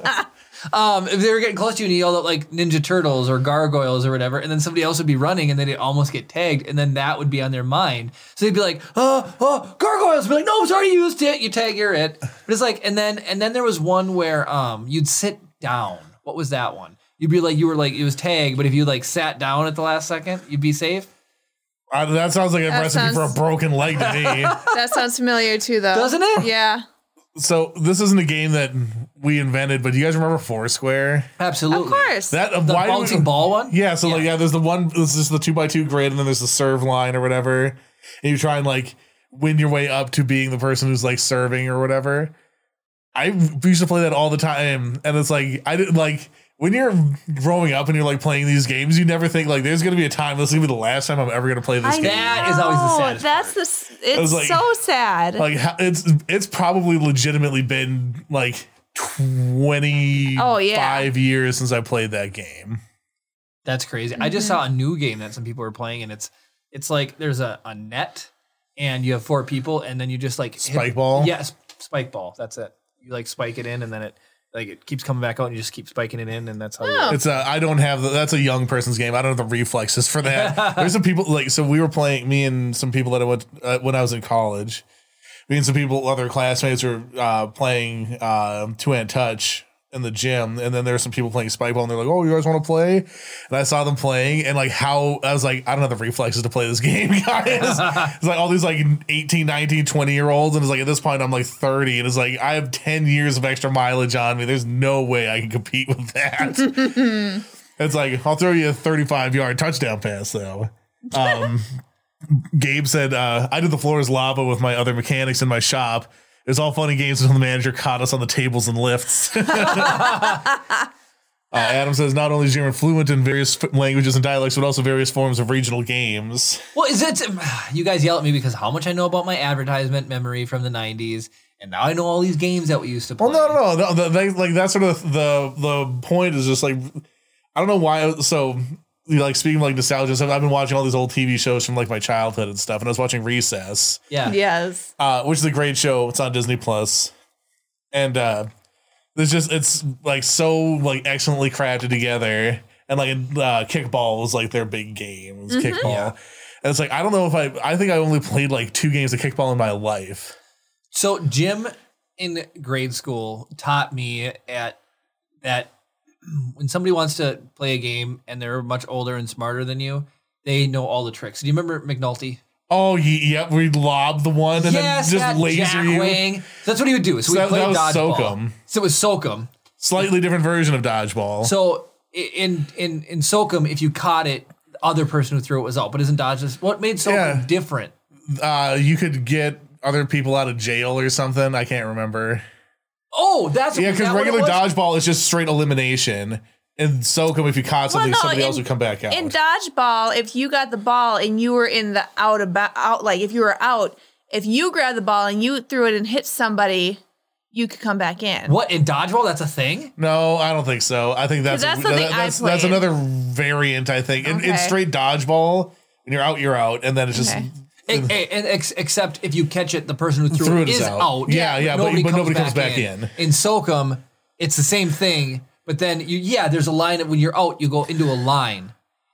[SPEAKER 1] Um, if they were getting close to you and you yelled out like Ninja Turtles or Gargoyles or whatever, and then somebody else would be running and then they'd almost get tagged, and then that would be on their mind. So they'd be like, oh, oh, Gargoyles. Be like, no, it's already used it. You tag, you're it. But it's like, and then and then there was one where um you'd sit down. What was that one? You'd be like, you were like, it was tag, but if you like sat down at the last second, you'd be safe.
[SPEAKER 3] I- that sounds like a
[SPEAKER 2] That
[SPEAKER 3] recipe for a
[SPEAKER 2] sounds-
[SPEAKER 3] broken leg
[SPEAKER 2] *laughs*
[SPEAKER 3] to me.
[SPEAKER 2] that sounds familiar too, though.
[SPEAKER 1] Doesn't it?
[SPEAKER 2] Yeah.
[SPEAKER 3] so this isn't a game that we invented, but do you guys remember Foursquare?
[SPEAKER 1] Absolutely.
[SPEAKER 2] Of course.
[SPEAKER 3] That
[SPEAKER 1] The
[SPEAKER 3] why do we-
[SPEAKER 1] bouncing ball one?
[SPEAKER 3] Yeah, so like yeah, there's the one this is the two by two grid, and then there's the serve line or whatever, and you try and like win your way up to being the person who's like serving or whatever. I used to play that all the time, and it's like I didn't like when you're growing up and you're like playing these games, you never think like there's gonna be a time this is gonna be the last time I'm ever gonna play
[SPEAKER 2] I
[SPEAKER 3] this game.
[SPEAKER 1] That is always the
[SPEAKER 2] know.
[SPEAKER 1] saddest
[SPEAKER 2] That's the. s- It's
[SPEAKER 3] was like-
[SPEAKER 2] so sad.
[SPEAKER 3] Like ha- it's it's probably legitimately been like twenty five
[SPEAKER 2] Oh, yeah.
[SPEAKER 3] years since I played that game.
[SPEAKER 1] That's crazy. I just saw a new game that some people are playing, and it's it's like there's a, a net, and you have four people, and then you just like hit-
[SPEAKER 3] Spike ball?
[SPEAKER 1] Yes, spike ball. That's it. You like spike it in, and then it like it keeps coming back out, and you just keep spiking it in, and that's how.
[SPEAKER 2] Oh.
[SPEAKER 1] You,
[SPEAKER 3] It's a, I don't have the, that's a young person's game. I don't have the reflexes for that. There's some people like so we were playing me and some people that I went uh, when I was in college. Me and some people, other classmates, were uh, playing uh, two hand touch in the gym, and then there were some people playing spike ball, and they're like, "Oh, you guys want to play?" And I saw them playing, and like how I was like, "I don't have the reflexes to play this *laughs* game, guys." it's like all these like 18, 19, 20 year olds, and it's like at this point I'm like 30, and it's like I have 10 years of extra mileage on me. There's no way I can compete with that. It's like I'll throw you a 35 yard touchdown pass though. *laughs* Um, Gabe said uh, I did the floor is lava with my other mechanics in my shop. It was all fun and games until the manager caught us on the tables and lifts. *laughs* uh, Adam says not only is German fluent in various f- languages and dialects, but also various forms of regional games.
[SPEAKER 1] Well, is it? *sighs* You guys yell at me because how much I know about my advertisement memory from the '90s, and now I know all these games that we used to play.
[SPEAKER 3] Well, no, no, no, no. the- they- like that's sort of the the point is just like I don't know why. So you know, like speaking of, like nostalgia and stuff, I've been watching all these old TV shows from like my childhood and stuff, and I was watching Recess.
[SPEAKER 1] Yeah.
[SPEAKER 2] Yes.
[SPEAKER 3] uh, which is a great show. It's on Disney Plus, and uh, there's just it's like so like excellently crafted together. And like uh, kickball was like their big game was
[SPEAKER 1] Mm-hmm.
[SPEAKER 3] kickball,
[SPEAKER 1] Yeah.
[SPEAKER 3] and it's like I don't know if I I think I only played like two games of kickball in my life.
[SPEAKER 1] So Jim in grade school taught me at that when somebody wants to play a game and they're much older and smarter than you, they know all the tricks. Do you remember McNulty?
[SPEAKER 3] Oh ye- yep, we lob the one and then
[SPEAKER 1] that
[SPEAKER 3] just laser
[SPEAKER 1] Jack
[SPEAKER 3] you.
[SPEAKER 1] Wang. So that's what he would do. So,
[SPEAKER 3] So
[SPEAKER 1] we
[SPEAKER 3] that-
[SPEAKER 1] played
[SPEAKER 3] that was
[SPEAKER 1] dodgeball.
[SPEAKER 3] Sokum.
[SPEAKER 1] So it was Sokum.
[SPEAKER 3] Slightly different version of dodgeball.
[SPEAKER 1] So i- in in in Sokum, if you caught it, the other person who threw it was out. But isn't dodge this- what made Sokum
[SPEAKER 3] Yeah.
[SPEAKER 1] different?
[SPEAKER 3] uh, you could get other people out of jail or something. I can't remember.
[SPEAKER 1] Oh, that's
[SPEAKER 3] Yeah,
[SPEAKER 1] is that
[SPEAKER 3] because
[SPEAKER 1] what it
[SPEAKER 3] regular
[SPEAKER 1] was?
[SPEAKER 3] dodgeball is just straight elimination. And so come if you caught something,
[SPEAKER 2] no,
[SPEAKER 3] somebody
[SPEAKER 2] in-
[SPEAKER 3] else would come back out.
[SPEAKER 2] In dodgeball, if you got the ball and you were in the out about out, like if you were out, if you grabbed the ball and you threw it and hit somebody, you could come back in.
[SPEAKER 1] What in dodgeball? That's a thing.
[SPEAKER 3] no, I don't think so. I think that's
[SPEAKER 2] that's
[SPEAKER 3] that-
[SPEAKER 2] something I
[SPEAKER 3] that's, that's
[SPEAKER 2] played.
[SPEAKER 3] another variant. I think in, in
[SPEAKER 2] Okay.
[SPEAKER 3] straight dodgeball, when you're out, you're out, and then it's just
[SPEAKER 2] Okay.
[SPEAKER 1] Eh, eh, and ex- except if you catch it, the person who threw,
[SPEAKER 3] Threw
[SPEAKER 1] it is out.
[SPEAKER 3] Yeah, yeah, but- but nobody comes back in.
[SPEAKER 1] In Sokum, it's the same thing, but then you yeah, there's a line that when you're out, you go into a line,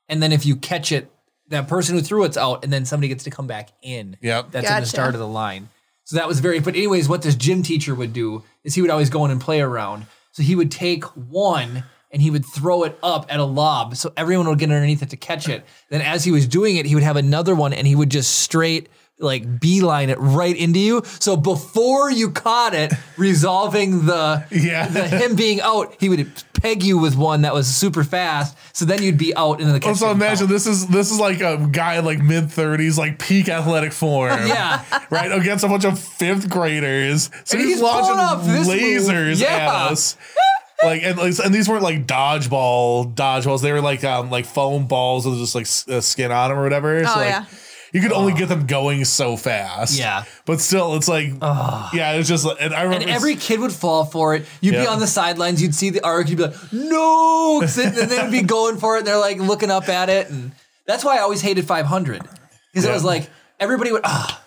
[SPEAKER 1] and then if you catch it, that person who threw it's out, and then somebody gets to come back in.
[SPEAKER 3] Yep.
[SPEAKER 1] that's in the
[SPEAKER 2] Gotcha.
[SPEAKER 1] start of the line. So that was very. But anyways, what this gym teacher would do is he would always go in and play around. So he would take one. And he would throw it up at a lob, so everyone would get underneath it to catch it. Then, as he was doing it, he would have another one, and he would just straight like beeline it right into you. So before you caught it, resolving the
[SPEAKER 3] Yeah.
[SPEAKER 1] the him being out, he would peg you with one that was super fast. So then you'd be out into the catch.
[SPEAKER 3] Also,
[SPEAKER 1] didn't
[SPEAKER 3] imagine
[SPEAKER 1] count.
[SPEAKER 3] this is this is like a guy in like mid thirties, like peak athletic
[SPEAKER 1] *laughs*
[SPEAKER 3] form.
[SPEAKER 1] Yeah.
[SPEAKER 3] right against a bunch of fifth graders. So
[SPEAKER 1] And
[SPEAKER 3] he's,
[SPEAKER 1] he's pulling
[SPEAKER 3] launching
[SPEAKER 1] off this move.
[SPEAKER 3] lasers at
[SPEAKER 1] Yeah.
[SPEAKER 3] us. Like and, and these weren't like dodgeball dodgeballs. They were like um like foam balls with just like s- uh, skin on them or whatever. so
[SPEAKER 2] Oh,
[SPEAKER 3] like,
[SPEAKER 2] yeah.
[SPEAKER 3] You could only get them going so fast.
[SPEAKER 1] Yeah.
[SPEAKER 3] But still, it's like, yeah, it's just, like- and I remember
[SPEAKER 1] And every kid would fall for it. You'd be
[SPEAKER 3] Yeah.
[SPEAKER 1] on the sidelines. You'd see the arc. You'd be like, "No!" *laughs* 'Cause then- And they'd be going for it. And they're like looking up at it, and that's why I always hated 500 because it
[SPEAKER 3] Yeah.
[SPEAKER 1] was like everybody would ah,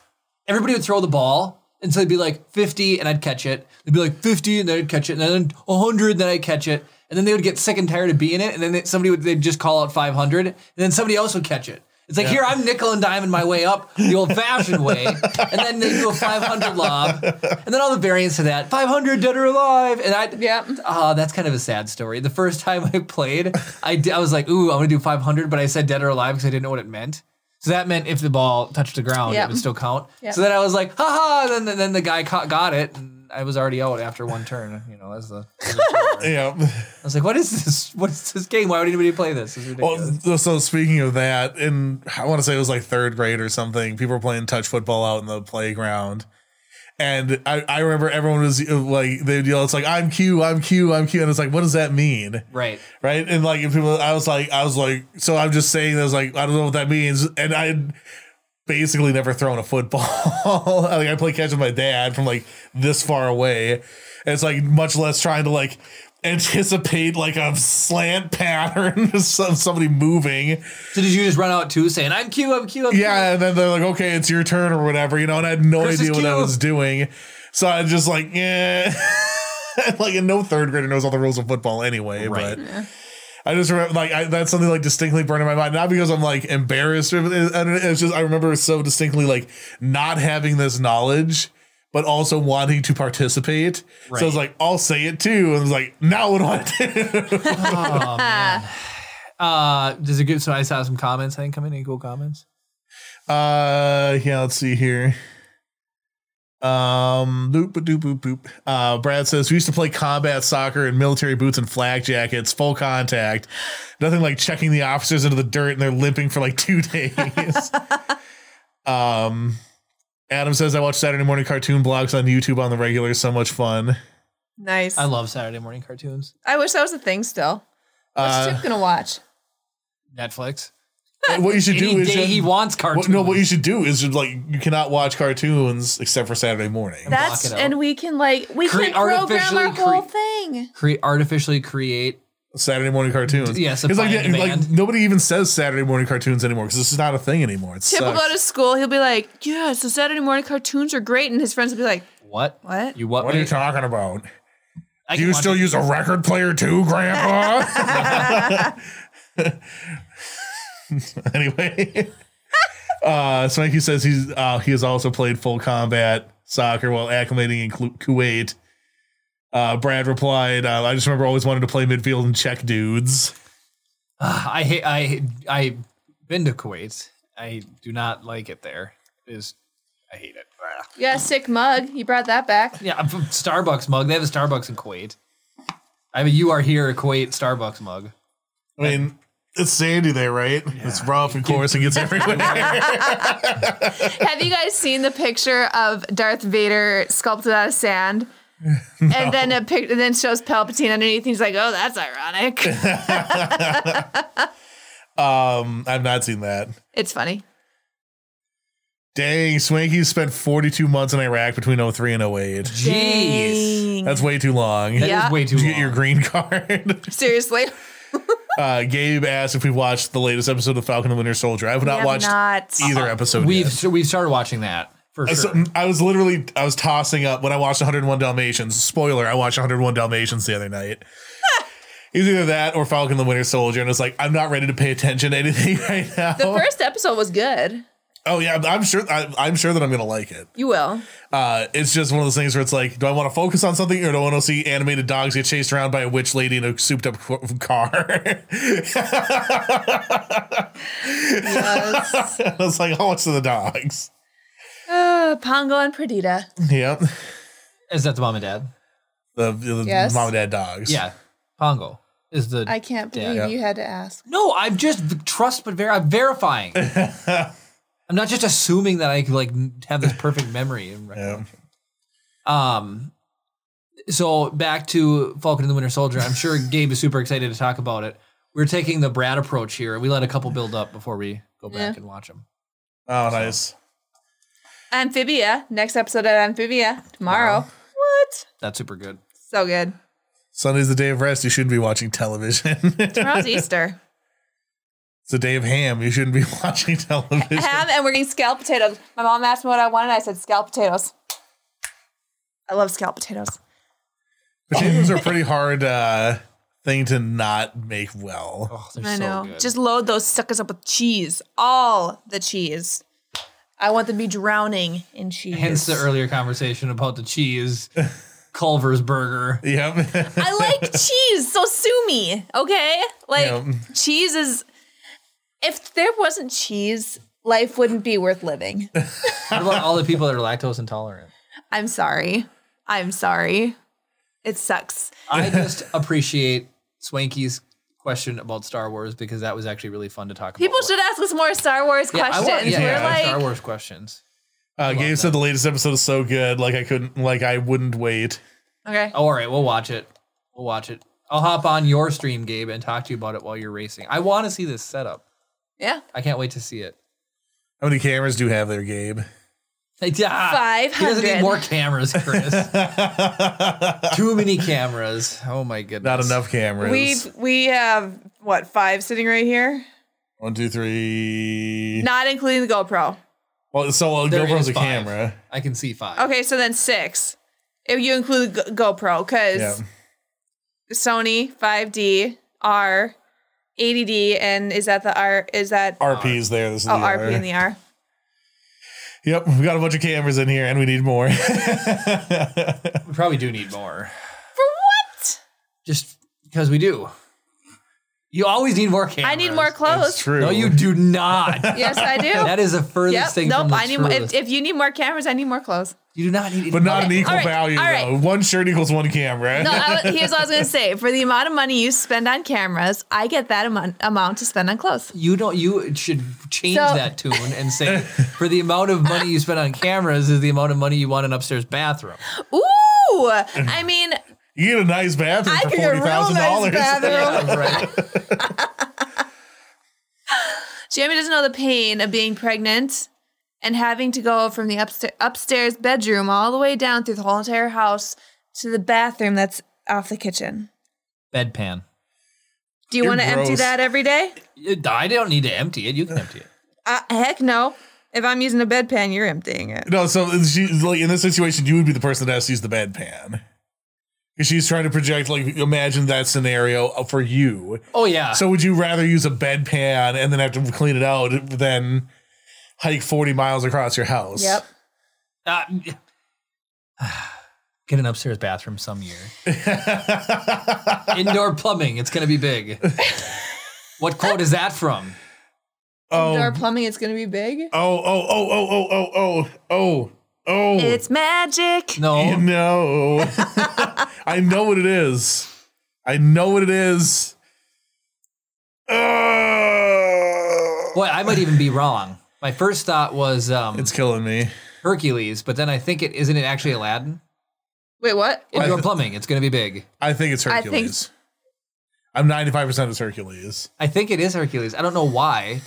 [SPEAKER 1] everybody would throw the ball, and so they'd be like 50, and I'd catch it. They'd be like 50, and then I'd catch it, and then 100, and then I'd catch it, and then they would get sick and tired of being it, and then they, somebody would they'd just call out 500, and then somebody else would catch it. It's like here I'm nickel and diming my way up the old-fashioned way, and then they do a 500 lob, and then all the variants of that 500 dead or alive, and I
[SPEAKER 2] Yep.
[SPEAKER 1] Ah, that's kind of a sad story. The first *laughs* time I played, I, di- I was like, ooh, I'm gonna do 500, but I said dead or alive because I didn't know what it meant. So that meant if the ball touched the ground, it
[SPEAKER 2] Yep.
[SPEAKER 1] would still count.
[SPEAKER 2] Yep.
[SPEAKER 1] So then I was like, ha ha. and Then then the guy caught, got it, and I was already out after one turn. You know, that's the. that's
[SPEAKER 3] *laughs*
[SPEAKER 1] the-
[SPEAKER 3] yeah.
[SPEAKER 1] I was like, what is this? What is this game? Why would anybody play this? It's ridiculous.
[SPEAKER 3] Well, th- so speaking of that, in I want to say it was like third grade or something, people were playing touch football out in the playground. And I, I remember everyone was uh, like, they'd yell, it's like, I'm Q, I'm Q, I'm Q. And it's like, what does that mean?
[SPEAKER 1] right.
[SPEAKER 3] Right. And like, if people, I was like, I was like, so I'm just saying, I was like, I don't know what that means. And I had basically never thrown a football. *laughs* like, I play catch with my dad from like this far away. And it's like, much less trying to like *laughs* anticipate like a slant pattern *laughs* of some- somebody moving.
[SPEAKER 1] So did you just run out too, saying, I'm Q, I'm Q, I'm Q?
[SPEAKER 3] Yeah, and then they're like, "Okay, it's your turn" or whatever, you know. And I had no
[SPEAKER 1] Chris is
[SPEAKER 3] idea what I
[SPEAKER 1] cute.
[SPEAKER 3] was doing, so I just like, yeah, *laughs* like, and no third grader knows all the rules of football anyway.
[SPEAKER 1] Right.
[SPEAKER 3] But I just remember, like, I, that's something like distinctly burned in my mind, not because I'm like embarrassed, or- and it's just I remember so distinctly like not having this knowledge. But also wanting to participate, so I was like, "I'll say it too," and I was like, "Now what do I do?" *laughs*
[SPEAKER 1] Uh, does it good? So I saw some comments, I think, coming. Any cool comments?
[SPEAKER 3] Uh, yeah, let's see here. Um, boop, boop, boop, boop, boop. Uh, Brad says we used to play combat soccer in military boots and flak jackets, full contact. Nothing like checking
[SPEAKER 1] *laughs*
[SPEAKER 3] the *laughs* officers into the dirt and they're limping for like two days. um, Adam says I watch Saturday morning cartoon blogs on YouTube on the regular. So much fun.
[SPEAKER 2] Nice.
[SPEAKER 1] I love Saturday morning cartoons.
[SPEAKER 2] I wish that was a thing still. What's
[SPEAKER 3] Uh,
[SPEAKER 2] Chip gonna watch?
[SPEAKER 1] Netflix.
[SPEAKER 3] what you should do
[SPEAKER 1] Any
[SPEAKER 3] is
[SPEAKER 1] day
[SPEAKER 3] just-
[SPEAKER 1] he wants
[SPEAKER 3] What,
[SPEAKER 1] cartoons.
[SPEAKER 3] no, what you should do is just like you cannot watch cartoons except for Saturday morning.
[SPEAKER 1] block
[SPEAKER 2] That's
[SPEAKER 1] it out.
[SPEAKER 2] and we can like we
[SPEAKER 1] Cre-
[SPEAKER 2] can program our
[SPEAKER 1] artificially
[SPEAKER 2] whole
[SPEAKER 1] cre-
[SPEAKER 2] thing.
[SPEAKER 1] Cre- artificially create.
[SPEAKER 3] Saturday morning cartoons.
[SPEAKER 1] D- yeah, supply
[SPEAKER 3] because like,
[SPEAKER 1] and
[SPEAKER 3] yeah, like
[SPEAKER 1] demand.
[SPEAKER 3] nobody even says Saturday morning cartoons anymore because this is not a thing anymore. It
[SPEAKER 2] Chip will
[SPEAKER 3] sucks.
[SPEAKER 2] go to school. He'll be like, "Yeah, so Saturday morning cartoons are great," and his friends will be like,
[SPEAKER 1] What?
[SPEAKER 2] What?
[SPEAKER 1] You what?
[SPEAKER 3] what are you
[SPEAKER 1] wait,
[SPEAKER 3] talking about?
[SPEAKER 1] I can
[SPEAKER 3] Do you
[SPEAKER 1] watch
[SPEAKER 3] still
[SPEAKER 1] it.
[SPEAKER 3] use a record player too, Grandpa? *laughs* anyway, uh, Swanky says he's uh, he has also played full combat soccer while acclimating in Ku- Kuwait. Uh, Brad replied, uh, "I just remember always wanted to play midfield and check dudes."
[SPEAKER 1] Ugh, I hate. I hate- I've been to Kuwait. I do not like it there. It Is I hate it. Ugh.
[SPEAKER 2] "You got a sick mug. You brought that back."
[SPEAKER 1] Yeah, I'm from Starbucks mug. They have a Starbucks in Kuwait. I have a "You Are Here" Kuwait Starbucks mug.
[SPEAKER 3] I mean, it's sandy there, right? It's rough, of
[SPEAKER 1] *laughs*
[SPEAKER 3] course, and gets everywhere.
[SPEAKER 2] Have you guys seen the picture of Darth Vader sculpted out
[SPEAKER 1] *laughs*
[SPEAKER 2] of sand? And then a pic- and then shows Palpatine underneath. And he's like, "Oh,
[SPEAKER 1] *laughs*
[SPEAKER 2] that's ironic."
[SPEAKER 3] um, I've not seen that.
[SPEAKER 2] it's funny.
[SPEAKER 3] Dang, Swanky spent 42 months in Iraq between 03 and 08.
[SPEAKER 1] Jeez,
[SPEAKER 2] Dang.
[SPEAKER 3] That's way too long.
[SPEAKER 1] that is
[SPEAKER 2] Yeah.
[SPEAKER 1] way too.
[SPEAKER 3] Did you
[SPEAKER 1] long.
[SPEAKER 3] get your green *laughs* card?
[SPEAKER 1] *laughs*
[SPEAKER 2] Seriously,
[SPEAKER 3] Uh, Gabe asked if we watched the latest episode of Falcon and Winter Soldier. I've not
[SPEAKER 2] have
[SPEAKER 3] watched
[SPEAKER 2] not.
[SPEAKER 3] either episode.
[SPEAKER 1] We've
[SPEAKER 3] yet.
[SPEAKER 1] so we've started watching that for
[SPEAKER 3] Uh,
[SPEAKER 1] sure.
[SPEAKER 3] so, I was literally I was tossing up when I watched 101 Dalmatians. Spoiler: I watched 101 Dalmatians the
[SPEAKER 2] *laughs*
[SPEAKER 3] other night. It was either that or Falcon and the Winter Soldier, and it's like I'm not ready to pay attention to anything *laughs* right now.
[SPEAKER 2] the first episode was good.
[SPEAKER 3] oh yeah, I'm- I'm sure I, I'm sure that I'm gonna like it.
[SPEAKER 2] You
[SPEAKER 1] *laughs*
[SPEAKER 2] will.
[SPEAKER 3] Uh, it's just one of those things where it's like, do I want to focus on something or do I want to see animated dogs get chased around by a witch lady in a souped up qu- car? *laughs*
[SPEAKER 2] *laughs* Yes.
[SPEAKER 3] I was like, I'll watch the dogs.
[SPEAKER 2] uh, Pongo and Perdita.
[SPEAKER 3] Yep.
[SPEAKER 1] Is that the mom and dad?
[SPEAKER 3] The, the
[SPEAKER 2] Yes.
[SPEAKER 3] mom and dad dogs.
[SPEAKER 1] Yeah, Pongo is the.
[SPEAKER 2] I can't believe
[SPEAKER 1] Yeah.
[SPEAKER 2] you had to ask.
[SPEAKER 1] no, I'm just v- trust, but ver- I'm *laughs* verifying. I'm not just assuming that I could like n- have this perfect *laughs* memory. And
[SPEAKER 3] Yeah.
[SPEAKER 1] Um, so back to Falcon and the Winter Soldier. I'm sure Gabe is super excited to talk about it. We're taking the Brad approach here. We let a couple build up before we go back
[SPEAKER 2] Yeah.
[SPEAKER 1] and watch them.
[SPEAKER 3] Oh, nice.
[SPEAKER 2] Amphibia. Next episode of Amphibia tomorrow. What?
[SPEAKER 1] That's super good.
[SPEAKER 2] So good.
[SPEAKER 3] Sunday's the day of rest. You shouldn't be watching television. *laughs* it's
[SPEAKER 2] Tomorrow's Easter.
[SPEAKER 3] the day of ham. You shouldn't be *laughs*
[SPEAKER 2] *laughs*
[SPEAKER 3] watching television.
[SPEAKER 2] Ham and we're getting scalloped potatoes. My mom asked me what I wanted. I said scalloped potatoes. I love scalloped potatoes.
[SPEAKER 3] Potatoes are a pretty hard uh, thing to not make well.
[SPEAKER 1] Oh, they're
[SPEAKER 2] I
[SPEAKER 1] so
[SPEAKER 2] know.
[SPEAKER 1] good.
[SPEAKER 2] Just load those suckers up with cheese. All the cheese. I want them to be drowning in cheese.
[SPEAKER 1] Hence the earlier conversation about the *laughs* cheese, Culver's burger.
[SPEAKER 3] Yep.
[SPEAKER 2] *laughs*
[SPEAKER 3] *laughs*
[SPEAKER 2] I
[SPEAKER 1] *laughs*
[SPEAKER 2] like cheese, so sue me, okay? Like
[SPEAKER 3] Yeah.
[SPEAKER 2] cheese is if there wasn't cheese, life wouldn't be
[SPEAKER 1] *laughs*
[SPEAKER 2] worth living.
[SPEAKER 1] What about all the people that are lactose intolerant?
[SPEAKER 2] I'm sorry. I'm sorry. It sucks.
[SPEAKER 1] *laughs* I just appreciate Swanky's question about Star Wars because that was actually really fun to talk
[SPEAKER 2] People
[SPEAKER 1] about.
[SPEAKER 2] should ask us more Star Wars
[SPEAKER 1] Yeah, I
[SPEAKER 2] questions.
[SPEAKER 1] want, yeah,
[SPEAKER 2] We're
[SPEAKER 1] yeah,
[SPEAKER 2] like,
[SPEAKER 1] Star Wars questions.
[SPEAKER 3] Uh, Gabe said the latest episode is so good. Like I couldn't. Like I wouldn't wait.
[SPEAKER 2] okay.
[SPEAKER 1] Oh, all right, we'll watch it. We'll watch it. I'll hop on your stream, Gabe, and talk to you about it while you're racing. I want to see this setup.
[SPEAKER 2] Yeah.
[SPEAKER 1] I can't wait to see it. *laughs*
[SPEAKER 3] How many cameras do you have there, Gabe?
[SPEAKER 1] Like, yeah,
[SPEAKER 2] 500.
[SPEAKER 1] He doesn't need more cameras, Chris.
[SPEAKER 2] *laughs*
[SPEAKER 1] Too many cameras. Oh my goodness.
[SPEAKER 3] Not enough cameras.
[SPEAKER 2] We've we have what, five sitting right here?
[SPEAKER 3] One, two, three.
[SPEAKER 2] Not including the GoPro.
[SPEAKER 3] Well, so uh,
[SPEAKER 1] There
[SPEAKER 3] GoPro's
[SPEAKER 1] is
[SPEAKER 3] a
[SPEAKER 1] five.
[SPEAKER 3] camera.
[SPEAKER 1] I can see five.
[SPEAKER 2] Okay, so then six. If you include the Go- GoPro, because
[SPEAKER 3] Yeah.
[SPEAKER 2] Sony 5D R 80D and is that the R is that
[SPEAKER 3] RP is there. This is
[SPEAKER 2] oh
[SPEAKER 3] the
[SPEAKER 2] RP
[SPEAKER 3] other.
[SPEAKER 2] and the R.
[SPEAKER 3] Yep, we got a bunch of cameras in here, and we need more. *laughs*
[SPEAKER 1] We probably do need more.
[SPEAKER 2] For what?
[SPEAKER 1] Just because we do. You always need more cameras.
[SPEAKER 2] I need more
[SPEAKER 3] That's
[SPEAKER 2] clothes.
[SPEAKER 3] true.
[SPEAKER 1] No, you do not.
[SPEAKER 2] Yes, I do.
[SPEAKER 3] *laughs*
[SPEAKER 1] that is the furthest
[SPEAKER 2] *laughs* Yep.
[SPEAKER 1] thing
[SPEAKER 2] Nope.
[SPEAKER 1] from the
[SPEAKER 2] I need. More, if,
[SPEAKER 1] truest.
[SPEAKER 2] if you need more cameras, I need more clothes.
[SPEAKER 1] You do not need
[SPEAKER 3] But not an equal
[SPEAKER 2] all right,
[SPEAKER 3] value
[SPEAKER 2] all right.
[SPEAKER 3] though. One shirt equals one camera.
[SPEAKER 2] No, I, wa- here's what I was gonna say. For the amount of money you spend on cameras, I get that amount amount to spend on clothes.
[SPEAKER 1] You don't. You should change
[SPEAKER 2] So-
[SPEAKER 1] that tune and say, for the amount of money you spend on cameras is the amount of money you want an upstairs bathroom.
[SPEAKER 2] Ooh, I mean,
[SPEAKER 3] you get a nice bathroom
[SPEAKER 2] I
[SPEAKER 3] *laughs* for
[SPEAKER 2] could get a
[SPEAKER 3] forty
[SPEAKER 2] real
[SPEAKER 3] thousand
[SPEAKER 2] nice
[SPEAKER 3] dollars.
[SPEAKER 2] bathroom.
[SPEAKER 1] *laughs* right.
[SPEAKER 2] Jamie doesn't know the pain of being pregnant and having to go from the upsta- upstairs bedroom all the way down through the whole entire house to the bathroom that's off the kitchen.
[SPEAKER 1] Bedpan.
[SPEAKER 2] Do you
[SPEAKER 3] You're
[SPEAKER 2] want to empty
[SPEAKER 3] gross.
[SPEAKER 2] that every day?
[SPEAKER 1] It- I don't need to empty it. You can empty it.
[SPEAKER 2] Uh, heck no. If I'm using a bedpan, you're emptying it.
[SPEAKER 3] No, so she, like in this situation, you would be the person that has to use the bedpan. 'Cause She's trying to project, like, imagine that scenario for you.
[SPEAKER 1] Oh yeah.
[SPEAKER 3] So, would you rather use a bedpan and then have to clean it out than hike 40 miles across your house? *laughs*
[SPEAKER 2] Yep.
[SPEAKER 1] Uh, *sighs* get an upstairs bathroom some year. Indoor plumbing. It's gonna be big. what quote is that from?
[SPEAKER 3] Oh,
[SPEAKER 2] Indoor
[SPEAKER 3] oh,
[SPEAKER 2] plumbing, it's going to be big.
[SPEAKER 3] oh, oh, oh, oh, oh, oh, oh, oh.
[SPEAKER 2] It's magic.
[SPEAKER 3] *laughs* You
[SPEAKER 1] No.
[SPEAKER 3] know.
[SPEAKER 2] *laughs*
[SPEAKER 3] I know what it is. I know what it is. Ugh.
[SPEAKER 1] Boy, I might even be wrong. My first thought was um,
[SPEAKER 3] It's killing me.
[SPEAKER 1] Hercules, but then I think it isn't it actually Aladdin?
[SPEAKER 2] Wait, what?
[SPEAKER 1] Indoor plumbing. It's gonna be big.
[SPEAKER 3] I think it's
[SPEAKER 2] I think-
[SPEAKER 3] Hercules. I'm 95% it's Hercules.
[SPEAKER 1] I think it is Hercules. I don't know why.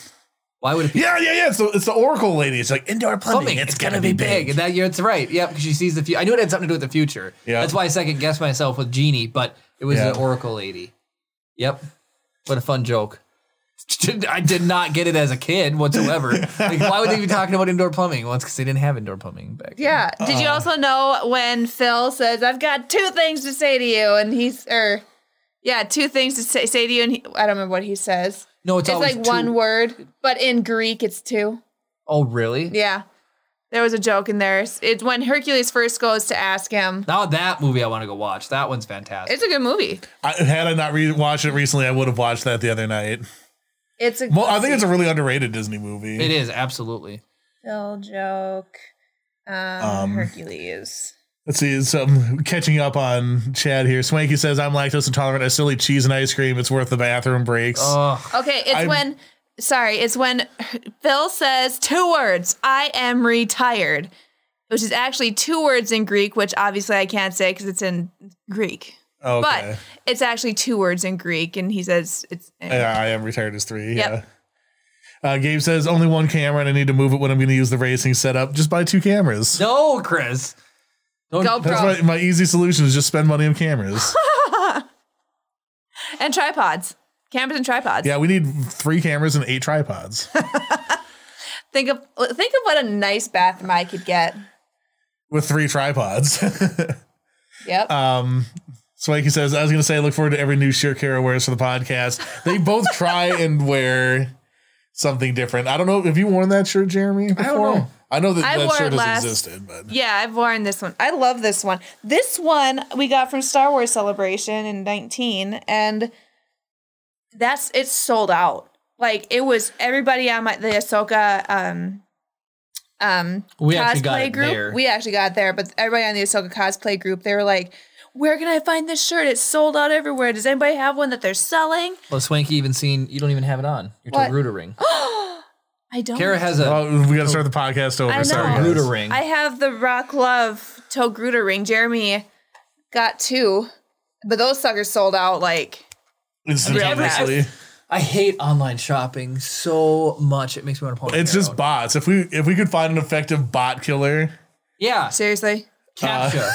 [SPEAKER 1] Why
[SPEAKER 3] *laughs*
[SPEAKER 1] would it be
[SPEAKER 3] Yeah, yeah, yeah. So it's the Oracle lady. It's like indoor plumbing.
[SPEAKER 1] plumbing?
[SPEAKER 3] It's, gonna, be big.
[SPEAKER 1] And that year, it's right. Yep, because she sees the future. I knew it had something to do with the future.
[SPEAKER 3] Yeah.
[SPEAKER 1] that's why I second guessed myself with Genie, but it was
[SPEAKER 3] Yeah.
[SPEAKER 1] the Oracle lady. Yep, what a fun joke. *laughs* I did not get it as a kid whatsoever.
[SPEAKER 3] *laughs*
[SPEAKER 1] like, why would they be talking about indoor plumbing? Well, it's because they didn't have indoor plumbing back. then.
[SPEAKER 2] Yeah.
[SPEAKER 3] Uh.
[SPEAKER 2] Did you also know when Phil says, "I've got two things to say to you," and he's or, yeah, two things to say, say to you, and he, I don't remember what he says.
[SPEAKER 1] no, it's,
[SPEAKER 2] It's,
[SPEAKER 1] always
[SPEAKER 2] like
[SPEAKER 1] two-
[SPEAKER 2] one word, but in Greek, it's two.
[SPEAKER 1] Oh, really?
[SPEAKER 2] Yeah. There was a joke in there. It's when Hercules first goes to ask him.
[SPEAKER 1] Now that movie I want to go watch. That one's fantastic.
[SPEAKER 2] It's a good movie.
[SPEAKER 3] I, had I not re- watched it recently, I would have watched that the other night.
[SPEAKER 2] It's a
[SPEAKER 3] Well, I think it's a really underrated Disney movie.
[SPEAKER 1] it is absolutely.
[SPEAKER 2] Phil joke. Um,
[SPEAKER 3] Um,
[SPEAKER 2] Hercules.
[SPEAKER 3] Let's see. Some catching up on Chad here. Swanky says I'm lactose intolerant. I still eat cheese and ice cream. It's worth the bathroom breaks.
[SPEAKER 1] Oh,
[SPEAKER 2] Okay, it's
[SPEAKER 3] I'm-
[SPEAKER 2] when sorry, it's when Phil says two words, I am retired, which is actually two words in Greek, which obviously I can't say cuz it's in Greek.
[SPEAKER 3] okay.
[SPEAKER 2] But it's actually two words in Greek and he says it's
[SPEAKER 3] yeah, I am retired as three.
[SPEAKER 2] Yep.
[SPEAKER 3] Yeah. Uh, Gabe says only one camera, and I need to move it when I'm going to use the racing setup. Just buy two cameras.
[SPEAKER 1] no, Chris. Don't,
[SPEAKER 2] GoPro
[SPEAKER 3] That's my, my easy solution is just spend money on cameras.
[SPEAKER 2] and tripods. Cameras and tripods.
[SPEAKER 3] yeah, we need three cameras and eight tripods.
[SPEAKER 2] Think of think of what a nice bathroom I could get.
[SPEAKER 3] with three tripods. *laughs*
[SPEAKER 2] Yep.
[SPEAKER 1] Uh,
[SPEAKER 3] um, Swanky says, I was going to say, I look forward to every new shirt Kara wears for the podcast.
[SPEAKER 1] *laughs*
[SPEAKER 3] They both try and wear something different. I don't know. Have you worn that shirt, Jeremy? Before?
[SPEAKER 1] don't know.
[SPEAKER 3] I know that
[SPEAKER 2] I
[SPEAKER 3] that
[SPEAKER 2] wore
[SPEAKER 3] shirt
[SPEAKER 2] it
[SPEAKER 3] has
[SPEAKER 2] last-
[SPEAKER 3] existed, but
[SPEAKER 2] Yeah, I've worn this one. I love this one. This one we got from Star Wars Celebration in 19 and that's it's sold out. Like it was everybody on my the Ahsoka um um
[SPEAKER 1] We
[SPEAKER 2] cosplay
[SPEAKER 1] actually got it
[SPEAKER 2] group.
[SPEAKER 1] there.
[SPEAKER 2] We actually got there, but everybody on the Ahsoka cosplay group, they were like, "Where can I find this shirt? It's sold out everywhere. Does anybody have one that they're selling?"
[SPEAKER 1] Well, Oh, Swanky even seen. You don't even have it on. Your
[SPEAKER 2] What? Oh
[SPEAKER 1] Toruta ring.
[SPEAKER 2] I don't.
[SPEAKER 1] Kara has a
[SPEAKER 3] Oh, we got to start the podcast over.
[SPEAKER 2] I know.
[SPEAKER 3] Sorry, guys.
[SPEAKER 1] Toruta ring.
[SPEAKER 2] I have the Rock Love Toe Gruder ring. Jeremy got two, but those suckers sold out. Like,
[SPEAKER 3] instantaneously.
[SPEAKER 1] I hate online shopping so much. It makes me want to pull. my
[SPEAKER 3] It's
[SPEAKER 1] hair
[SPEAKER 3] just
[SPEAKER 1] out.
[SPEAKER 3] bots. If we if we could find an effective bot killer, Uh.
[SPEAKER 1] yeah,
[SPEAKER 2] seriously,
[SPEAKER 3] *laughs*
[SPEAKER 1] captcha.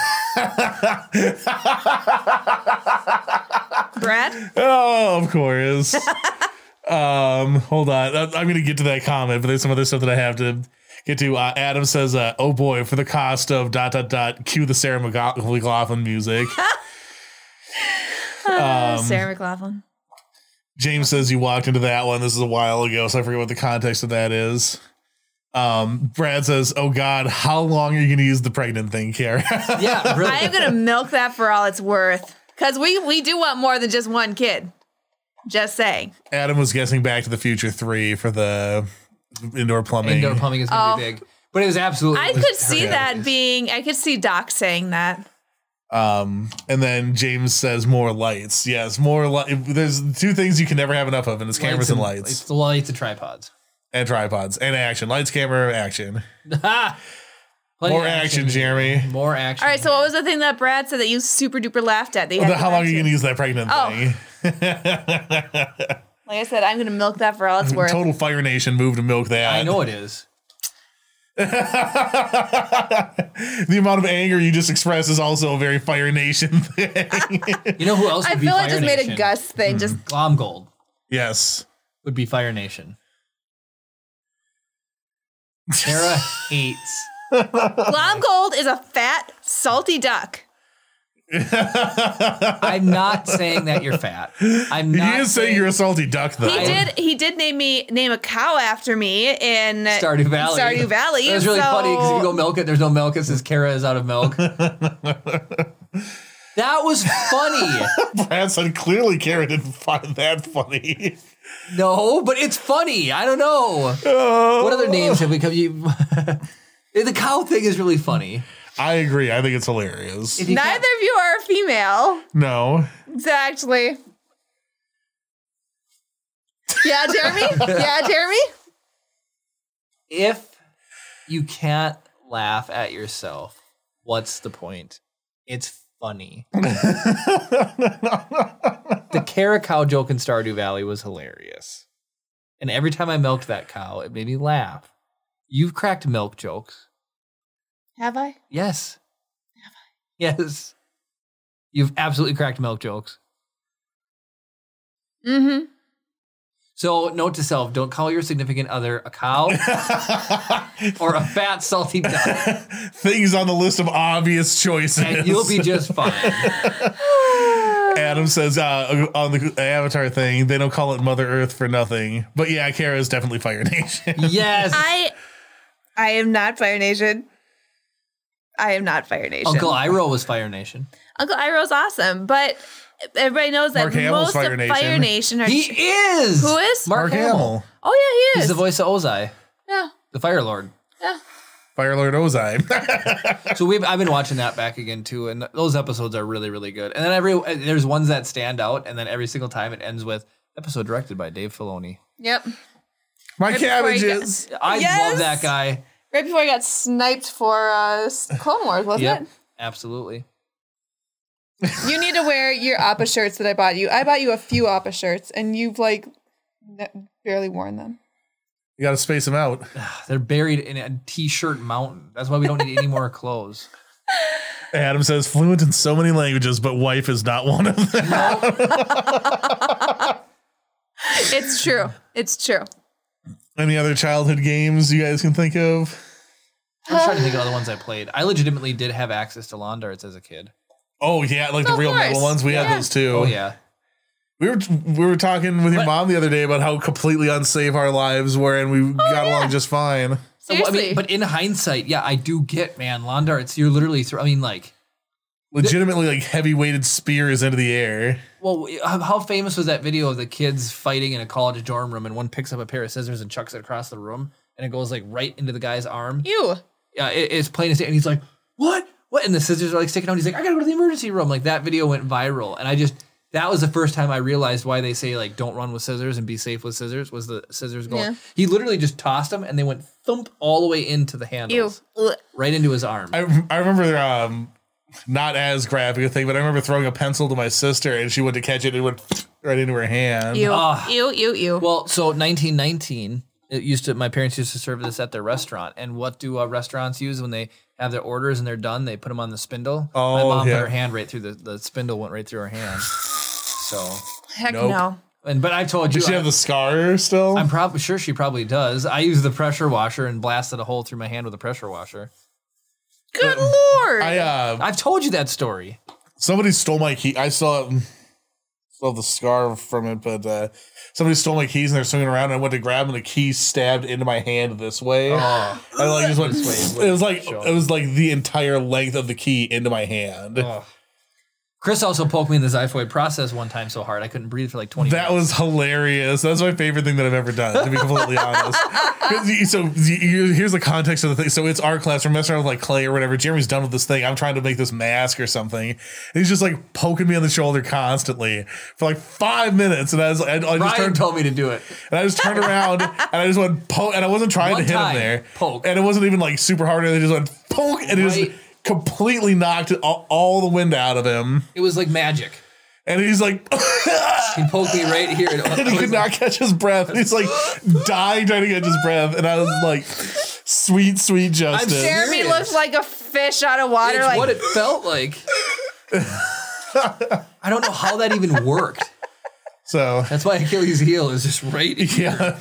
[SPEAKER 2] Brad.
[SPEAKER 3] oh, of course. *laughs* um, hold on. I, I'm gonna get to that comment, but there's some other stuff that I have to get to. Uh, Adam says, uh, "Oh boy, for the cost of dot dot dot, cue the Sarah McLa- McLaughlin music."
[SPEAKER 2] *laughs* Sarah McLaughlin.
[SPEAKER 3] James says you walked into that one. This is a while ago, so I forget what the context of that is. Um, Brad says, "Oh God, how long are you gonna use the pregnant thing, Kara?" *laughs*
[SPEAKER 1] yeah, really.
[SPEAKER 2] I am gonna milk that for all it's worth, cause we we do want more than just one kid. Just saying.
[SPEAKER 3] Adam was guessing Back to the Future three for the indoor plumbing.
[SPEAKER 1] Indoor plumbing is gonna be
[SPEAKER 2] Oh.
[SPEAKER 1] big. But it was absolutely.
[SPEAKER 2] I could see
[SPEAKER 3] Yeah.
[SPEAKER 2] that being. I could see Doc saying that.
[SPEAKER 3] Um, and then James says more lights. Yes, more light. There's two things you can never have enough of, and it's cameras and, lights
[SPEAKER 1] It's the lights and tripods. *laughs*
[SPEAKER 3] and tripods and action. Lights, camera, action.
[SPEAKER 1] Ha! Plenty
[SPEAKER 3] more
[SPEAKER 1] of
[SPEAKER 3] action, Jeremy.
[SPEAKER 1] More action.
[SPEAKER 2] All right. So what was the thing that Brad said that you super duper laughed at? That you had
[SPEAKER 3] How long are you
[SPEAKER 2] go
[SPEAKER 3] going
[SPEAKER 2] back
[SPEAKER 3] to use that pregnant
[SPEAKER 2] Oh.
[SPEAKER 3] thing?
[SPEAKER 2] to? Like I said, I'm gonna milk that for all it's worth.
[SPEAKER 3] Total Fire Nation move to milk that.
[SPEAKER 1] I know it is.
[SPEAKER 3] *laughs* The amount of anger you just expressed is also a very Fire Nation *laughs* thing.
[SPEAKER 1] You know who else? Would
[SPEAKER 2] I
[SPEAKER 1] be
[SPEAKER 2] feel I
[SPEAKER 1] Fire
[SPEAKER 2] just made
[SPEAKER 1] Nation?
[SPEAKER 2] a Gus thing. Just
[SPEAKER 1] Glom Gold
[SPEAKER 3] yes.
[SPEAKER 1] would be Fire Nation. *laughs* Sarah hates.
[SPEAKER 2] Glom Gold is a fat, salty duck.
[SPEAKER 1] I'm not saying that you're *laughs* fat. I'm
[SPEAKER 3] *laughs* You
[SPEAKER 1] not.
[SPEAKER 3] didn't say you're a salty duck, though.
[SPEAKER 2] He did. He did name me name a cow after me in
[SPEAKER 1] Stardew Valley.
[SPEAKER 2] Stardew Valley.
[SPEAKER 1] It was really
[SPEAKER 2] so-
[SPEAKER 1] funny because if you go milk it, there's no milk. It says Kara is out of *laughs* milk. that was funny. *laughs*
[SPEAKER 3] Branson clearly Kara didn't find that funny.
[SPEAKER 1] no, but it's funny. I don't know. What
[SPEAKER 3] *laughs*
[SPEAKER 1] other names have we come? You, *laughs* the cow thing is really funny.
[SPEAKER 3] I agree. I think it's hilarious.
[SPEAKER 1] If you
[SPEAKER 2] Neither
[SPEAKER 1] can't-
[SPEAKER 2] of you are female.
[SPEAKER 3] no.
[SPEAKER 2] Exactly. Yeah, Jeremy?
[SPEAKER 1] *laughs*
[SPEAKER 2] Yeah, Jeremy?
[SPEAKER 1] if you can't laugh at yourself, what's the point? It's funny. the Kara cow joke in Stardew Valley was hilarious. And every time I milked that cow, it made me laugh. You've cracked milk jokes.
[SPEAKER 2] Have I?
[SPEAKER 1] Yes. Yes. You've absolutely cracked milk jokes.
[SPEAKER 2] Mm-hmm.
[SPEAKER 1] So, note to self don't call your significant other a
[SPEAKER 2] *laughs*
[SPEAKER 1] cow or a fat, salty duck,
[SPEAKER 3] Things on the list of obvious choices.
[SPEAKER 1] and you'll be just fine.
[SPEAKER 3] *laughs* Adam says uh, on the Avatar thing, they don't call it Mother Earth for nothing. But yeah, Kara is definitely Fire Nation.
[SPEAKER 1] Yes.
[SPEAKER 2] I I am not Fire Nation. I am not Fire Nation.
[SPEAKER 1] Uncle Iro was Fire Nation.
[SPEAKER 2] Uncle Iroh's awesome, but everybody knows that
[SPEAKER 3] Mark Hamill's
[SPEAKER 2] most
[SPEAKER 3] Fire
[SPEAKER 2] of
[SPEAKER 3] Nation.
[SPEAKER 2] Fire Nation are
[SPEAKER 1] He is.
[SPEAKER 2] Who
[SPEAKER 1] *laughs*
[SPEAKER 2] is?
[SPEAKER 1] Mark, Hamill?
[SPEAKER 2] Oh yeah, he
[SPEAKER 1] He's
[SPEAKER 2] is.
[SPEAKER 1] the voice of Ozai,
[SPEAKER 2] yeah.
[SPEAKER 1] the Fire Lord.
[SPEAKER 2] Yeah.
[SPEAKER 3] Fire Lord Ozai. *laughs*
[SPEAKER 1] So we've I've been watching that back again too, and those episodes are really really good. And then every there's ones that stand out, and then every single time it ends with episode directed by Dave Filoni.
[SPEAKER 2] Yep.
[SPEAKER 3] My
[SPEAKER 2] before I get-
[SPEAKER 3] *laughs* cabbages.
[SPEAKER 1] I
[SPEAKER 2] Yes!
[SPEAKER 1] love that guy.
[SPEAKER 2] Right before I got sniped for uh Clone Wars, wasn't
[SPEAKER 1] Yep,
[SPEAKER 2] it?
[SPEAKER 1] absolutely.
[SPEAKER 2] You need to wear your Appa shirts that I bought you. I bought you a few Appa shirts, and you've like n- barely worn them.
[SPEAKER 3] You got to space them out.
[SPEAKER 1] They're buried in a t-shirt mountain. That's why we don't need any more *laughs* clothes.
[SPEAKER 3] Adam says fluent in so many languages, but wife is not one of them.
[SPEAKER 2] It's true. It's true.
[SPEAKER 3] Any other childhood games you guys can think of?
[SPEAKER 1] I'm trying to think of other ones I played. I legitimately did have access to lawn darts as a kid.
[SPEAKER 3] Oh yeah, like the
[SPEAKER 2] Of
[SPEAKER 3] real
[SPEAKER 2] course.
[SPEAKER 3] metal ones. We
[SPEAKER 2] Yeah.
[SPEAKER 3] had those too.
[SPEAKER 1] Oh yeah.
[SPEAKER 3] We were we were talking with your
[SPEAKER 1] But-
[SPEAKER 3] mom the other day about how completely unsafe our lives were, and we got along just fine.
[SPEAKER 1] Well, I
[SPEAKER 2] Seriously.
[SPEAKER 1] mean, but in hindsight, yeah, I do get man lawn darts. You're literally throw. I mean, like.
[SPEAKER 3] Legitimately, like heavy weighted spears into the air.
[SPEAKER 1] Well, how how famous was that video of the kids fighting in a college dorm room and one picks up a pair of scissors and chucks it across the room and it goes like right into the guy's arm?
[SPEAKER 2] you.
[SPEAKER 1] Yeah, it- it's plain as day. And he's like, what? What? And the scissors are like sticking out. He's like, I gotta go to the emergency room. Like that video went viral. And I just, that was the first time I realized why they say like don't run with scissors and be safe with scissors was the scissors going.
[SPEAKER 2] Yeah.
[SPEAKER 1] He literally just tossed them and they went thump all the way into the handles,
[SPEAKER 2] Ugh.
[SPEAKER 1] right into his arm.
[SPEAKER 3] I I remember um, not as graphic a thing, but I remember throwing a pencil to my sister, and she went to catch it, and it went *sniffs* right into her hand.
[SPEAKER 2] You.
[SPEAKER 1] Ugh.
[SPEAKER 2] You. You. You.
[SPEAKER 1] Well, so 1919, it used to. My parents used to serve this at their restaurant. And what do uh, restaurants use when they have their orders and they're done? They put them on the spindle. my
[SPEAKER 3] Oh,
[SPEAKER 1] mom
[SPEAKER 3] yeah.
[SPEAKER 1] put her hand right through the the spindle went right through her hand. So,
[SPEAKER 2] Heck
[SPEAKER 3] nope.
[SPEAKER 2] no.
[SPEAKER 1] and but I told you.
[SPEAKER 3] Does she
[SPEAKER 1] I,
[SPEAKER 3] have the scar still?
[SPEAKER 1] am probably sure she probably does. I used the pressure washer and blasted a hole through my hand with a pressure washer.
[SPEAKER 2] Good lord.
[SPEAKER 3] I uh,
[SPEAKER 1] I've told you that story.
[SPEAKER 3] somebody stole my key. I still have, still have the scar from it, but uh, somebody stole my keys and they're swinging around. And I went to grab them, and the key stabbed into my hand this way.
[SPEAKER 1] Oh,
[SPEAKER 3] I like just went.
[SPEAKER 1] This way,
[SPEAKER 3] It was like
[SPEAKER 1] sure.
[SPEAKER 3] it was like the entire length of the key into my hand.
[SPEAKER 1] oh. Chris also poked me in the xiphoid process one time so hard I couldn't breathe for like 20
[SPEAKER 3] That
[SPEAKER 1] minutes.
[SPEAKER 3] was hilarious. That's my favorite thing that I've ever done, to be completely *laughs* honest. 'Cause you- So you- you- here's the context of the thing. So it's our class. We're messing around with like clay or whatever. Jeremy's done with this thing. I'm trying to make this mask or something. And he's just like poking me on the shoulder constantly for like five minutes. And I was, I, I just
[SPEAKER 1] Ryan
[SPEAKER 3] turned,
[SPEAKER 1] told me to do it.
[SPEAKER 3] and I just turned around and I just went poke. And I wasn't trying
[SPEAKER 1] One
[SPEAKER 3] to hit
[SPEAKER 1] time,
[SPEAKER 3] him there.
[SPEAKER 1] poke.
[SPEAKER 3] And it wasn't even like super hard. And they just went poke and it just
[SPEAKER 1] Right.
[SPEAKER 3] completely knocked all, all the wind out of him.
[SPEAKER 1] It was like magic.
[SPEAKER 3] And he's like, *laughs*
[SPEAKER 1] He poked me right here.
[SPEAKER 3] and he could not catch his breath. And he's like dying trying to catch his breath. And I was like, sweet, sweet Justin.
[SPEAKER 1] sure-
[SPEAKER 2] Jeremy
[SPEAKER 1] Serious.
[SPEAKER 2] looked like a fish out of water.
[SPEAKER 1] It's
[SPEAKER 2] like
[SPEAKER 1] what it felt like. I don't know how that even worked.
[SPEAKER 3] so *laughs*
[SPEAKER 1] That's why Achilles' heel is just right here,
[SPEAKER 3] yeah.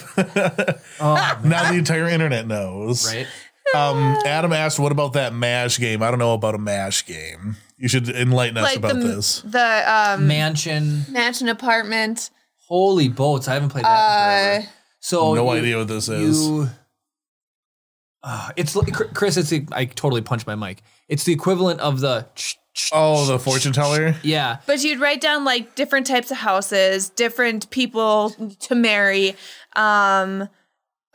[SPEAKER 3] *laughs* now the entire internet knows.
[SPEAKER 1] right?
[SPEAKER 3] Um, Adam asked, what about that MASH game? I don't know about a MASH game. You should enlighten us
[SPEAKER 2] like
[SPEAKER 3] about
[SPEAKER 2] the
[SPEAKER 3] this.
[SPEAKER 2] the um,
[SPEAKER 1] Mansion,
[SPEAKER 2] mansion apartment.
[SPEAKER 1] holy boats. I haven't played that. in
[SPEAKER 2] Uh,
[SPEAKER 1] forever. So
[SPEAKER 3] no
[SPEAKER 1] you-
[SPEAKER 3] idea what this is.
[SPEAKER 1] You, Ah, it's like- Chr- Chris. It's the, I totally punched my mic. It's the equivalent of the ch- ch-
[SPEAKER 3] oh, the fortune teller?
[SPEAKER 1] yeah.
[SPEAKER 2] But you'd write down like different types of houses, different people to marry, um,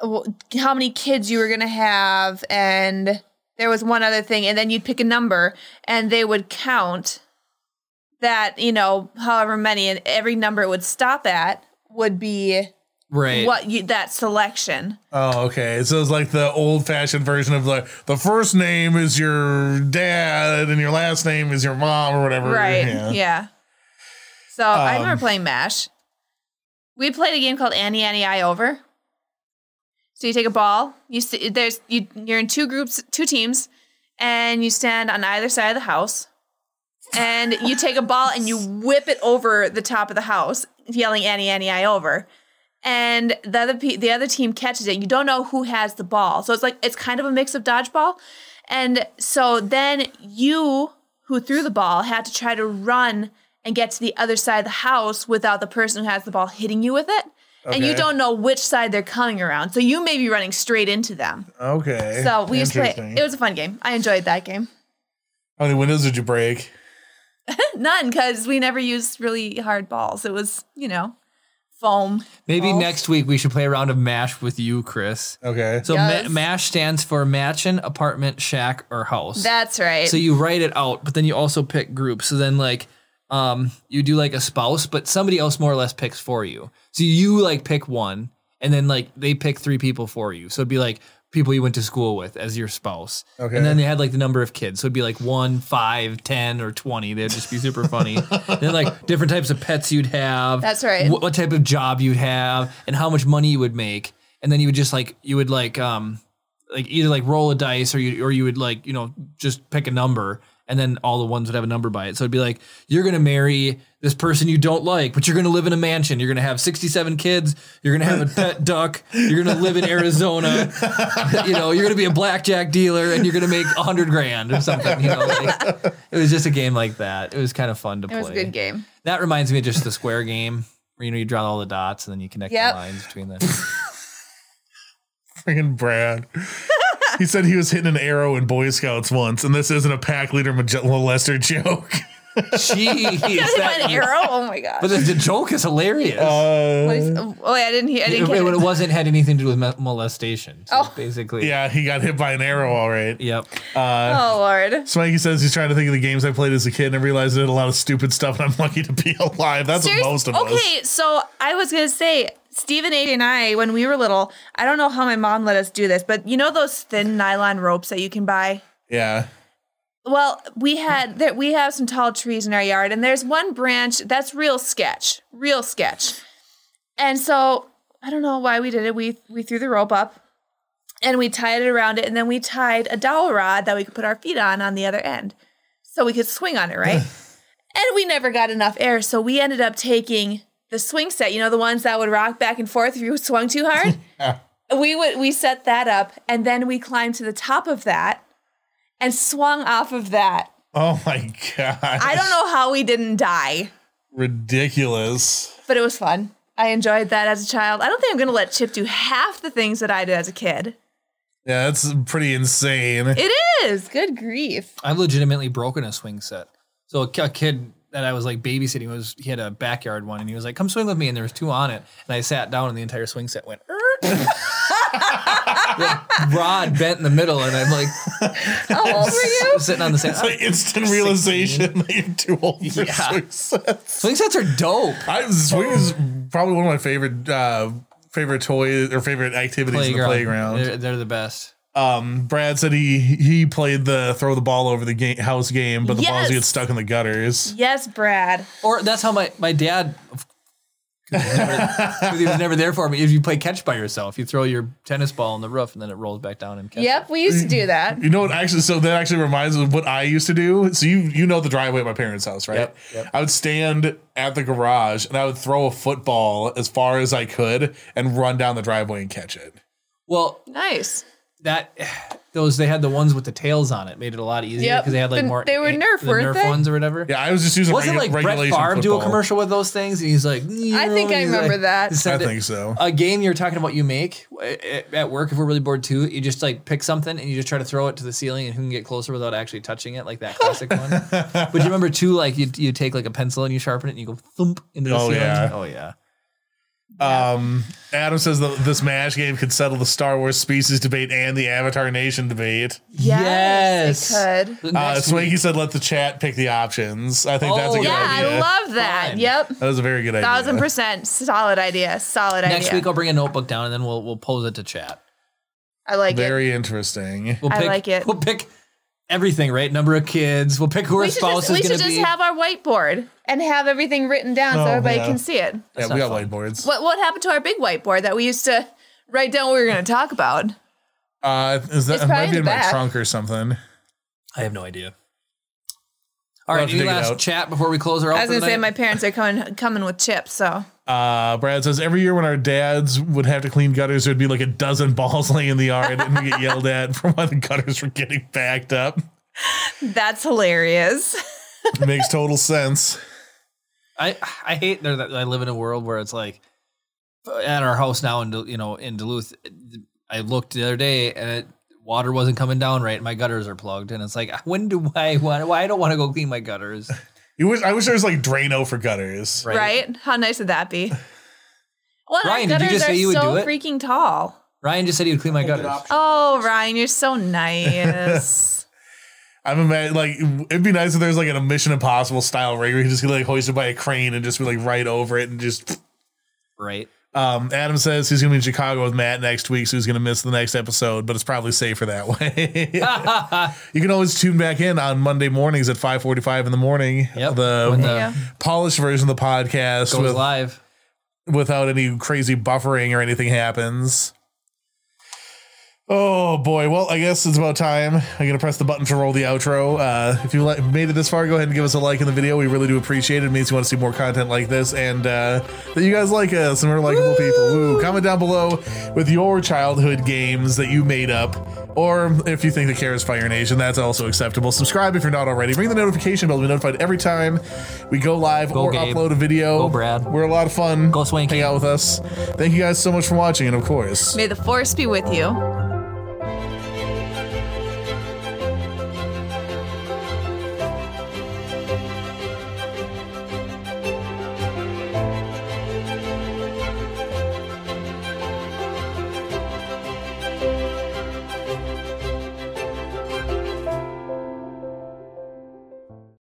[SPEAKER 2] wh- how many kids you were gonna have, and there was one other thing, and then you'd pick a number, and they would count that you know however many, and every number it would stop at would be
[SPEAKER 1] Right.
[SPEAKER 2] what you that selection.
[SPEAKER 3] Oh, okay. So it's like the old fashioned version of like the first name is your dad and your last name is your mom or whatever.
[SPEAKER 2] Right.
[SPEAKER 3] Yeah.
[SPEAKER 2] Yeah. So I
[SPEAKER 3] Um,
[SPEAKER 2] remember playing MASH. We played a game called Annie Annie I Over. So you take a ball. You st- there's you you're in two groups, two teams, and you stand on either side of the house. And you take a ball and you whip it over the top of the house, yelling Annie Annie I Over. And the other pe- the other team catches it. You don't know who has the ball, so it's like it's kind of a mix of dodgeball. And so then you, who threw the ball, had to try to run and get to the other side of the house without the person who has the ball hitting you with it. And you
[SPEAKER 3] Okay.
[SPEAKER 2] don't know which side they're coming around. So you may be running straight into them.
[SPEAKER 3] Okay.
[SPEAKER 2] So we used to play.
[SPEAKER 3] Interesting.
[SPEAKER 2] It was a fun game. I enjoyed that game.
[SPEAKER 3] How many windows did you break?
[SPEAKER 2] None, because we never used really hard balls. It was, you know, foam.
[SPEAKER 1] Maybe
[SPEAKER 2] balls.
[SPEAKER 1] next week we should play a round of Mash with you, Chris.
[SPEAKER 3] Okay. *laughs*
[SPEAKER 1] So
[SPEAKER 2] Yes.
[SPEAKER 1] ma- Mash stands for mansion, apartment, shack, or house.
[SPEAKER 2] That's right.
[SPEAKER 1] so you write it out, but then you also pick groups. So then like um you do like a spouse, but somebody else more or less picks for you. So you like pick one and then like they pick three people for you. So it'd be like people you went to school with as your spouse.
[SPEAKER 3] Okay.
[SPEAKER 1] And then they had like the number of kids. So it'd be like one, five, ten, or twenty. That'd just be super funny. And then like different types of pets you'd have.
[SPEAKER 2] That's right.
[SPEAKER 1] What, what type of job you'd have and how much money you would make. And then you would just like you would like um like either like roll a dice or you or you would like you know just pick a number and then all the ones would have a number by it. So it'd be like you're gonna marry this person you don't like, but you're gonna live in a mansion. You're gonna have 67 kids. You're gonna have a pet duck. You're gonna live in Arizona. you know, you're gonna be a blackjack dealer and you're gonna make 100 grand or something. You know, like, it was just a game like that. It was kind of fun to
[SPEAKER 2] it
[SPEAKER 1] play.
[SPEAKER 2] was a good game.
[SPEAKER 1] That reminds me of just the square game. where You know, you draw all the dots and then you connect
[SPEAKER 2] Yep.
[SPEAKER 1] the lines between
[SPEAKER 2] *laughs*
[SPEAKER 1] them.
[SPEAKER 3] Freaking Brad. he said he was hitting an arrow in Boy Scouts once, and this isn't a pack leader maj- molester joke. *laughs*
[SPEAKER 1] Jeez,
[SPEAKER 2] Is
[SPEAKER 1] that-
[SPEAKER 2] an arrow? Oh *laughs* my god.
[SPEAKER 1] but the, the joke is hilarious.
[SPEAKER 3] Uh,
[SPEAKER 2] What is- oh, wait, I didn't hear. I
[SPEAKER 1] it,
[SPEAKER 2] didn't catch
[SPEAKER 1] it
[SPEAKER 2] it.
[SPEAKER 1] wasn't had anything to do with mo- molestation. So
[SPEAKER 2] Oh.
[SPEAKER 1] basically.
[SPEAKER 3] yeah, he got hit by an arrow, all right.
[SPEAKER 1] Yep.
[SPEAKER 2] Oh lord.
[SPEAKER 3] Swanky says he's trying to think of the games I played as a kid and I realized I did a lot of stupid stuff and I'm lucky to be *laughs* alive. That's
[SPEAKER 2] Serious-
[SPEAKER 3] what most of us.
[SPEAKER 2] okay, so I was gonna say Stephen A. and I, when we were little, I don't know how my mom let us do this, but you know those thin nylon ropes that you can buy.
[SPEAKER 3] Yeah.
[SPEAKER 2] Well, we had that we have some tall trees in our yard, and there's one branch that's real sketch, real sketch. And so I don't know why we did it. We we threw the rope up, and we tied it around it, and then we tied a dowel rod that we could put our feet on on the other end, so we could swing on it, right? and we never got enough air, so we ended up taking the swing set. You know, the ones that would rock back and forth if you swung too hard. we would we set that up, and then we climbed to the top of that, and swung off of that.
[SPEAKER 3] Oh my god.
[SPEAKER 2] I don't know how we didn't die,
[SPEAKER 3] Ridiculous.
[SPEAKER 2] but it was fun. I enjoyed that as a child. I don't think I'm going to let Chip do half the things that I did as a kid.
[SPEAKER 3] Yeah, that's pretty insane.
[SPEAKER 2] It is. Good grief.
[SPEAKER 1] I've legitimately broken a swing set. So a, ki- a kid that I was like babysitting was he had a backyard one and he was like, "Come swing with me," and there was two on it, and I sat down and the entire swing set went.
[SPEAKER 3] *laughs*
[SPEAKER 1] "Er." the rod bent in the middle, and I'm like
[SPEAKER 2] How old were *laughs* you?
[SPEAKER 1] sitting on the sand.
[SPEAKER 3] It's like instant realization *laughs* that you're too old for
[SPEAKER 1] Yeah.
[SPEAKER 3] swing sets.
[SPEAKER 1] swing sets are dope.
[SPEAKER 3] I, swing is probably one of my favorite uh, favorite toys or favorite activities in the playground.
[SPEAKER 1] They're, they're the best.
[SPEAKER 3] Um, Brad said he he played the throw the ball over the game, house game, but the balls
[SPEAKER 2] Yes.
[SPEAKER 3] get stuck in the gutters.
[SPEAKER 2] Yes, Brad.
[SPEAKER 1] Or that's how my my dad. 'cause He was, never, 'cause he was never there for me. If you play catch by yourself, you throw your tennis ball on the roof and then it rolls back down and catch.
[SPEAKER 2] Yep, we used to do that.
[SPEAKER 3] You know what? Actually, so that actually reminds me of what I used to do. So you you know the driveway at my parents' house, right?
[SPEAKER 1] Yep, yep.
[SPEAKER 3] I would stand at the garage and I would throw a football as far as I could and run down the driveway and catch it.
[SPEAKER 1] Well,
[SPEAKER 2] Nice.
[SPEAKER 1] that those they had the ones with the tails on it made it a lot easier because
[SPEAKER 2] Yep.
[SPEAKER 1] they had like
[SPEAKER 2] The-
[SPEAKER 1] more
[SPEAKER 2] they were Nerf,
[SPEAKER 1] the
[SPEAKER 2] weren't
[SPEAKER 1] Nerf
[SPEAKER 2] they?
[SPEAKER 1] ones or whatever.
[SPEAKER 3] Yeah, I was just using
[SPEAKER 1] Wasn't
[SPEAKER 3] regu-
[SPEAKER 1] like Brett
[SPEAKER 3] regulation
[SPEAKER 1] Favre do a
[SPEAKER 3] football.
[SPEAKER 1] commercial with those things, and he's like,
[SPEAKER 2] I think I
[SPEAKER 1] he's
[SPEAKER 2] remember
[SPEAKER 1] like-
[SPEAKER 2] that.
[SPEAKER 1] he said Oh,
[SPEAKER 3] I think so.
[SPEAKER 1] A game you're talking about you make eh, at work. If we're really bored too, you just like pick something and you just try to throw it to the ceiling, and who can get closer without actually touching it, like
[SPEAKER 3] *laughs*
[SPEAKER 1] that classic one. But you remember too, like you you take like a pencil and you sharpen it and you go thump into the
[SPEAKER 3] Oh,
[SPEAKER 1] ceiling.
[SPEAKER 3] yeah.
[SPEAKER 1] Oh yeah.
[SPEAKER 3] Um, Adam says that this Smash game could settle the Star Wars species debate and the Avatar Nation debate.
[SPEAKER 1] Yes.
[SPEAKER 2] Yes, it could.
[SPEAKER 1] The
[SPEAKER 3] Uh,
[SPEAKER 1] next week-
[SPEAKER 3] Swanky said, "Let the chat pick the options." I think that's a
[SPEAKER 1] Oh,
[SPEAKER 3] good
[SPEAKER 2] Yeah,
[SPEAKER 3] idea.
[SPEAKER 2] I love that.
[SPEAKER 1] Fun.
[SPEAKER 2] Yep.
[SPEAKER 3] that was a very good idea.
[SPEAKER 2] Thousand percent. Solid idea. Solid
[SPEAKER 1] next
[SPEAKER 2] idea.
[SPEAKER 1] week I'll bring a notebook down and then we'll we'll pose it to chat.
[SPEAKER 2] I like it.
[SPEAKER 3] Very interesting.
[SPEAKER 1] We'll
[SPEAKER 2] I
[SPEAKER 1] pick,
[SPEAKER 2] like it.
[SPEAKER 1] We'll pick everything, right? Number of kids. We'll pick who our
[SPEAKER 2] We should
[SPEAKER 1] spouse
[SPEAKER 2] just, we
[SPEAKER 1] is
[SPEAKER 2] should
[SPEAKER 1] going to
[SPEAKER 2] just
[SPEAKER 1] be.
[SPEAKER 2] have our whiteboard and have everything written down so
[SPEAKER 3] Oh,
[SPEAKER 2] everybody
[SPEAKER 3] yeah.
[SPEAKER 2] can see it.
[SPEAKER 3] Yeah,
[SPEAKER 1] not
[SPEAKER 3] we got
[SPEAKER 1] fun.
[SPEAKER 3] whiteboards.
[SPEAKER 2] What what happened to our big whiteboard that we used to write down what we were going to talk about?
[SPEAKER 3] Uh, is that
[SPEAKER 2] It's
[SPEAKER 3] it
[SPEAKER 2] probably
[SPEAKER 3] might
[SPEAKER 2] in
[SPEAKER 3] be
[SPEAKER 2] the
[SPEAKER 3] in my
[SPEAKER 2] back.
[SPEAKER 3] trunk or something?
[SPEAKER 1] I have no idea. All
[SPEAKER 3] have
[SPEAKER 1] right,
[SPEAKER 3] to
[SPEAKER 1] any
[SPEAKER 3] dig it
[SPEAKER 1] last
[SPEAKER 3] out.
[SPEAKER 1] chat before we close her off?
[SPEAKER 2] I was
[SPEAKER 1] for the
[SPEAKER 2] going to say
[SPEAKER 1] night?
[SPEAKER 2] my parents are coming coming with chips, so
[SPEAKER 3] Uh, Brad says every year when our dads would have to clean gutters, there'd be like a dozen balls *laughs* laying in the yard, and we get yelled at for why the gutters were getting backed up.
[SPEAKER 2] that's hilarious. *laughs*
[SPEAKER 3] makes total sense.
[SPEAKER 1] I I hate there that I live in a world where it's like at our house now in Dul- you know in Duluth. I looked the other day and it, water wasn't coming down right. My gutters are plugged, and it's like *laughs* when do I want? Why I don't want to go clean my gutters?
[SPEAKER 3] You wish I wish there was like Drano for gutters.
[SPEAKER 1] Right.
[SPEAKER 2] Right? How nice would that be? Well, our
[SPEAKER 1] Ryan, did you
[SPEAKER 2] gutters
[SPEAKER 1] just
[SPEAKER 2] are
[SPEAKER 1] say you would
[SPEAKER 2] so
[SPEAKER 1] do it?
[SPEAKER 2] freaking tall.
[SPEAKER 1] Ryan just said he would clean my gutters.
[SPEAKER 2] Oh, Ryan, you're
[SPEAKER 1] *laughs*
[SPEAKER 2] so nice.
[SPEAKER 3] I'm imagine like it'd be nice if there's like an a Mission Impossible style rig where you just get like hoisted by a crane and just be like right over it and just.
[SPEAKER 1] Right. *laughs*
[SPEAKER 3] Um, Adam says he's gonna be in Chicago with Matt next week, so he's gonna miss the next episode, but it's probably safer that way. *laughs* you can always tune back in on Monday mornings at 5:45 in the morning.
[SPEAKER 1] Yep.
[SPEAKER 3] The
[SPEAKER 1] When the-
[SPEAKER 2] yeah.
[SPEAKER 3] polished version of the podcast
[SPEAKER 1] Goes
[SPEAKER 3] with,
[SPEAKER 1] live.
[SPEAKER 3] without any crazy buffering or anything happens. Oh boy! Well, I guess it's about time. I'm gonna press the button to roll the outro. Uh, if you like, made it this far, go ahead and give us a like in the video. We really do appreciate it. It means you want to see more content like this, and uh, that you guys like us and we're likable people. Woo! Comment down below with your childhood games that you made up, or if you think the care is Fire Nation, that's also acceptable. Subscribe if you're not already. Ring the notification bell to be notified every time we go live or
[SPEAKER 1] Gabe.
[SPEAKER 3] upload a video.
[SPEAKER 1] Go, Brad.
[SPEAKER 3] We're a lot of fun.
[SPEAKER 1] Go Swanky.
[SPEAKER 3] Hang out with us. Thank you guys so much for watching, and of course.
[SPEAKER 2] May the force be with you.